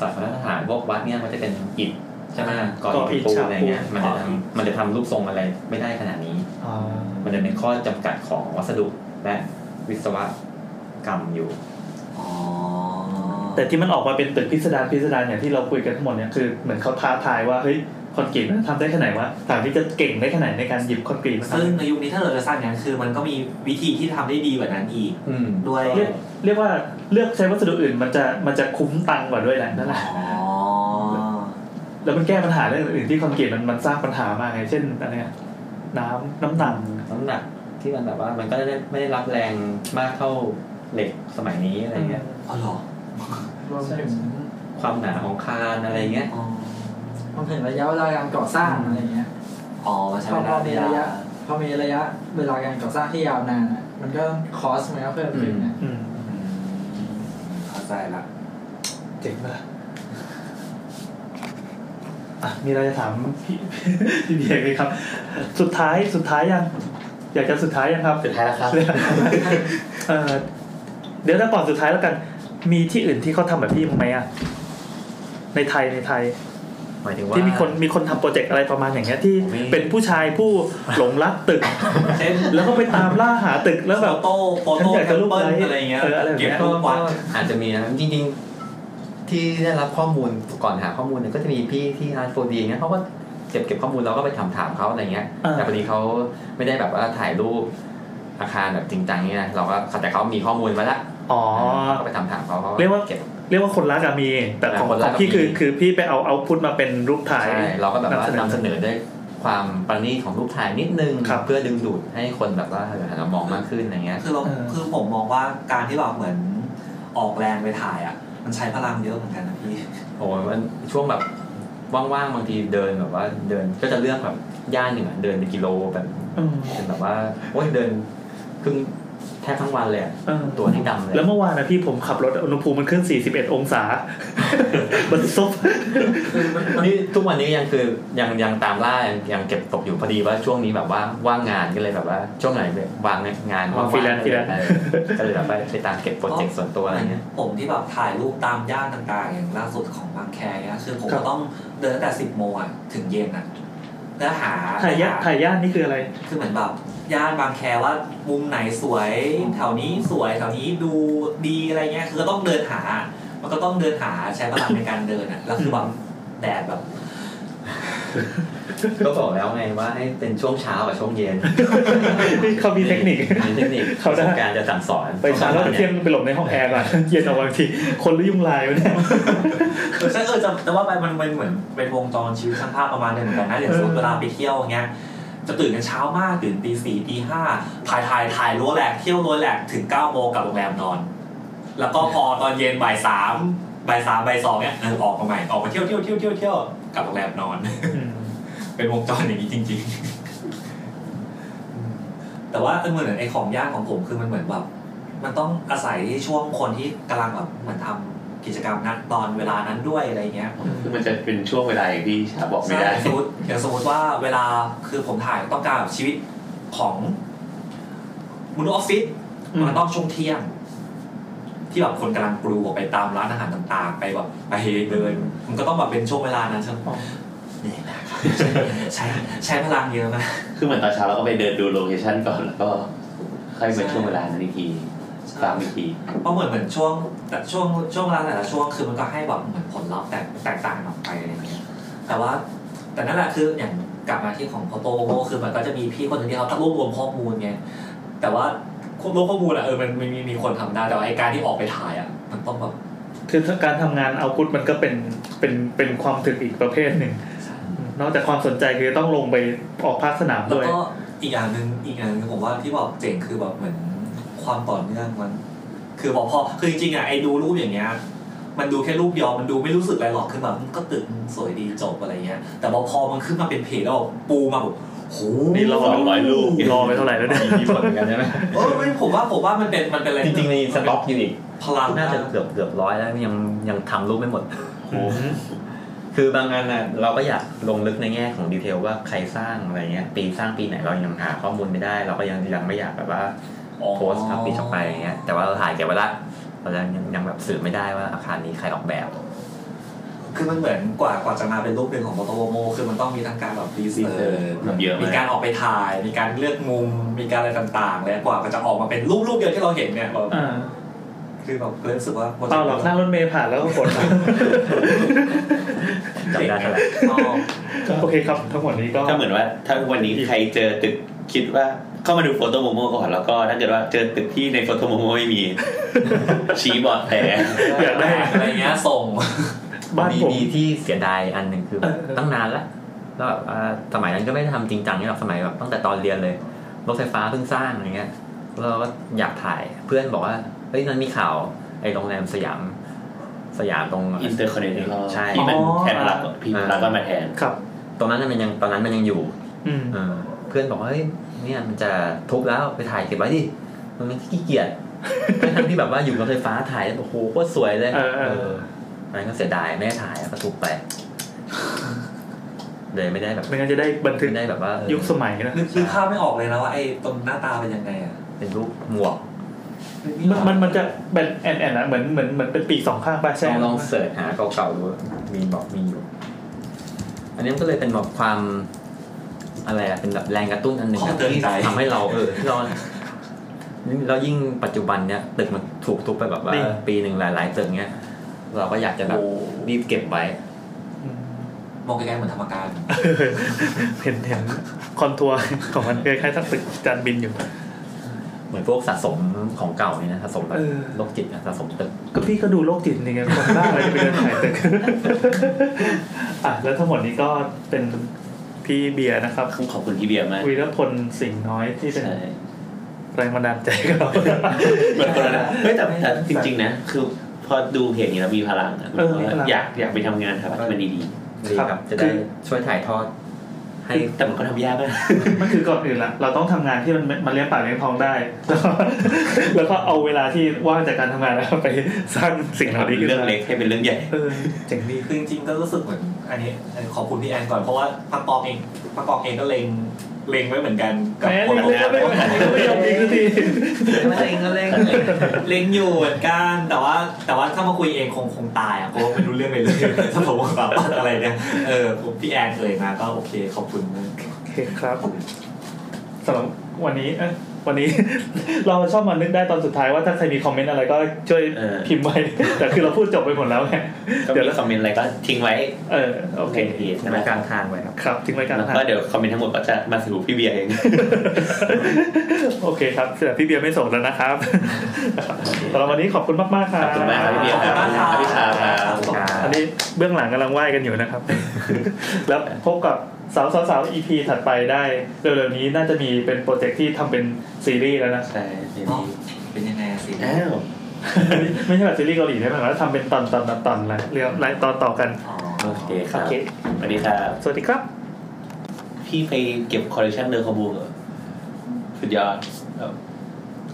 F: ศาสนสถานพวกวัดเนี่ยมันจะเป็นอิฐใช่ไหมก่อนอิฐปูนอะไรเงี้ยมันจะทำมันจะทำรูปทรงอะไรไม่ได้ขนาดนี้
D: อ่า
F: มันจะเป็นข้อจำกัดของวัสดุและวิศวกรรมอยู่
E: อ๋อ
D: แต่ที่มันออกมาเป็นตึกพิสดารพิสดารอย่างที่เราคุยกันทั้งหมดเนี่ยคือเหมือนเขาท้าทายว่าเฮ้ยคอนกรีตมันทำได้แค่ไหนวะถามที่จะเก่งได้แค่ไหนในการหยิบคอนกรีตมาทำ
E: ซึ่งในยุคนี้ถ้าเราจะสร้างอย่างนั้นคือมันก็มีวิธีที่ทำได้ดีกว่านั้นอีก
F: อืม
E: ด้วย
D: เรียกเรียกว่าเลือกใช้วัสดุอื่นมันจะมันจะคุ้มตังค์กว่าด้วยแหละนั่นแหละ
E: อ๋อ
D: แล้วมันแก้ปัญหาเรื่องอื่นที่คอนกรีตมันมันสร้างปัญหามากไงเช่นอะไรเงี้ยน้ำน้ำหนัก
F: น้ำหนักที่มันแบบว่ามันก็ได้ไม่ได้รับแรงมากเท่าเหล็กสมัยนี้อะไรเงี้ย
E: อ๋อเหรอ
I: รวมถึง
F: ความหนาของคานอะไรเงี้ย
E: อ๋อ
I: รวมถึงระยะเวลาการก่อสร้างอะไรอย่างเงี้ย
E: อ๋อใช้
I: พอ
E: เว
I: พ
E: ลา
I: อ
E: เว
I: มี
E: ลา
I: ระยะพอมีระยะเวลาการก่อสร้างที่ยาวนานอะมันก็คอสมันก็เพิ่มขึ้นนะ
D: อืม
E: เข้าใจละ
D: เจ๋งปะอ่ะมีอะไรจะถามพี่พี่เบียร์ไหมครับ สุดท้ายสุดท้ายยัง อยากจะสุดท้ายยังครับ
N: สุดท้ายแล้วครับ
D: เอ่อเดี๋ยวถ้าก่อนสุดท้ายแล้วกัน มีที่อื่นที่เขาทำแบบพี่มั้ยไหมอ่ะในไทยในไทย
F: หมายถึงว่า
D: ที่มีคนมีคนทำโปรเจกต์อะไรประมาณอย่างเงี้ยที่
F: ผมไม่
D: เป็นผู้ชายผู้หลงรัก ตึก
E: เช่น
D: แล้วก็ไปตามล่าหาตึกแล้ว
E: แบ
D: แบบ บ
E: โต้โฟโต้
D: ฉันอยาก
E: แค
D: จะ
E: ม
D: รูป
E: เปิล
D: ไว้
E: อะไรอย่างเงี้ย
D: เอออะไรแบบเนี้
E: เก็
D: ย
E: บรูปวัด
F: อาจจะมีนะครับจริงๆที่ได้รับข้อมูลก่อนหาข้อมูลเนี่ยก็จะมีพี่ที่ร้านโฟดีเนี่ยเขาก็เก็บเก็บข้อมูลเราก็ไปถามถามๆเขาอะไรเงี้ย
D: อ่า
F: แต่พอดีเขาไม่ได้แบบว่าถ่ายรูปอาคารแบบจริงจังเนี่ยนะเราก็แต่เขามีข้อมูลมาละ
D: อ๋อ
F: เราก็ไปถามถามๆเขาเขา
D: เรียกว่า
F: เก็บ
D: เรียกว่าคนรักอะมี แต่ของ
F: คน
D: ขอ
F: รั
D: ก ง
F: อะ
D: พี่คือ
F: มี
D: คือพี่ไปเอาเอาพุทมาเป็นรูปถ่าย
F: ใช่เราก็แบบว่านำ
D: นำเสนอ
F: เสนอด้วยความประณีตของรูปถ่ายนิดนึง
D: ครับ
F: เพื่อดึงดูดให้คนแบบว่าเออหันมามองมากขึ้นอะไรเงี้ย
E: คือเรา
D: เออ
E: คือผมมองว่าการที่แบบเหมือนออกแรงไปถ่ายอ่ะ มันใช้พลังเยอะเหมือนกันนะพี่
F: โอ้ยมันช่วงแบบว่างๆบางทีเดินแบบว่าเดินก็จะเลือกแบบย่านหนึ่งอะเดินเป็นกิโลแบบ
D: อืม
F: เป็นแบบว่าโอ้ยเดินครึ่งแทบทั้งวันเลยอะ
D: เออ
F: ตัวนี่ดำเลย
D: แล้วเมื่อวานนะพี่ผมขับรถอุณหภูมิมันขึ้น 41 องศา มันซุ บ
F: นี่ทุกวันนี้ยังคือยังยังตามล่ายังยังเก็บตกอยู่พอดีว่าช่วงนี้แบบว่าว่างงานก็เลยแบบว่าช่วงไหนวางงาน
D: อ๋อ
F: ว่างๆ
D: freelance
F: ก็เลยแบบก็เลยแบบไปไปตามเก็บโปรเจกต์ส่วนตัวอะไรเงี้ย
E: ผมที่แบบถ่ายรูปตามย่านต่างๆ อย่างล่าสุดของบางแคเนี่ยคือผม
D: ครั
E: ก็
D: บ
E: ต้องเดินตั้งแต่สิบโมงอะถึงเย็นอะเพื่อหา
D: ถ่ายย่าน
E: ห
D: ถ่ายย่านนี่คืออะไร
E: คือเหมือนแบบย่านบางแคว่ามุมไหนสวยแถวนี้สวยแถวนี้ดูดีอะไรเงี้ยคือก็ต้องเดินหา มันก็ต้องเดินหาใช้พลังในการเดินอะแล้วคือแบบแดดแบบ
F: ก็บอกแล้วไงว่าให้เป็นช่วงเช้ากับช่วงเย็น
D: เขามีเทคนิ ค
F: มีเทคนิคป
D: เขา
F: ระ
D: ได้
F: สบการณ์จะสั่งสอน
D: ไปเช้าแล้วเดี๋ยวเที่ยงไปหลบในห้องแอร์ก่อน เย็นออกมาอีกที คนหรือยุงลายวะเนี่ย
E: เออใช่เออจะแต่ว่าไปมันเป็นเหมือนเป็นวงจรชีวิตช่างภาพประมาณหนึงเหมือนกันนะอย่างสมมติเวลาไปเที่ยวอย่างเงี้ยจะตื่นกันเช้ามากตื่นตีสี่ตีห้าถ่ายถ่ายถ่ายรั้วแหลกเที่ยวรั้วแหลกถึงเก้าโมงกลับโรงแรมนอน แล้วก็พอตอนเย็นบ่ายสามบ่ายสามบ่ายสองเนี้ยเออออกมาใหม่ออกมาเที่ยวเที่ยวเที่ยวเที่ยวเที่ยวกลับโรงแรมนอน เป็นวงจรอย่างนี้จริง ๆ แต่ว่าเหมือนไอ้ของยากของผมคือมันเหมือนแบบ มันต้องอาศัยช่วงคนที่กำลังแบบเหมือนทำกิจกรรมนั้นตอนเวลานั้นด้วยอะไรเงี้ย
C: คือมันจะเป็นช่วงเวลาอย่างที่ชาบอกไม่ได้
E: ใช่สมมติอย่างสมมติว่าเวลาคือผมถ่ายต้องการแบบชีวิตของมนุษย์ออฟฟิศ
D: อืม
E: มันต้องช่วงเที่ยง ที่แบบคนกำลังกรูออกไปตามร้านอาหารต่างๆ ไปแบบไปเดิน มันก็ต้องแบบเป็นช่วงเวลานั้นใช่ไหมเหนื่อยมากครับใช้ใช้ใช้พลังเยอะมาก
C: คือเหมือนตอนเช้าเราก็ไปเดินดูโลเคชันก่อนแล้วก็ค่อยเป็นช่วงเวลานั้นอีกที
O: สามอีกที
E: เพราะเหมือนเหมือนช่วงแต่ช่วงช่วงเวลาแต่ละช่วงคือมันก็ให้แบบเหมือนผลลัพธ์แตกแตกต่างออกไปอะไรอย่างเงี้ยแต่ว่าแต่นั่นแหละคืออย่างกลับมาที่ของโคโตโมคือมันก็จะมีพี่คนหนึ่งที่เขารวบรวมข้อมูลไงแต่ว่าควบรวมข้อมูลอะเออมันมันมีมีคนทำได้แต่ว่าไอการที่ออกไปถ่ายอะมันต้องแบบ
D: คือถ้าการทำงานเอาพุทมันก็เป็นเป็นเป็นความถึกอีกประเภทหนึ่ง นอกจากความสนใจคือต้องลงไปออกภาคสนาม
E: แล้ว
D: ด้วย
E: ก็อีกอย่างหนึ่งอีกอย่างหนึ่งผมว่าที่แบบเจ๋งคือแบบเหมือนความต่อเนื่องมัน คือบอกพอคือจริงๆอะไอดูรูปอย่างเงี้ย มันดูแค่รูปเดียวมันดูไม่รู้สึกอะไรหรอกคือแบบมันก็ตื่นสวยดีจบอะไรเงี้ย แต่พอพอมันขึ้นมาเป็นเพจแล้วแบบปูมาแบบโห
C: นี่รอสองร้อยลูก
D: รอไปเท่าไหร่แล้วเนี่ย
F: มีผลเหมือนกันใช่ไหม
E: เออไม่ผมว่าผมว่ามันเป็นมันเป็นอะไร
F: จริงๆมีสต็อกอยู่อีก
E: พลัง
F: น่าจะเกือบเกือบร้อยแล้วยังยังทำรูปไม่หมด คือบางงานน่ะเราก็อยากลงลึกในแง่ของดีเทลว่าใครสร้างอะไรเงี้ย ปีสร้างปีไหนเรายังหาข้อมูลไม่ได้ เราก็ยังยังไม่อยากแบบว่าโพสต์ทับปีออกไปอย่างเงี้ยแต่ว่าเราถ่ายเก็บไว้ละเรายังยังยังแบบสื่อไม่ได้ว่าอาคารนี้ใครออกแบบ
E: คือมันเหมือนกว่ากว่าจะมาเป็นรูปหนึ่งของโมโตโม คือมันต้องมีทั้งการแบบรีเสิร์
C: แบบเยอะ
E: มี
C: มาก
E: การออกไปถ่าย มีการเลือกมุมมีการอะไรต่างๆแล้วกว่ามันจะออกมาเป็นรูปรูปเดียวที่เราเห็นเนี่ยแบบ
D: อ่า
E: คือแบบรู้สึกว่า
D: เปล่าหรอกนั่งรถเมย์ผ่านแล้วก็กด
F: จำได้เท่าไหร่
E: ชอบ
D: โอเคครับ ทั้งหมดนี้ก็
C: ก็เหมือนว่าถ้าวันนี้ใครเจอตึกคิดว่าเข้ามาดูโฟโต้โมโมก่อนแล้วก็ถ้าเกิดว่าเจอตึกที่ในโฟโต้โมโมไม่มี ชี้เบอดแผล
D: อยากได้
E: อะไรเงี้ยส่ง
D: บ้าน
F: มี
D: ผม
F: มีที่เสียดายอันหนึ่งคือแบบตั้งนานละแล้วแบบว่าสมัยนั้นก็ไม่ได้ทำจริงจังนี่หรอกสมัยแบบตั้งแต่ตอนเรียนเลยรถไฟฟ้าเพิ่งสร้างอะไรเงี้ยแล้วเราก็อยากถ่ายเพื่อนบอกว่าเฮ้ยนั้นมีข่าวไอ้โรงแรมสยาม สยามตรง
C: อินเตอร์คอนเนคชั่น
F: ใช่
C: ที่มันแทนรักพี่รักก็มาแทน
D: ครับ
F: ตรงนั้นนะมันยังตอนนั้นมันยังอยู่
D: อืม
F: เออเพื่อนบอกว่าเฮ้ยเนี่ยมันจะทุบแล้วไปถ่ายเก็บไว้ดิมันเป็นขี้เกียจทั้งๆที่แบบว่าอยู่รถไฟฟ้าถ่ายแล้วโอ้โหโคตรสวยเลย
D: เออเออ
F: เอออันนั้นก็เสียดายไม่ได้ถ่ายแล้วก็ทุบ ไปเลยไม่ได้แบบ
D: ไม่งั้นจะได้บันทึก
F: ไม่ได้แบบว่าเออ
D: ยุคสมัยนะ
E: นึกนึกภาพไม่ออกเลยนะว่าไอ้ตรงหน้าตาเป็นยังไงอ่ะ
F: เป็นรูปหมวก
D: มันมันมันจะเป็นแอนแอนอะเหมือนเหมือนเหมือนเป็นปีกสองข้างป่ะ
F: ล
D: ใช่
F: องลองเสิร์ชหาเก่าๆดูมีบอกมีอยู่ อันนี้มันก็เลยเป็นแบบความอะไรอะเป็นแบบแรงกระตุ้นอันหนึ่งอะที่ทำให้เราเออที่เราเรายิ่งปัจจุบันเนี้ยตึกมันถูกทุบไปแบบว่า ปีหนึ่งหลายๆตึกเนี้ยเราก็อยากจะแบบรีบเก็บไว้
D: อืม
E: มองไกลๆเหมือนธรรมการ
D: เห็นเห็นคอนทัวร์ของมันคล้ายๆสักตึกจานบินอยู่
F: เหมือนพวกสะสมของเก่าเนี่ยนะสะสมแบบ
D: เออ
F: โรคจิตนะสะสมตึก
D: ก็พี่ก็ดูโรคจิตนี่ไงคนบ้าอะไรจะไปเดินถ่ายตึก อ่ะแล้วทั้งหมดนี้ก็เป็นพี่เบียร์นะครับ
C: ต้องขอบคุณพี่เบียร์มาก
D: วีรพลสิงห์น้อยที่เป็น
C: ใช่
D: แรงบันดาลใจกับเรา
C: เหมือนคนละนะเฮ้ยแต่แต่จริง ๆ นะ คือพอดูเพจนี้แล้วมีพลังนะ
D: เออมีพลัง
C: อยากอยากไปทำงานครับที่มันดี
F: ดี
D: ค
F: ค
D: รั
F: รับ บ จะได้ช่วยถ่ายทอด ให้
C: ๆแต่มันก็ทำยากมาก
D: มันคือก่อนอื่นละเราต้องทำงานที่มันมันเลี้ยงปากเลี้ยงท้องได้ แล้วก็แล้วก็เอาเวลาที่ว่างจากการทำงานแล้วไปสร้างสิ่งเหล่านี้ขึ้น
C: เรื่อง
D: มา
C: เล็กให้เป็นเรื่องใหญ่
D: เออเจ๋งดี
E: คือจริงๆก็รู้สึกเหมือนอันนี้อันนี้ขอบคุณพี่แอนก่อนเพราะว่าพักปองเองพักปองเองก็เลงเลงไว้เหมือนกันกับ
D: แหม
E: คน
D: เล่นๆไม่ไม่ยอมยิงสักที
F: เล่งก็เล่ง
E: เลงอยู่เหมือนกันแต่ว่าแต่ว่าถ้ามาคุยเองคงคงตายอ่ะเพราะว่าไม่รู้เรื่องไปเลย ถ้าผมว่าแบบอะไรเนี่ยเออผมพี่แอนเอ่ยมาก็โอเคขอบคุณมาก
D: โอเคครับสำหรับวันนี้เอ้ยวันนี้ เราชอบมานึกได้ตอนสุดท้ายว่าถ้าใครมีคอมเมนต์อะไรก็ช่วย
C: เออ
D: พิมพ์ไว้ แต่คือเราพูดจบไปหมดแล้วไง
C: ก็
D: เดี๋ยว
C: มี
D: แล้ว
C: คอมเมนต์อะไรก็ทิ้งไว้
D: เออโอเค
C: ในเพจ
F: ใช่
C: ใช่
F: ไห
C: ไห
F: ม
C: ม
F: กลางทางไว้ครับ
D: ครับทิ้งไว้กลา ง
C: แล้ว
D: ทาง
C: ก็เดี๋ยวคอมเมนต์ทั้งหมดก็จะมาสู่พี่เบียร์เอง
D: โอเคครับแต่พี่เบียร์ไม่ส่งแล้วนะครับ สำหรับวันนี้ขอบคุณมากๆครับ
C: ขอบคุณมากครับพี่เบียร์ครับพี่ชาครับ
D: อันนี้เบื้องหลังกำลังไหว้กันอยู่นะครับ แล้วพบกับสาวสาวสาวๆๆ EP ถัดไปได้เร็วๆนี้น่าจะมีเป็นโปรเจกต์ที่ทำเป็นซีรีส์แล้วนะ
C: ใช่เดี๋ยว
E: อ๋อ
C: นี้
E: เป็นยังไงอะสิ
C: อ้าว
D: ไม่ใช่แบบซีรีส์เกาหลีได้ไหมายความว่าทำเป็นตอนตอนตอนตอนละเรียงรายตอนต่อกัน
E: อ๋อ
C: โอเคค
D: โอ
C: รับ
D: เค
C: สวัสดีครับ
D: สวัสดีครับ
C: พี่ไปเก็บคอลเลคชันเนื้อคอบูเหรอสุดยอดครับ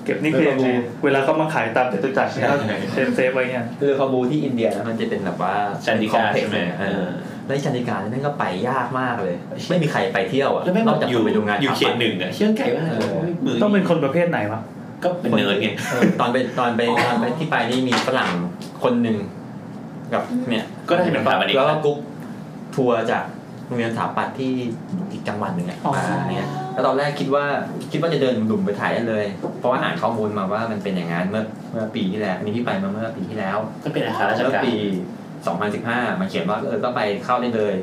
D: เก็บนี่คือยังไงเวลาเขามาขายตามจตุจักรเนี่ยเขาเซฟเซฟไว้เงี้ย
F: คือคอบูที่อินเดียนะมันจะเป็นแบบว่า
C: จันดิกา
F: เป็
C: ใช่
F: น complex
C: ไหม
F: เลย
C: เอ
F: เอ
C: อ
F: อแล้วจันดิกาเนี่ยแม่งก็ไปยากมากเลย ไม่มีใครไปเที่ยวอ่ะ
C: แล้วแม่ง
F: นอกจาก
C: อ
F: ค
C: ยู่
F: นไปดูงาน
C: อยู่เขต
F: ทำะ
C: หนึ่งอะเชื่อไก่ว่าก
F: เออ
C: มือ
D: ต้องเป็นคนประเภทไหนวะ
C: ก็เป็นเนิร์ดไง
F: เออตอนไปตอนไปตอนไปที่ไปนี่มีฝรั่งคนหนึ่งกับเนี่ย
C: ก็ได้เป็นแบบนี้
F: แล้วก็กรุ๊ปทัวร์จากโรงเรียนสถาปัตย์ที่อีกจังหวัดหนึ่งอะมาเนี่ย แล้วตอนแรกคิดว่าคิดว่าจะเดินดุ่มๆไปถ่ายได้เลย เพราะว่าอ่านข้อมูลมาว่ามันเป็นอย่างนั้นเมื่อเมื่อปีที่แล้วอันนี่พี่ไปมาเมื่อปีที่แล้ว
C: ก็เป็นอาคารราช
F: เมื่อ
C: การ
F: ปี 2015 มาเขียนว่าเออก็ไปเข้าได้เลย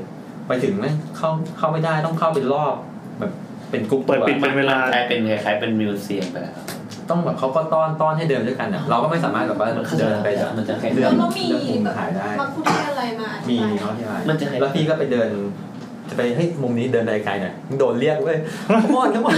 F: ไปถึงไม่เข้าเข้าไม่ได้ต้องเข้าเป็นรอบแบบเป็นกรุ๊ป
D: เปิด
F: ทัวร์
D: ปิดเป็นเวลา
C: กลายเป็นคล้ายๆเป็นมิวเซียมไปแล้วครับ
F: ต้องแบบเขาก็ต้อนต้อนให้เดินด้วยกันอะเราก็ไม่สามารถแบบว่าเดินไปแบบ
C: มันจะคล้าย
F: เลือก
P: แล้วมี
F: เลือกมุมถ่ายได้
P: มาพูดอะไรมาอ
F: มี
P: ธิบาย
C: ๆ
F: เนาะที่ไหน
C: มันจะคล้าย
F: แล้วพี่ก็ไปเดิน จะไปเฮ้ยมุมนี้เดินไกลๆหน่อยมึงโดนเรียกเว้ยขมอนขมอน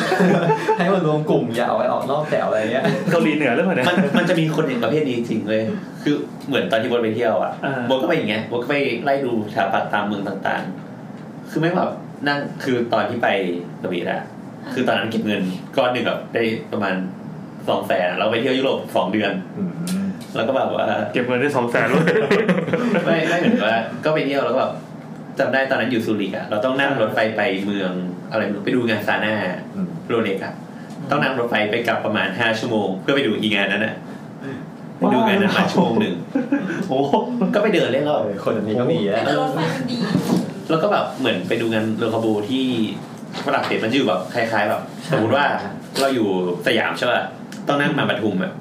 F: ให้มารวมกลุ่มอย่าเอาไว้ออกนอกแถวอะไรเงี้ย
D: เกาหลีเหนือหรือเปล่าเนี่ย
C: มันมันจะมีคนอย่างประเภทนี้จริงเลย คือเหมือนตอนที่โบนไปเที่ยวอ่ะ
D: อ่า
C: โบนก็ไปอย่างเงี้ยโบนก็ไปไล่ดูสถาปัตย์ตามเมืองต่างๆ คือไม่แบบนั่งคือตอนที่ไปกระบี่อะคือตอนนั้นเก็บเงินก้อนหนึ่งแบบได้ประมาณสองแสนเราไปเที่ยวยุโรปสองเดือน แล้วก็แบบว่า
D: เก็บเงินได้สองแสนด้วย
C: ไม่ไม่เหมือนว่าก็ไปเที่ยวแล้วก็แบบจำได้ตอนนั้นอยู่ซูริกอะเราต้องนั่งรถไฟไปเมืองอะไรไม่รู้ไปดูงานซาน่าโรเล็กอะต้องนั่งรถไฟไปกลับประมาณห้าชั่วโมง เพื่อไปดูอีกงานนั้นอะไปดูงานนั้นมาชั่วโมงหนึ่ง
D: โอ้โห
C: ก็ไปเดินเล่นรอบ
F: เออคนแบบนี้ก็มี
P: แต่
F: นะ
P: รถไฟมันดี
C: แล้วก็แบบเหมือนไปดูงานเลอคาบูที่ฝรั่งเศสมันจะอยู่แบบคล้าย ๆ แบบสมมติว่าเราอยู่สยามใช่ป่ะต้องนั่งมาปทุมอะ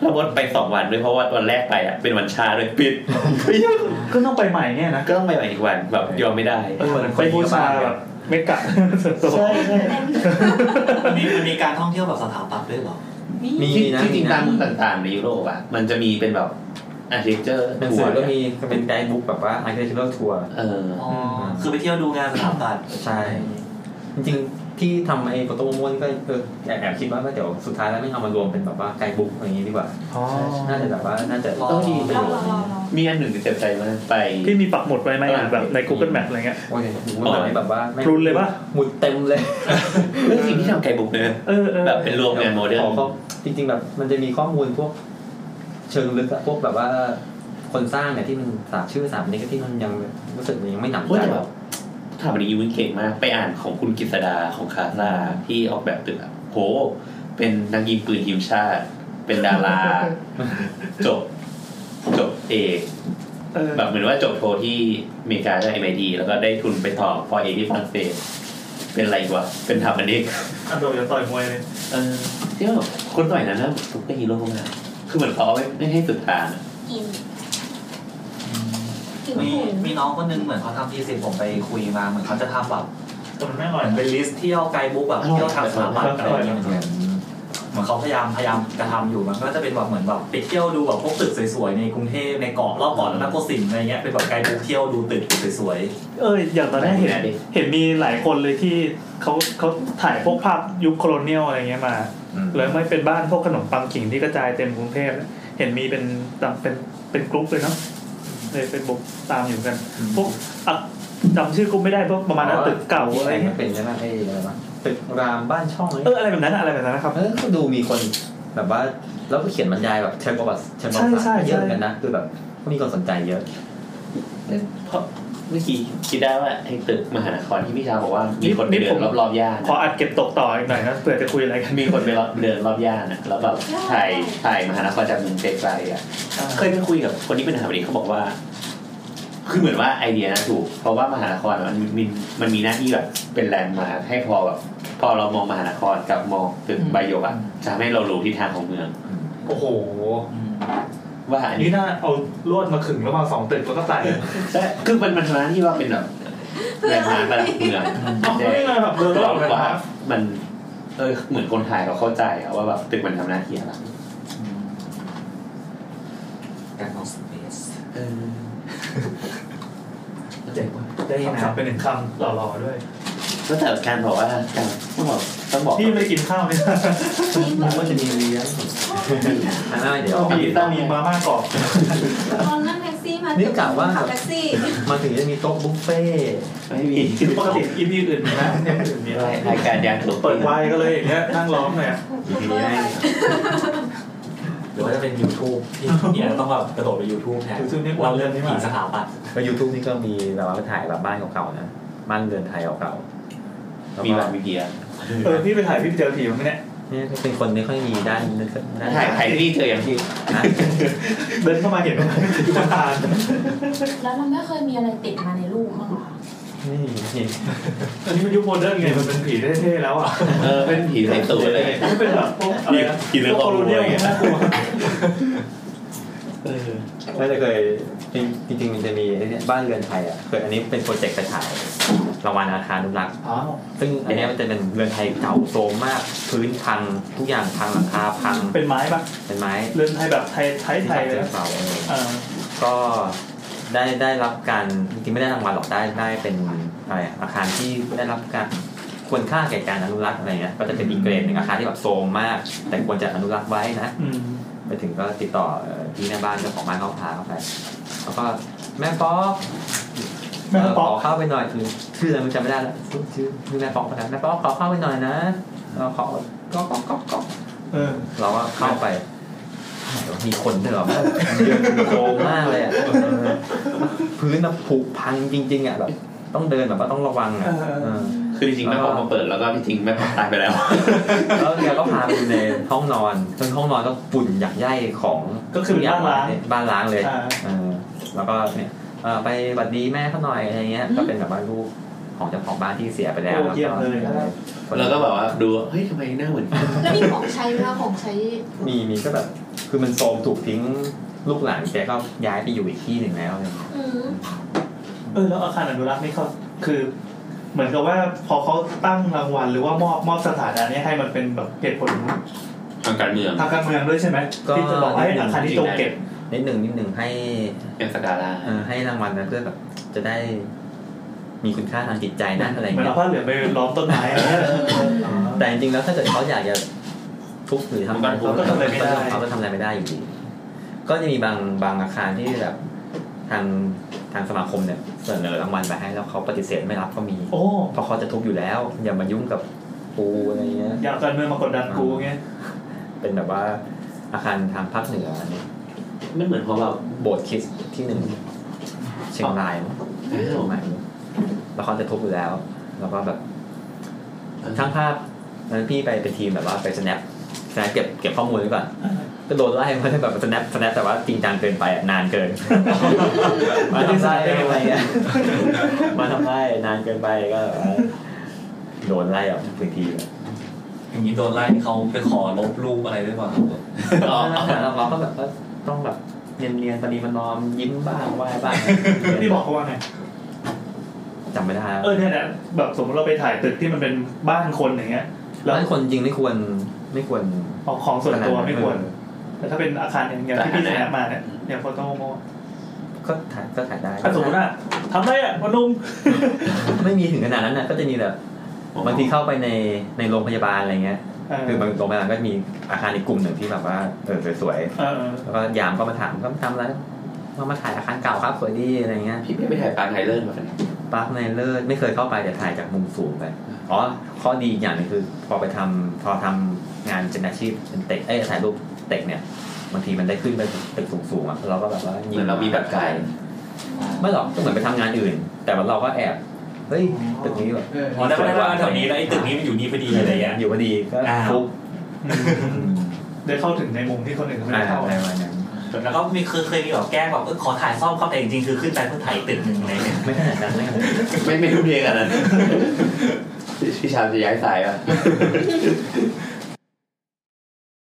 C: แล้วรถไปสองวันด้วยเพราะว่าวันแรกไปอะเป็นวันชาด้วยปิด
D: ก็ต้องไปใหม่เนี่ยนะ
C: ก็ต้องไปใหม่อีกวันแบบยอมไม่ได้
F: เออคนค
D: ไป
F: น
D: บู
F: นี้ก็บ้า
D: ชา
F: แบ
D: แบบ บไม่กะ
C: ใช่ใช่
M: มันมีมันมีการท่องเที่ยวแบบสถาปัตย์ด้วยเหรอ
F: มี
C: ที่
F: นะ
C: ที่จริงตาม
F: มี
C: เมือง
F: นะ
C: ต่างๆในยุโรปอะมันจะมีเป็นแบบอาร์ติเจอร์
F: หนัง
C: ทั
F: สื
C: ว
F: อ
C: ร์
F: ก็มีเป็นไกด์บุ๊กแบบว่า architectural tour
C: เออ
M: อ๋อ คือไปเที่ยวดูงานสถาปัตย์
F: ใช่ จริงๆ ที่ทำไอ้โปรโตโมวนก็เออแอบแอบคิดว่าเดี๋ยวสุดท้ายแล้วไม่เอามารวมเป็นแบบว่าไกด์บุ๊กอะไรอย่างงี้ดีกว่า
D: อ๋อ
F: น่าจะแบบว่าน่าจะ
C: ต้องดี
P: รอรอรอรอ
C: มีอันหนึ่งที่เจ็บใจมากไป
D: พี่มีปักหมุดไว้ไหมอ่ะแบบใน Google Map อะไรเงี้ย
F: โอ้ยดูแบบนี้แบบว่าแม่ง
D: พรุนเลยปะ
F: หมุดเต็มเลย
C: เรื่องสิ่งที่ทำไก่บุกเนี่ย
D: เออเออ
C: แบบเป็นรวมงานโมเดิร์
F: ข
C: น
F: อข้อจริงๆแบบมันจะมีข้อมูลพวกเชิงลึกอะพวกแบบว่าคนสร้างเนี่ยที่มันสาบชื่อสาบนี้ก็ที่มันยังรู้สึกมันยังไม่หนำ
C: พูด
F: ใจ
C: แต่แบบสถาปนิกยูวินเก่งมาก ไปอ่านของคุณกฤษดาของคาซาที่ออกแบบตึกอะโห เป็นนักยิงปืนทีมชาติ เป็นดา รา จบ จบเอก
D: เออ
C: แบบเหมือนว่าจบโทที่อเมริกาจาก MIT แล้วก็ได้ทุนไปต่อพอเอกที่ฝรั่งเศสเป็นอะไรอีกวะเป็นทำอันนี้
E: โดนจะต่อยมวยเลย
C: เออที่แบบคนสมัยนั้นนะทุกเป็นฮีโร่มากคือเหมือนเขาไม่ไม่ให้สุดทางอะ
P: กินกิน
M: มี
P: หุ่น
M: มีน้องคนนึงเหมือนเขาทำทีสิผมไปคุยมาเหมือนเขาจะทำแบบ
E: แต่มันไม่อร่อย
M: เหมือนเป็นลิสต์เที่ยวไกด์บุ๊กแบบเที่ยวทางสถาปัตย์อะไรอย่างเงี้ยเหมือนเหมือนเขาพยายามพยายามจะทำอยู่มันก็จะเป็นแบบเหมือนแบบไปเที่ยวดูแบบพวกตึกสวยๆในกรุงเทพในเกาะรอบเกาะแล้วก็สินทร์อะไรเงี้ยเป็นแบบไกด์บุ๊กเที่ยวดูตึกสวย
D: เอออย่างตอนแรกเห็นเห็นมีหลายคนเลยที่เขาเขาถ่ายพวกภาพยุคโคลเนียลอะไรเงี้ยมา แล้วไม่เป็นบ้านพวกขนมปังขิงที่กระจายเต็มกรุงเทพเห็นมีเป็นตามเป็นเป็นกรุ๊ปเลยเนาะในเฟซบุ๊กตามอยู่กัน พวกอ่ะจำชื่อกรุ๊ปไม่ได้เพราะประมาณนั้นตึกเก่าอะไร
F: ที่
D: เงี้ย
F: มันเป็นใช่ไหมไอ้อะไรวะตึกรามบ้านช่องอะไร
D: เอออะไรแบบนั้นอะอะไรแบบนั้นนะครับ
F: เออก็ดูมีคนแบบว่าแล้วก็เขียนบรรยายแบบเชิงประวัติเชิงประวัติ
D: ใช่
F: ศาสต
D: ใช่
F: ร์เยอะเหมือนกันนะคือแบบก็มีคนสนใจเยอะ
C: เพราะเมื่อกี้คิดได้ว่าไอ้ตึกมหานครที่พี่ชาบอกว่ามีคนไปเดินรอบๆย่าน
D: ขออัดเก็บตกต่ออีกหน่อยนะเผื่อจะคุยอะไรกัน
C: มีคนไปเดินรอบย่านอะแล้วแบบถ่ายถ่ายมหานครจากเมืองไกลๆอ่ะ เคยไปคุยกับคนที่เป็นสถาปนิกเขาบอกว่า คือเหมือนว่าไอเดียนะถูก เพราะว่ามหานครมันมีมันมีหน้าที่แบบเป็นแลนด์มาร์คให้พอแบบพอเรามองมหานครกับมองตึกใบหยกอะจะทำให้เรารู้ทิศทางของเมือง
D: โอ้โห
C: ว่าอั
D: อั
C: น
D: น
C: นี้
D: นี้น่าเอาลวดมาขึงแล้วมาสองตึกแล้วก็ใส่
C: ใช่คือมันมันทำหน้าที่ว่าเป็นแบบแลนด์มาร์คระดับเมือง
D: ไม่เลยแบบเดิน
C: แต่
D: แล้
C: เรา
D: วแบบ
C: ว่ามัน เออเหมือนคนไทยเราเข้าใจอะว่าแบบตึกมันทำหน้าที่อะไร
M: ๆการมองสเปซ
C: เออ
M: ได้นะ
D: เป็นหนึ่งคำหล่อๆด้วย
C: แล้วแต่การบอกว่าการต้องบอกต้องบอก
D: พี่ไม่กินข้าวเนี่ย
P: กิน
F: ผ
P: แบ
F: ม
P: บ
F: ว่าจะมีเลี้ยงอ่าเดี๋ยว
D: มีต้องมีมาม่ากรอบ
P: ตอนนั่งแท็กซี่มา
F: นี่กะว่า
P: ขับแท็กซี่
F: มาถึงจะมีโต๊ะบุฟเฟ่ต์
C: ไม่มี
D: ปกติอีพีอื่นมีไหมเทปอื่นมีอะไร
C: รายการยางถูก
D: เปิดไวน์ก็เลยอย่างเงี้ยนั่งร้องเลยอะ
F: อีพีนี้ให้
M: หรือว่าจะเป็น YouTube ที่เนี่ยต้องแบบกระโดดไป YouTube แทน
D: คือชุดนี้
M: เรา
D: วัน
M: เรื่
D: เรื่
M: อ
D: อ
M: ง
D: งนี้
M: ผี
D: มา
M: สถาปัตย์
F: แล้วยูทูบนี่ก็มีแบบว่าไปถ่ายแบบบ้านเก่าๆนะบ้านเรือนไทยเก่าๆแล้วก็
C: มีบางมีเพีย
D: เออพี่ไปถ่ายพี่ไปเจอผีมั้งเนี่ย
F: เนี่ยเป็นคนไม่ค่อยมีด้านนึกด้าน
C: ถ่ายถ่ายที่นี่เจออย่างที่
F: นะ
D: เดินเข้ามาเห็นว่าอยู่บนคาน
P: แล้วเราไม่เคยมีอะไรติดมาในรูปมั้างเหรอ
F: นี่นี่
D: อันนี้มันยุคโมเดิร์นไงมันเป็นผีเท่ๆแล้วอ่ะ
C: เออเป็นผีใส่ตูดเลย
D: มันเป็นแบบพวกอะไรนะ
C: ผีเรือ
D: พวกโคโลเนียล
C: อะไรเงี้ย
D: น่ากลัว
F: น่าจะเคยจริงจริงๆมันจะมีไอ้เนี่ยบ้านเรือนไทยอ่ะเคยอันนี้เป็นโปรเจกต์ไปถ่ายรางวัลอาคารอนุรักษ์
I: อ๋อ
F: ซึ่งอันเนี้ยมันจะเป็นเรือนไทยเก่าโทรมมากพื้นพังทุกอย่างพังหลังคาพัง
D: เป็นไม้ปะ
F: เป็นไม้
D: เรือนไทยแบบไทยไทยๆเลย
F: เป็น
D: นะ
F: เสาเออ
D: เออ
F: ก็ได้ได้รับการจริงๆไม่ได้รางวัลหรอกได้ได้เป็นอะไรอะอาคารที่ได้รับการควรค่าแก่การอนุรักษ์อะไรเงี้ยก็จะเป็นอีกเกรดหนึ่งอาคารที่แบบโทรมมาก แต่ควรจะอนุรักษ์ไว้นะ
D: อืม
F: ไปถึงก็ติดต่อเอ่อพี่แม่บ้านเจ้าของบ้านเขาพาเข้าไปแล้วก็แม่ป๊อก
D: แม่งป๊อก
F: เขอเข้าไปหน่อยคือชื่ออะไรมันจำไม่ได้แล้วชื่อชื่อแม่ป๊อกนะแม่ป๊อกขอเข้าไปหน่อยนะเราขอก็ก็ก็ก็
D: เออ
F: เราก็เข้าไปเดี๋ยวมีคนด้วยเหรอเยอะโตมากเลยอะเออพื้นแบบผุพังจริง ๆอ่ะแบบต้องเดินแบบว่าต้องระวังอ่ะเออ
C: คือจริงๆแม่พอมาเปิดแล้วก็จริงๆแม่พอตายไปแล้ว
F: แล้วแกก็พาไปในห้องนอนจนห้องนอนก็ฝุ่นหยักไย่ของ
D: ก็คือเป็นบ้านร้าง
F: บ้านล้างเลย
D: อ่า
F: เออแล้วก็เนี่ยเอ่อไปหวัดดีแม่เขาหน่อยอะไรเงี้ย ก็เป็นแบบว่าลูกของเจ้าของบ้านที่เสียไปแล้ว
D: โอ้เยี่ยมเลย
F: แวก็
C: แล้วก็แบบว่าดูเฮ้ยทำไมหน้าเหมือนกัน
P: แล้วมีของใช้ไหมคะของใช้
F: มีมีก็แบบ คือมันโซมถูกทิ้งลูกหลานแกก็ย้ายไปอยู่อีกที่หนึ่งแล้วอะไรเงี้ย
P: อืม
D: เออแล้วอาคารอนุรักษ์นี่เขาคือ เหมือนกับว่าพอเขาตั้งรางวัลหรือว่ามอบมอบสถานะเนี้ให้มันเป็นแบบเหตุผล
C: ทางการเมือง
D: ทางการเมืองด้วยใช่ไหมที่จะบอกว่าให้อาคารที่จงเก็บ
F: นิดหนึ่งนิดหนึ่งให้
C: เป็นสการ่า
F: เอ่อให้รางวัลนะเพื่อแบบจะได้มีคุณค่าทางจิตใจนะอะไร
D: เหมือน
F: เงี้ย
D: เอาผ้าเหลืองไปล้อมต้ นไม้อะไรเงี้ย
F: แต่จริงๆแล้วถ้าเกิดเขาอยากจะทุบหรือทำอะไร
D: มันก็ทำอะไรไม่ได้
F: เขาก็ทำอะไรไม่ได้อยู่ดี ก็จะมีบางบางอาคารที่แบบทางทางสมาคมเนี่ยเสนอรางวัลไปให้แล้วเขาปฏิเสธไม่รับก็มี
D: โอ้
F: เพราะเขาจะทุบอยู่แล้ว อย่ามายุ่งกับปูอะไรเงี้ย
D: อยากการเมืองมากดดันกูเงี้ย
F: เป็นแบบว่าอาคารทางภาคเหนือเนี่ย
C: ไม่เหมือนเพราะแบบ
F: โบสถ์คริสต์ที่หนึ่งเชียงรายมั้งเชียงใหม่มั้งแล้วเขาจะทุบอยู่แล้ว แล้วก็แบบ ช่างภาพนั้นพี่ไปเป็นทีมแบบว่าไป snap snap เก็บเก็บข้อมูลไว้ก่อนก็โดนไล่มาแบบ snap snap แต่ว่าจริงจังเกินไปอะนานเกิน มาทำไล่อะไรเงี้ยมาทำไล่นานเกินไปก็แบบว่าโดนไล่ออกจากพื้นที่เลย
M: อย่างนี้โดนไล่นี่เขาไปขอลบรูปอะไรด้วยเปล่าครับ
F: เราก็แบบว่าต้องแบบเนียนๆประนีประนอมยิ้มบ้างไหว้บ้าง
D: นี่บอกเขาว่าไง
F: จำไม่ได้แล้ว
D: เออเนี่ยแหละแบบสมมติเราไปถ่ายตึกที่มันเป็นบ้านคนอย่างเงี้ยแล้
F: แล้ว วคนจริงไม่ควรไม่ควร
D: เอาของส่วนตัวไม่ควร
F: เออ
D: แต่ถ้าเป็นอาคารอย่างเงี้ยที่พี่แนะมาเนี่ยอย่างโฟโต้โม
F: ก็ถ่ายก็ถ่ายได้
D: ถ้าสมมติว่าทำไรอ่ะพนุ่ม
F: ไม่มีถึงขนาดนั้นนะก็จะมีแบบบางทีเข้าไปในในโรงพยาบาลอะไรเงี้ย
D: เออ
F: คือบางโรงพยาบาลก็มีอาคารอีกกลุ่มหนึ่งที่แบบว่าเออสวย
D: เออ
F: ๆแล้วก็ยามก็มาถามก็ทำอะไรก็มาถ่ายอาคารเก่าครับสวยดีอะไรเงี้ย
C: พี่ไม่ไปถ่ายปาร์คไทเลอร์มากัน
F: ปาร์คในเลิศไม่เคยเข้าไปแต่ถ่ายจากมุมสูงไปอ๋อข้อดีอีกอย่างหนึงคือ พอไปทำพอทำงานเป็นอาชีพเป็นเตะเอ้ยถ่ายรูปเตะเนี่ยบางทีมันได้ขึ้นไปตึกสูงๆอ่ะเราก็แบบว่า
C: เห
F: ยิง
C: มือนเรามีแบบไกาย
F: ไม่หรอกก็เหมือนไปทำงานอื่น แต่ว่าเราก็แอบเฮ้ยตึกนี้แบบ
M: อ๋อได้ได้มาแถวนี้แล้วไอ้ตึกนี้มันอยู่นี่พอดีอะไรอย่างเงี้ย
F: อยู่พอดีก็
M: อ้าว
F: ฟุบ
D: ได้เข้าถึงในมุมที่คนอื่นเขาไม่ได้
F: อ่า
D: เข้า
F: อะไรประมาณนั้น
M: แล้วก็มีเคยเคยมีแบบแกล้งแบบเออขอถ่ายซ่อมเข้าแต่จริงๆคือขึ้นไปเพื่อถ่ายอีกตึกหนึ่งอะไรอย่างเงี้ย
F: ไม่ขนาดนั้นเลย
C: ไม่ไม่รู้เพลงอันนั้นพี่ชามจะย้ายสายป่ะ